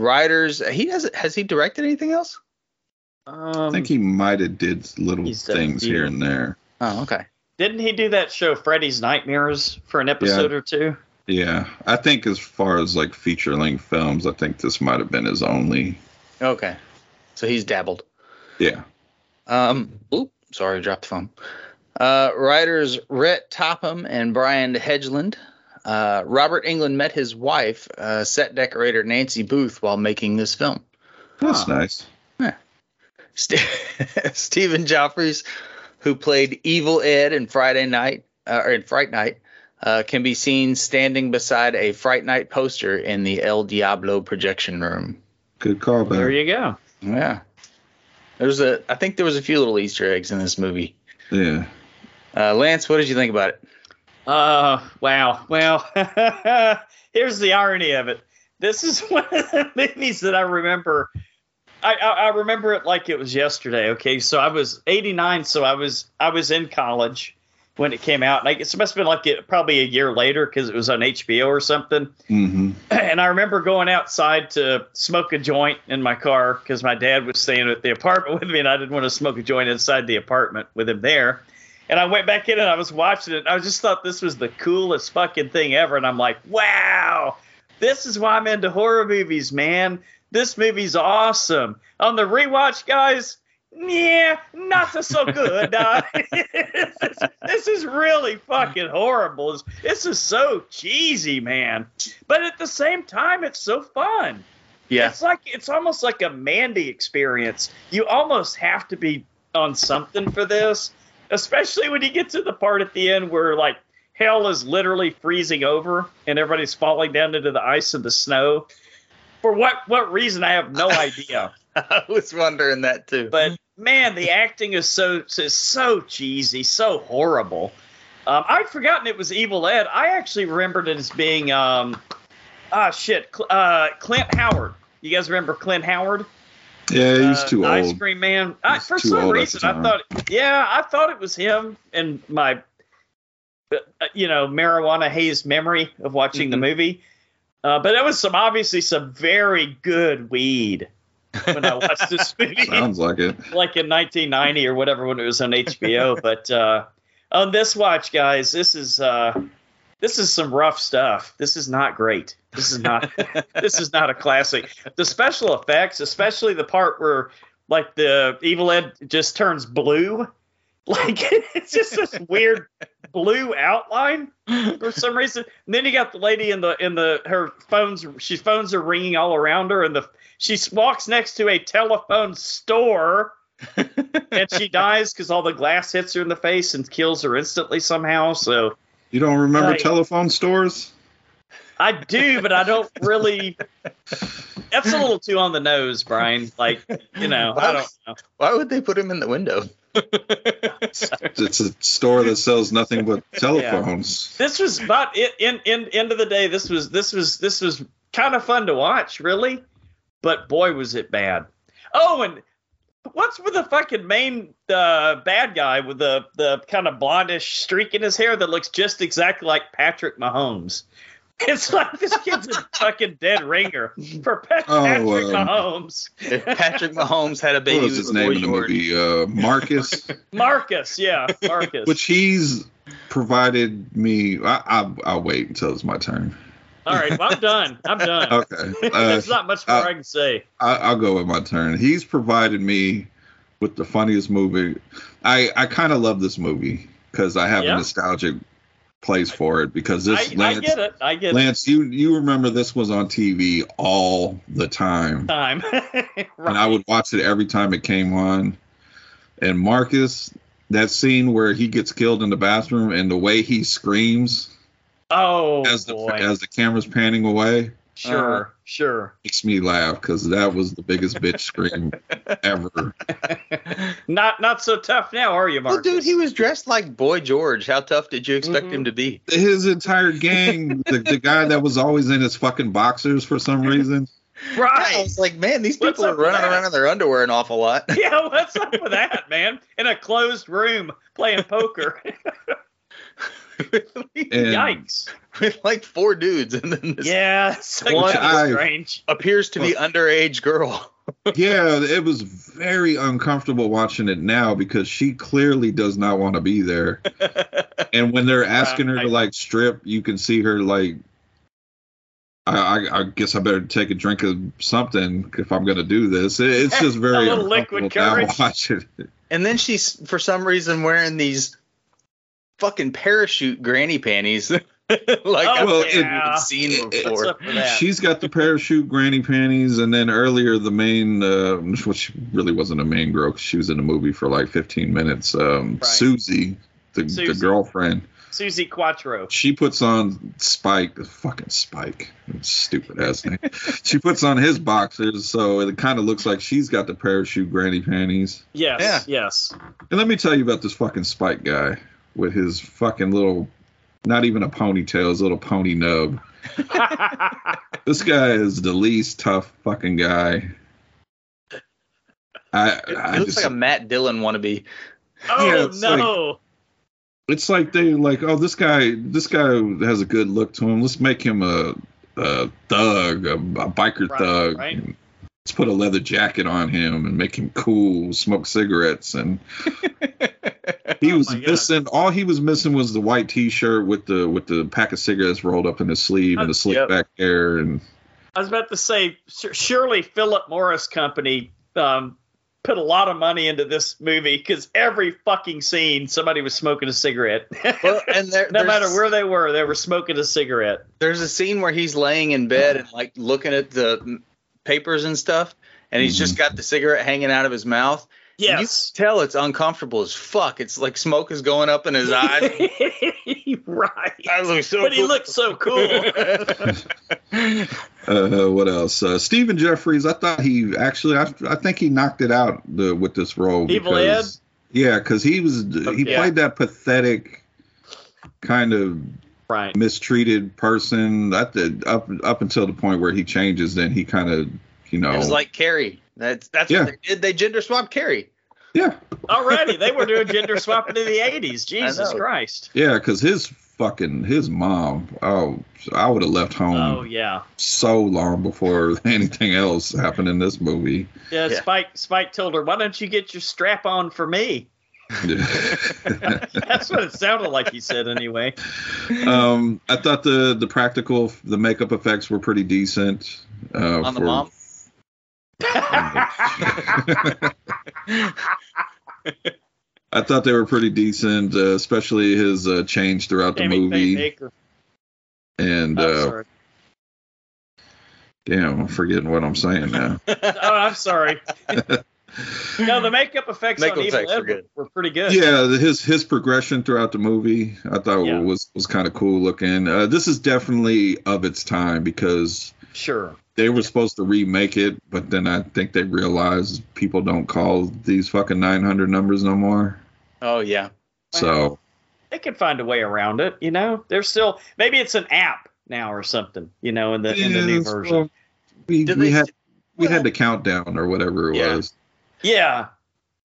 C: writers, he hasn't has he directed anything else?
B: Um,
D: I think he might have did little
B: he's done a
D: things
B: few.
D: here and there.
C: Oh, okay.
B: Didn't he do that show Freddy's Nightmares for an episode or two?
D: Yeah, I think as far as like feature length films, I think this might have been his only.
C: Okay. So he's dabbled.
D: Yeah.
C: Um, oop, sorry, I dropped the phone. Uh, writers Rhett Topham and Brian Hedgeland. Uh, Robert England met his wife, uh, set decorator Nancy Booth, while making this film.
D: That's
B: Huh.
D: nice.
C: Ste [LAUGHS] Stephen Joffreys, who played Evil Ed in Friday Night uh, or in Fright Night, uh, can be seen standing beside a Fright Night poster in the El Diablo projection room.
D: Good call
B: There
D: back.
B: you go.
C: Yeah, there's a. I think there was a few little Easter eggs in this movie.
D: Yeah.
C: Uh, Lance, what did you think about it?
B: Uh, wow. Well, [LAUGHS] here's the irony of it. This is [LAUGHS] one of the movies that I remember. I, I, I remember it like it was yesterday. Okay, so I was 89, so I was I was in college, when it came out. Like it must have been like it, probably a year later because it was on HBO or something.
D: Mm-hmm.
B: [CLEARS THROAT] And I remember going outside to smoke a joint in my car because my dad was staying at the apartment [LAUGHS] with me, and I didn't want to smoke a joint inside the apartment with him there. And I went back in and I was watching it. And I just thought this was the coolest fucking thing ever. And I'm like, wow, this is why I'm into horror movies, man. This movie's awesome. On the rewatch, guys, yeah, not so- so good. [LAUGHS] uh, this, is, this is really fucking horrible. This, this is so cheesy, man. But at the same time, it's so fun.
C: Yeah.
B: It's like it's almost like a Mandy experience. You almost have to be on something for this, especially when you get to the part at the end where like hell is literally freezing over and everybody's falling down into the ice and the snow. For what what reason I have no idea.
C: [LAUGHS] I was wondering that too.
B: But man, the acting is so so, so cheesy, so horrible. Um, I'd forgotten it was Evil Ed. I actually remembered it as being um, ah shit, Cl- uh, Clint Howard. You guys remember Clint Howard?
D: Yeah, he's
B: Uh,
D: too
B: the Ice
D: old.
B: cream man. I,
D: He's
B: for
D: too
B: some
D: old at
B: reason,
D: the
B: I
D: time.
B: thought, yeah, I thought it was him and my, uh, uh, you know, marijuana hazed memory of watching the
C: Mhm.
B: movie. Uh, but that was some obviously some very good weed when I watched
D: [LAUGHS]
B: this movie
D: Sounds like it.
B: like in 1990 or whatever when it was on HBO. but uh, on this watch, guys, this is uh, this is some rough stuff. This is not great. This is not this is not a classic. The special effects, especially the part where like the evil Ed just turns blue, [LAUGHS] like it's just this weird blue outline for some reason. And then you got the lady in the in the her phones. She phones are ringing all around her, and the she walks next to a telephone store, and she dies because all the glass hits her in the face and kills her instantly somehow. So
D: You don't remember
B: Right. [LAUGHS]
D: telephone stores?
B: I do, but I don't really. That's a little too on the nose, Brian. Like you know, I don't know.
C: Why would they put him in the window?
D: It's a store that sells nothing but telephones.
B: This was about it. In in end of the day, this was this was this was kind of fun to watch, really. But boy, was it bad. Oh, and what's with the fucking main uh, bad guy with the the kind of blondish streak in his hair that looks just exactly like Patrick Mahomes? [LAUGHS] It's like this kid's a fucking dead ringer for Pat-
D: Oh,
B: Patrick
D: um,
B: Mahomes.
C: If Patrick Mahomes had a baby
D: What was
C: with
D: his name
C: Boy
D: in the
C: George,
D: movie? Uh, Marcus,
B: [LAUGHS] Marcus, yeah, Marcus.
D: which he's provided me. I, I, I'll wait until it's
B: [LAUGHS]
D: my turn.
B: All right, well, I'm done. I'm done.
D: Okay. [LAUGHS] Uh,
B: There's not much more
D: uh,
B: I can say.
D: I, I'll go with my turn. He's provided me with the funniest movie. I, I kind of love this movie because I have
B: Yeah.
D: a nostalgic place for it because
B: I,
D: this
B: I
D: Lance,
B: get it. I get it.
D: Lance, you you remember this was on TV all the time,
B: time. [LAUGHS] right.
D: and I would watch it every time it came on. And Marcus, that scene where he gets killed in the bathroom and the way he screams
B: oh
D: as the
B: boy,
D: as uh-huh. the camera's panning away
B: sure,
C: Uh-huh.
B: sure.
D: makes me laugh because that was the biggest
B: [LAUGHS]
D: bitch scream ever.
B: Not not so tough now, are you,
C: Well,
B: Marcus?
C: dude, he was dressed like Boy George. How tough did you expect him to be?
D: his entire gang, the, the guy that was always in his fucking boxers for some reason.
B: [LAUGHS]
C: I
B: right.
C: was like, man, these
B: What's
C: people are
B: up with
C: running
B: that?
C: around in their underwear an awful lot.
B: [LAUGHS]
C: [LAUGHS]
B: Yeah, what's up with that, man? In a closed room playing poker. [LAUGHS]
D: And
B: Yikes.
C: With like four dudes, and then this
B: Yeah, [LAUGHS] it's like
C: One
B: kinda
D: eye.
B: strange.
C: appears to be underage girl.
D: yeah, it was very uncomfortable watching it now because she clearly does not want to
B: [LAUGHS]
D: be there. and when they're asking her
B: I-
D: to like strip, you can see her like. I, I, I guess I better take a drink of something if I'm going to do this. It, it's just very
B: little liquid
D: uncomfortable now
B: courage.
D: watching it.
C: [LAUGHS] And then she's for some reason wearing these fucking parachute granny panties. [LAUGHS] like I've
D: Well, it-
C: never even seen
D: it-
B: What's
C: before.
B: up with that?
D: She's got the parachute granny panties, and then earlier the main, uh, which she really wasn't a main girl 'cause she was in the movie for like 15 minutes. Um,
B: Right.
D: Susie, the, the
B: Susie.
D: girlfriend,
B: Susie Quattro.
D: she puts on Spike, fucking Spike, stupid ass name. she puts on his boxers, so it kind of looks like she's got the parachute granny panties.
B: Yes,
C: Yeah.
B: yes. [LAUGHS]
D: And let me tell you about this fucking Spike guy with his fucking little, not even a ponytail, his little pony nub. This guy is the least tough fucking guy. I,
C: It
D: I
C: looks
D: just,
C: like a Matt Dillon wannabe.
B: oh
D: it's like-
B: no.
D: it's like they like oh this guy this guy has a good look to him let's make him a, a thug a, a biker
B: Right,
D: thug
B: right.
D: let's put a leather jacket on him and make him cool smoke
B: [LAUGHS]
D: cigarettes and he
B: Oh
D: was
B: my God.
D: missing all he was missing was the white t-shirt with the with the pack of cigarettes rolled up in his sleeve
B: Uh,
D: and the slick
C: Yep.
D: back hair and
B: I was about to say, sur- surely Philip Morris Company um, put a lot of money into this movie because every fucking scene somebody was smoking a cigarette. [LAUGHS]
C: Well, [LAUGHS] and there,
B: no
C: there's-
B: matter where they were, they were smoking a cigarette.
C: there's a scene where he's laying in bed and like looking at the papers and stuff, and he's just got the cigarette hanging out of his mouth. And
B: Yes.
C: you can tell it's uncomfortable as fuck. It's like smoke is going
B: [LAUGHS]
C: up in his eyes.
B: right.
C: I look so
B: But he
C: cool.
B: looked so
C: [LAUGHS]
B: cool.
D: Uh, what else? Uh, Stephen Jeffries. I thought he actually. I, I think he knocked it out the, with this role.
B: Evil
D: because, Yeah, because he was.
C: Oh,
D: He
B: Yeah.
D: played that pathetic, kind of
B: right.
D: mistreated person. That the, up up until the point where he changes, then he kind of you know.
C: It was like Carrie. That's that's
D: Yeah.
C: what they did. They gender swapped Carrie.
D: yeah,
B: Already, they were doing gender swapping in the
C: [LAUGHS]
B: 80s. Jesus
C: know.
B: Christ.
D: yeah, because his fucking his mom. Oh, I would have left
C: Um,
D: home
B: Oh, yeah.
D: so long before [LAUGHS] anything else happened in
C: [LAUGHS]
D: this movie.
B: Yeah,
C: Yeah.
B: Spike Spike told her, "Why don't you get your strap on for me?" That's what it sounded like he said anyway.
D: um, I thought the the practical the makeup effects were pretty decent. Uh,
C: On the
D: for-
C: mom?
D: [LAUGHS] I thought they were pretty decent, uh, especially his uh, change throughout the
B: Amy
D: movie.
B: Baker.
D: And
B: Oh,
D: uh,
B: sorry.
D: damn, I'm forgetting what I'm saying now.
B: Oh, I'm sorry. no, the makeup effects
C: Makeup
B: on Evil
C: effects were
B: Ed were,
C: good.
B: were pretty good.
D: yeah, the- his his progression throughout the movie, I thought
B: Yeah.
D: was was kind of cool looking. Uh, this is definitely of its time because
B: sure.
D: they were supposed to remake it, but then I think they realized people don't call these fucking 900 numbers no more.
C: [LAUGHS] oh yeah.
D: So
B: They can find a way around it. You know, they're still maybe it's an app now or something. You know, in the in the new
D: Yes,
B: version.
D: well, we,
C: Did
D: we
C: they-
D: had we had the countdown or whatever it
C: Yeah.
D: was.
B: yeah,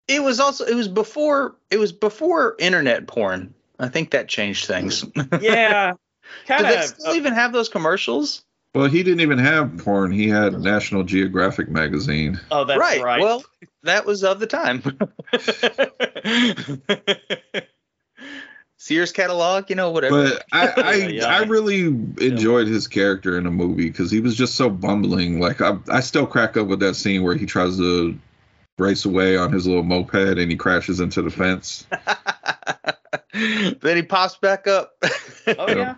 C: It was also it was before it was before internet porn. I think that changed things. Did
B: yeah, kind
C: they
B: of.
C: still even have those commercials?
D: Well, he didn't even have porn. He had National Geographic magazine.
B: oh, that's right.
C: Well, that was of the
B: [LAUGHS]
C: time. Sears catalog, you know, whatever.
D: But
B: [LAUGHS]
D: I I,
B: Yeah.
D: I really enjoyed his character in the movie because he was just so bumbling. Like I I still crack up with that scene where he tries to race away on his little moped and he crashes into
B: [LAUGHS]
D: the fence.
C: then he pops back up.
B: [LAUGHS] oh yeah.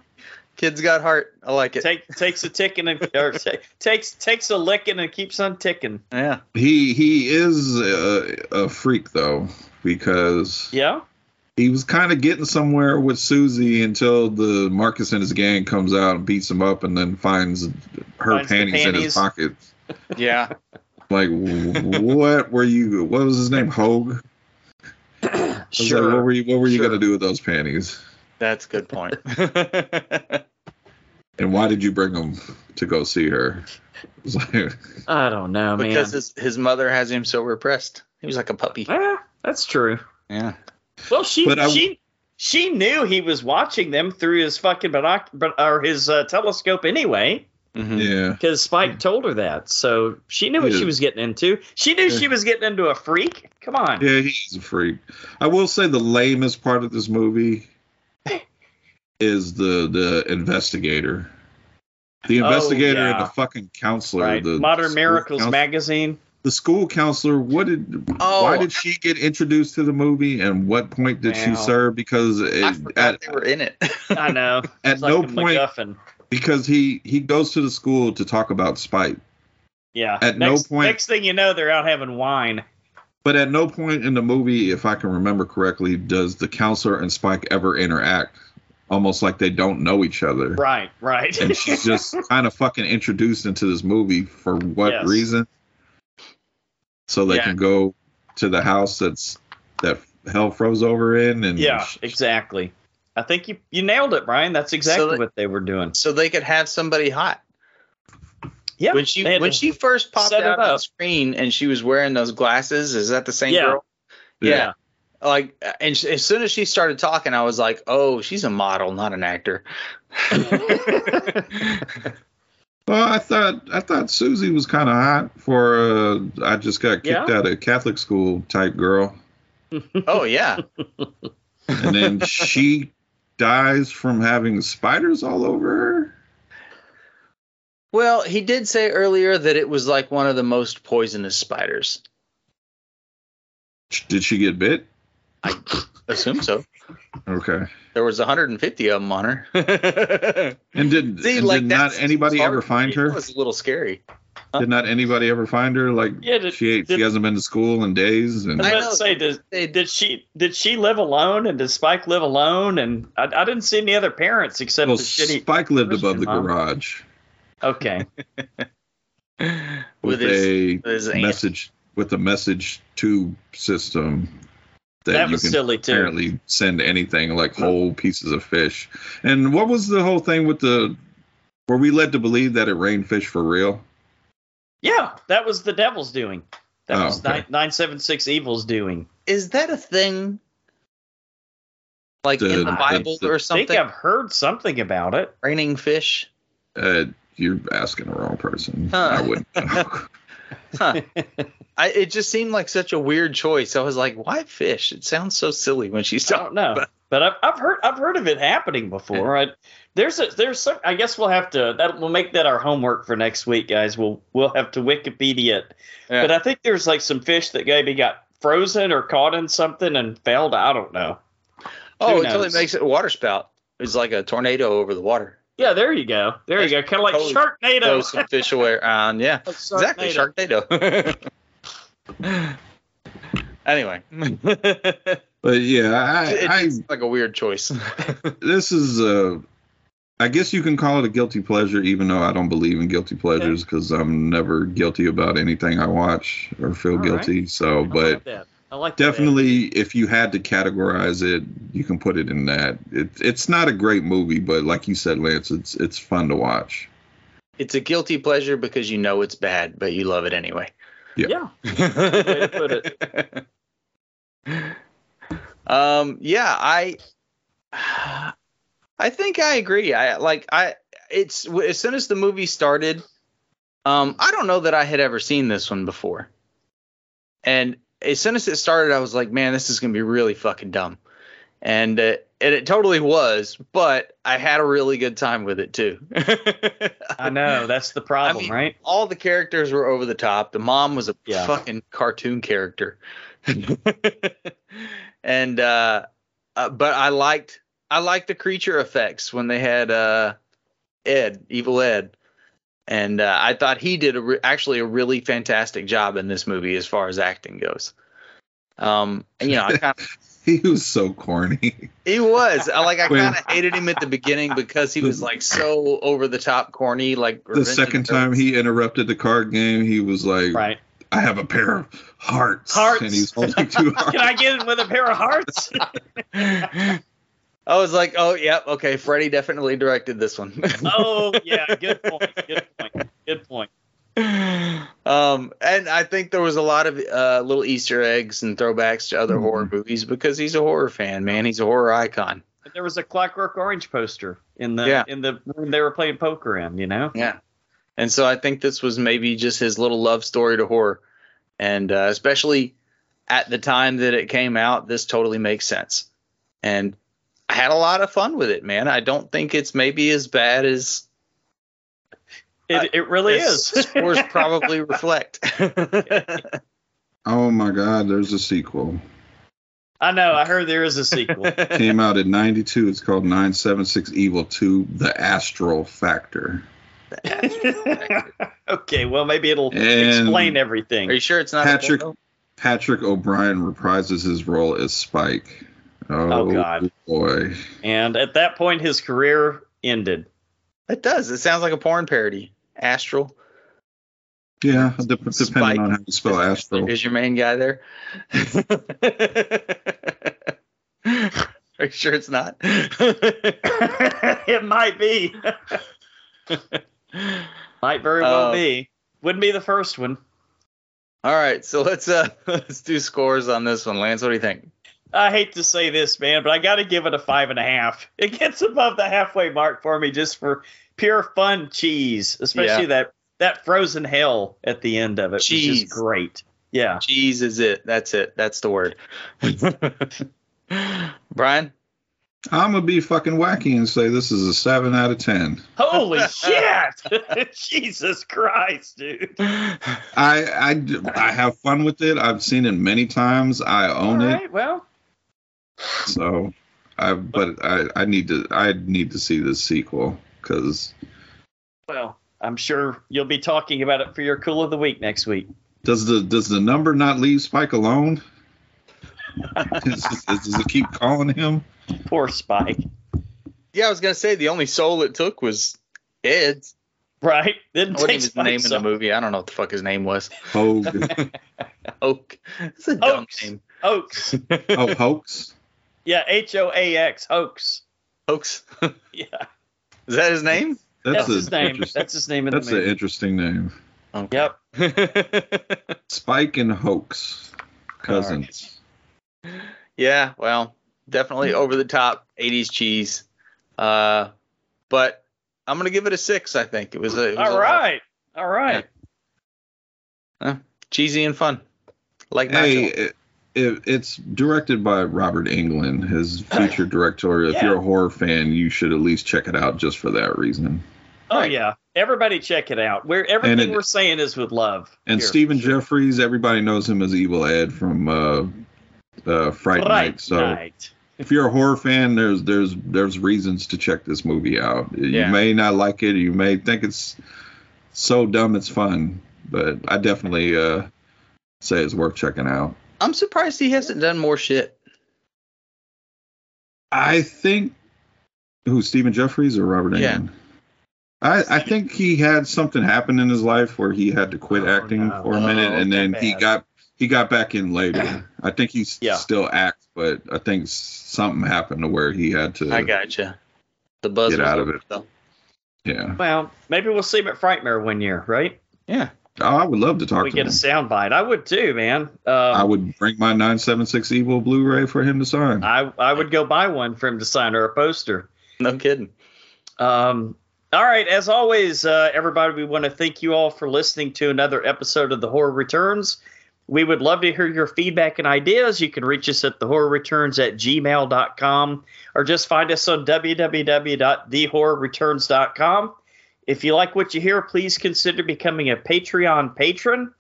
C: Kid's got heart. I like it.
B: Take, takes a ticking and or ta- takes takes a licking and keeps on ticking.
C: yeah.
D: He he is a, a freak though because
B: Yeah.
D: he was kind of getting somewhere with Susie until the Marcus and his gang comes out and beats him up and then finds her
B: Finds the
D: panties, in
B: panties.
D: his pocket.
C: Yeah.
D: Like, w- what were you? What was his name? Hogue. I was like, what
B: Sure.
D: were you? What were you
B: Sure.
D: gonna do with those panties?
C: That's a
B: [LAUGHS]
C: good point.
B: Oh,
D: And why did you bring them to go see her? It was like,
B: I don't know, man.
C: because his, his mother has him so repressed. He was like a puppy.
B: Yeah, Ah, that's true.
C: Yeah.
B: Well, she
D: But I-
B: she she knew he was watching them through his fucking binoc but or his uh, telescope anyway,
C: Hmm.
D: yeah.
B: because Spike told her that. So she knew what
D: Yeah.
B: she was getting into. She knew
D: Yeah.
B: she was getting into a freak. Come on.
D: Yeah, he's a freak. I will say the lamest part of this movie is the the investigator. The
B: Oh,
D: investigator and
B: yeah.
D: the fucking counselor.
B: Right.
D: The
B: Modern
D: school
B: Miracles
D: counsel-
B: magazine.
D: the school counselor. What did?
C: Oh,
D: why did she get introduced to the movie? And what point did she
B: Wow.
D: serve? Because
C: I
D: it,
C: forgot
D: at
C: they were in it. [LAUGHS]
B: I know.
D: [LAUGHS] at
B: It's like
D: no
B: a
D: point
B: MacGuffin.
D: because he he goes to the school to talk about spite.
B: Yeah.
D: at no
B: next,
D: point-
B: Next thing you know, they're out having wine.
D: But at no point in the movie, if I can remember correctly, does the counselor and Spike ever interact. Almost like they don't know each other.
B: Right. Right. [LAUGHS]
D: And she's
C: [LAUGHS]
D: just kind of fucking introduced into this movie for what
B: Yes.
D: reason? So they
C: Yeah.
D: can go to the house that's that hell froze over in and
B: yeah. Exactly. I think you you nailed it, Brian. That's exactly
C: that-
B: what they were doing.
C: so they could have somebody hot.
B: Yeah.
C: When she
B: they had
C: when
B: to-
C: she first popped
B: set it
C: out on
B: up.
C: screen and she was wearing those glasses, is that the same
B: Yeah.
C: girl?
B: yeah.
C: like, and sh- as soon as she started talking, I was like, oh, she's a model, not
B: [LAUGHS]
C: an actor.
D: Well, I thought I thought Susie was kind of hot for uh, I just got kicked
B: Yeah?
D: out of Catholic school type girl,
C: oh yeah, [LAUGHS]
D: and then she dies from having spiders all over her.
C: Well, he did say earlier that it was like one of the most poisonous spiders.
D: Did she get bit?
C: Assume so.
D: Okay.
C: There was 150 of them on
D: [LAUGHS]
C: her.
D: And did,
C: See,
D: and
C: like
D: did
C: that's
D: not anybody
C: hard
D: ever
C: for
D: find
C: me.
D: her?
C: That was a little scary.
D: Did not anybody ever find her? Like
B: Yeah, did-
D: she ate,
B: did-
D: she hasn't been to school in days, and
B: I
C: I
B: was
C: know.
B: about to say, did,
C: They-
B: did she did she live alone, and did Spike live alone? And I, I didn't see any other parents except
D: well,
B: the shitty.
D: Spike lived
B: Christian
D: above the
B: mom.
D: garage
B: Okay,
C: with
D: with,
C: his,
D: a
C: with his aunt.
D: message with a message tube system that,
B: that
D: you
B: was
D: can
B: silly too.
D: apparently send anything like whole pieces of fish. And what was the whole thing with the? Were we led to believe that it rained fish for real?
B: Yeah, that was the devil's doing. That
D: Oh,
B: was
D: okay.
B: nine nine seven six evil's doing.
C: Is that a thing? Like
D: The-
C: in the
D: the-
C: Bible
D: the-
C: or
B: I think
C: something?
B: I've heard something about it.
C: Raining fish?
D: Uh, you're asking the wrong person.
C: Huh.
D: I wouldn't. know. [LAUGHS]
C: Huh. I, it just seemed like such a weird choice. I was like, why fish? It sounds so silly when she's
B: I
C: talking.
B: don't know, but I've, I've heard I've heard of it happening before. I, there's a, there's some. I guess we'll have to that we'll make that our homework for next week, guys. We'll we'll have to Wikipedia it.
C: Yeah.
B: But I think there's like some fish that maybe got frozen or caught in something and failed. I don't know.
C: Oh,
B: Who
C: it totally
B: knows?
C: makes it a water spout. It's like a tornado over the water.
B: Yeah, there you go. There you go. Kind of like
C: Totally Throw
B: Sharknado.
C: some fish away. Um, yeah. Exactly, Sharknado. [LAUGHS] anyway,
D: but yeah, I, I
C: it's like a weird choice. [LAUGHS]
D: this is uh I guess you can call it a guilty pleasure, even though I don't believe in guilty pleasures because I'm never guilty about anything I watch or feel
B: All right.
D: guilty. So,
B: I
D: but
B: like that. I like that.
D: definitely, if you had to categorize it, you can put it in that. It, it's not a great movie, but like you said, Lance, it's it's fun to watch. [LAUGHS]
C: it's a guilty pleasure because you know it's bad, but you love it anyway.
D: Yeah.
B: Yeah. to put
C: it. [LAUGHS] Um, yeah, I, I think I agree. I like I. It's as soon as the movie started, um, I don't know that I had ever seen this one before. And as soon as it started, I was like, man, this is gonna be really fucking dumb. And uh, and it totally was, but I had a really good time with it too. [LAUGHS]
B: I know that's the problem,
C: mean,
B: right?
C: all the characters were over the top. The mom was a
B: Yeah.
C: fucking cartoon
D: [LAUGHS]
C: character, and uh, uh, but I liked I liked the creature effects when they had uh, Ed, Evil Ed, and uh, I thought he did a re- actually a really fantastic job in this movie as far as acting goes. Um, and, you know, I
D: [LAUGHS]
C: kind of,
D: He was so corny. [LAUGHS]
C: he was I, like I
D: When-
C: kind of hated him at the beginning because he was like so over the top corny. Like
D: The second time he interrupted the card game, he was like,
B: Right.
D: "I have a pair of hearts,",
B: Hearts.
D: and he's holding
B: [LAUGHS]
D: two hearts.
B: Can I get in with a pair of hearts?
D: [LAUGHS]
C: I was like, oh, yep, okay, Freddie definitely directed this one. [LAUGHS]
B: oh yeah, good point. Good point. Good point.
C: um, and I think there was a lot of uh, little Easter eggs and throwbacks to
B: Hmm.
C: other
D: Mhm.
C: horror movies because he's a horror fan, man. He's a horror icon.
B: And There was a Clockwork Orange poster in the
C: Yeah.
B: in the room they were playing poker in. You know.
C: Yeah. And so I think this was maybe just his little love story to horror. And uh, especially at the time that it came out, this totally makes sense. And I had a lot of fun with it, man. I don't think it's maybe as bad as
B: It it really
C: As
B: is. [LAUGHS]
C: scores probably reflect. [LAUGHS]
D: Oh my God! There's a sequel.
B: I know. I heard there is a
C: [LAUGHS]
B: sequel.
D: came out in 92 it's called 976 evil 2 the astral factor
B: okay. Well, maybe it'll
D: And-
B: explain
C: Are you
B: everything.
C: sure it's not
D: Patrick-
C: A porno?
D: patrick o'brien reprises his role as spike oh,
B: Oh, God.
D: boy
B: And at that point, his career ended. [LAUGHS]
C: it does. It sounds like a porn parody. Astral
D: yeah de- depending
C: Spike.
D: on how you spell astral
C: is your main guy there. [LAUGHS] Are you sure it's not? [LAUGHS]
B: it might be. might very well
C: Uh,
B: be. Wouldn't be the first one.
C: [LAUGHS] All right, so let's uh let's do scores on this one, Lance. What do you think?
B: I hate to say this, man, but I got to give it a five and a half. [LAUGHS] It gets above the halfway mark for me just for pure fun cheese, especially
C: Yeah.
B: that that frozen hell at the end of it, which is
C: Cheese.
B: great. Yeah.
C: Cheese is it. That's it. That's the word. [LAUGHS] Brian,
D: I'm gonna be fucking wacky and say this is a seven out of ten.
B: [LAUGHS] Holy [LAUGHS] shit! Jesus Christ, dude.
D: I I d- I have fun with it. I've seen it many times. I
B: All
D: own it.
B: right, well,
D: So, I but I I need to I need to see this sequel because
B: well, I'm sure you'll be talking about it for your cool of the week next week.
D: does the does the number not leave Spike alone? Is- is- does it keep calling him?
B: Poor Spike. [LAUGHS]
C: yeah, I was gonna say the only soul it took was Ed.
B: Right? Didn't
C: What
B: take
C: was his
B: Spike's
C: name in the
B: own.
C: movie? I don't know what the fuck his name was.
D: Hogue.
C: Oak. It's a dumb
B: Oaks.
C: name.
D: [LAUGHS]
B: Hoax.
D: Oh, hoax.
B: Yeah, H O A X. Hoax.
C: Oaks.
B: Yeah,
C: Is that his name?
B: that's,
D: a
B: his name.
D: interest-
B: That's his name in
D: that's
B: the
D: an
B: movie.
D: interesting name.
B: Yep.
D: Spike and hoax cousins.
C: [LAUGHS] yeah, well, definitely over the top 80s cheese. Uh, but I'm gonna give it a six. I think it was. A, it was a
B: All
C: lot
B: right. All right.
C: cheesy and fun. Like
D: Hey,
C: nacho.
D: it, it, it's directed by Robert Englund, his feature director. If
B: Yeah.
D: you're a horror fan, you should at least check it out just for that reason.
B: Oh
C: Right.
B: yeah. Everybody check it out. We're everything
D: And it-
B: we're saying is with love.
D: And
B: Here.
D: Stephen Jeffries, everybody knows him as Evil Ed from uh, uh, Fright
B: Right.
D: Night. So
B: Night.
D: if you're a horror fan, there's there's there's reasons to check this movie out.
C: Yeah.
D: You may not like it. You may think it's so dumb it's fun, but I definitely uh, say it's worth checking out.
C: I'm surprised he hasn't done more shit.
D: I think who Stephen Jeffries or Robert
C: Yeah.
D: Englund? I, I think he had something happen in his life where he had to quit
B: Oh,
D: acting
B: no.
D: for a minute,
C: Oh,
D: and then he
B: bad.
D: got he got back in later. I think he s-
B: Yeah.
D: still acts, but I think s- something happened to where he had to.
C: I gotcha. The buzz
D: Get
C: was
D: out of
C: over,
D: it.
C: though.
D: Yeah,
B: Well, maybe we'll see him at Frightmare one year, right?
C: Yeah.
D: oh, I would love to talk
B: we
D: to
B: get
D: him.
B: a soundbite. I would too, man. Um,
D: I
B: I,
D: would bring my 976 Evil Blu-ray for him to sign.
B: I would go buy one for him to sign or a poster.
C: No kidding.
B: Um, all right, as always, uh, everybody, we want to thank you all for listening to another episode of The Horror Returns. We would love to hear your feedback and ideas. You can reach us at thehorrorreturns at gmail.com or just find us on www.thehorrorreturns.com. If you like what you hear, please consider becoming a Patreon patron.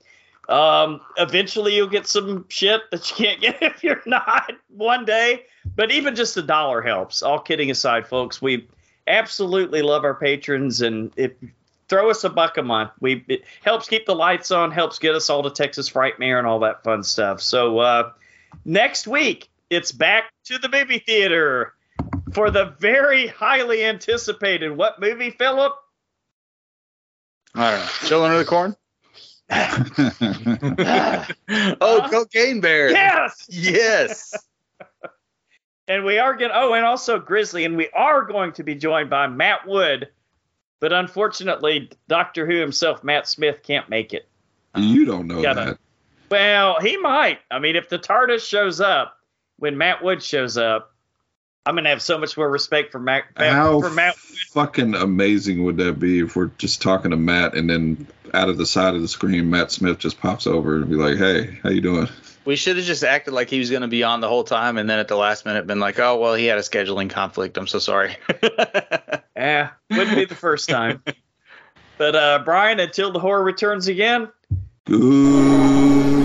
B: Um, eventually, you'll get some shit that you can't [LAUGHS] get if you're not one day. But even just a dollar helps. All kidding aside, folks, we absolutely love our patrons and if throw us a buck a month we it helps keep the lights on helps get us all to texas frightmare and all that fun stuff so uh next week it's back to the movie theater for the very highly anticipated what movie philip
C: I don't know. Children of
B: [LAUGHS]
C: the Corn? [LAUGHS] oh,
B: Huh?
C: Cocaine Bear.
B: yes
C: Yes.
B: And we are going to, oh, and also Grizzly, and we are going to be joined by Matt Wood. But unfortunately, Doctor Who himself, Matt Smith, can't make it.
D: [LAUGHS] you
B: [LAUGHS]
D: don't know
B: Yeah,
D: that.
B: Well, he might. I mean, if the TARDIS shows up when Matt Wood shows up, I'm going to have so much more respect for Matt.
D: How
B: for Matt.
D: fucking amazing would that be if we're just talking to Matt and then out of the side of the screen, Matt Smith just pops over and be like, "Hey, how you doing?"
C: We should have just acted like he was going to be on the whole time and then at the last minute been like, oh, well, he had a scheduling conflict. I'm so sorry.
B: Eh, wouldn't be the first time. but uh, Brian, until the horror returns again,
D: Good.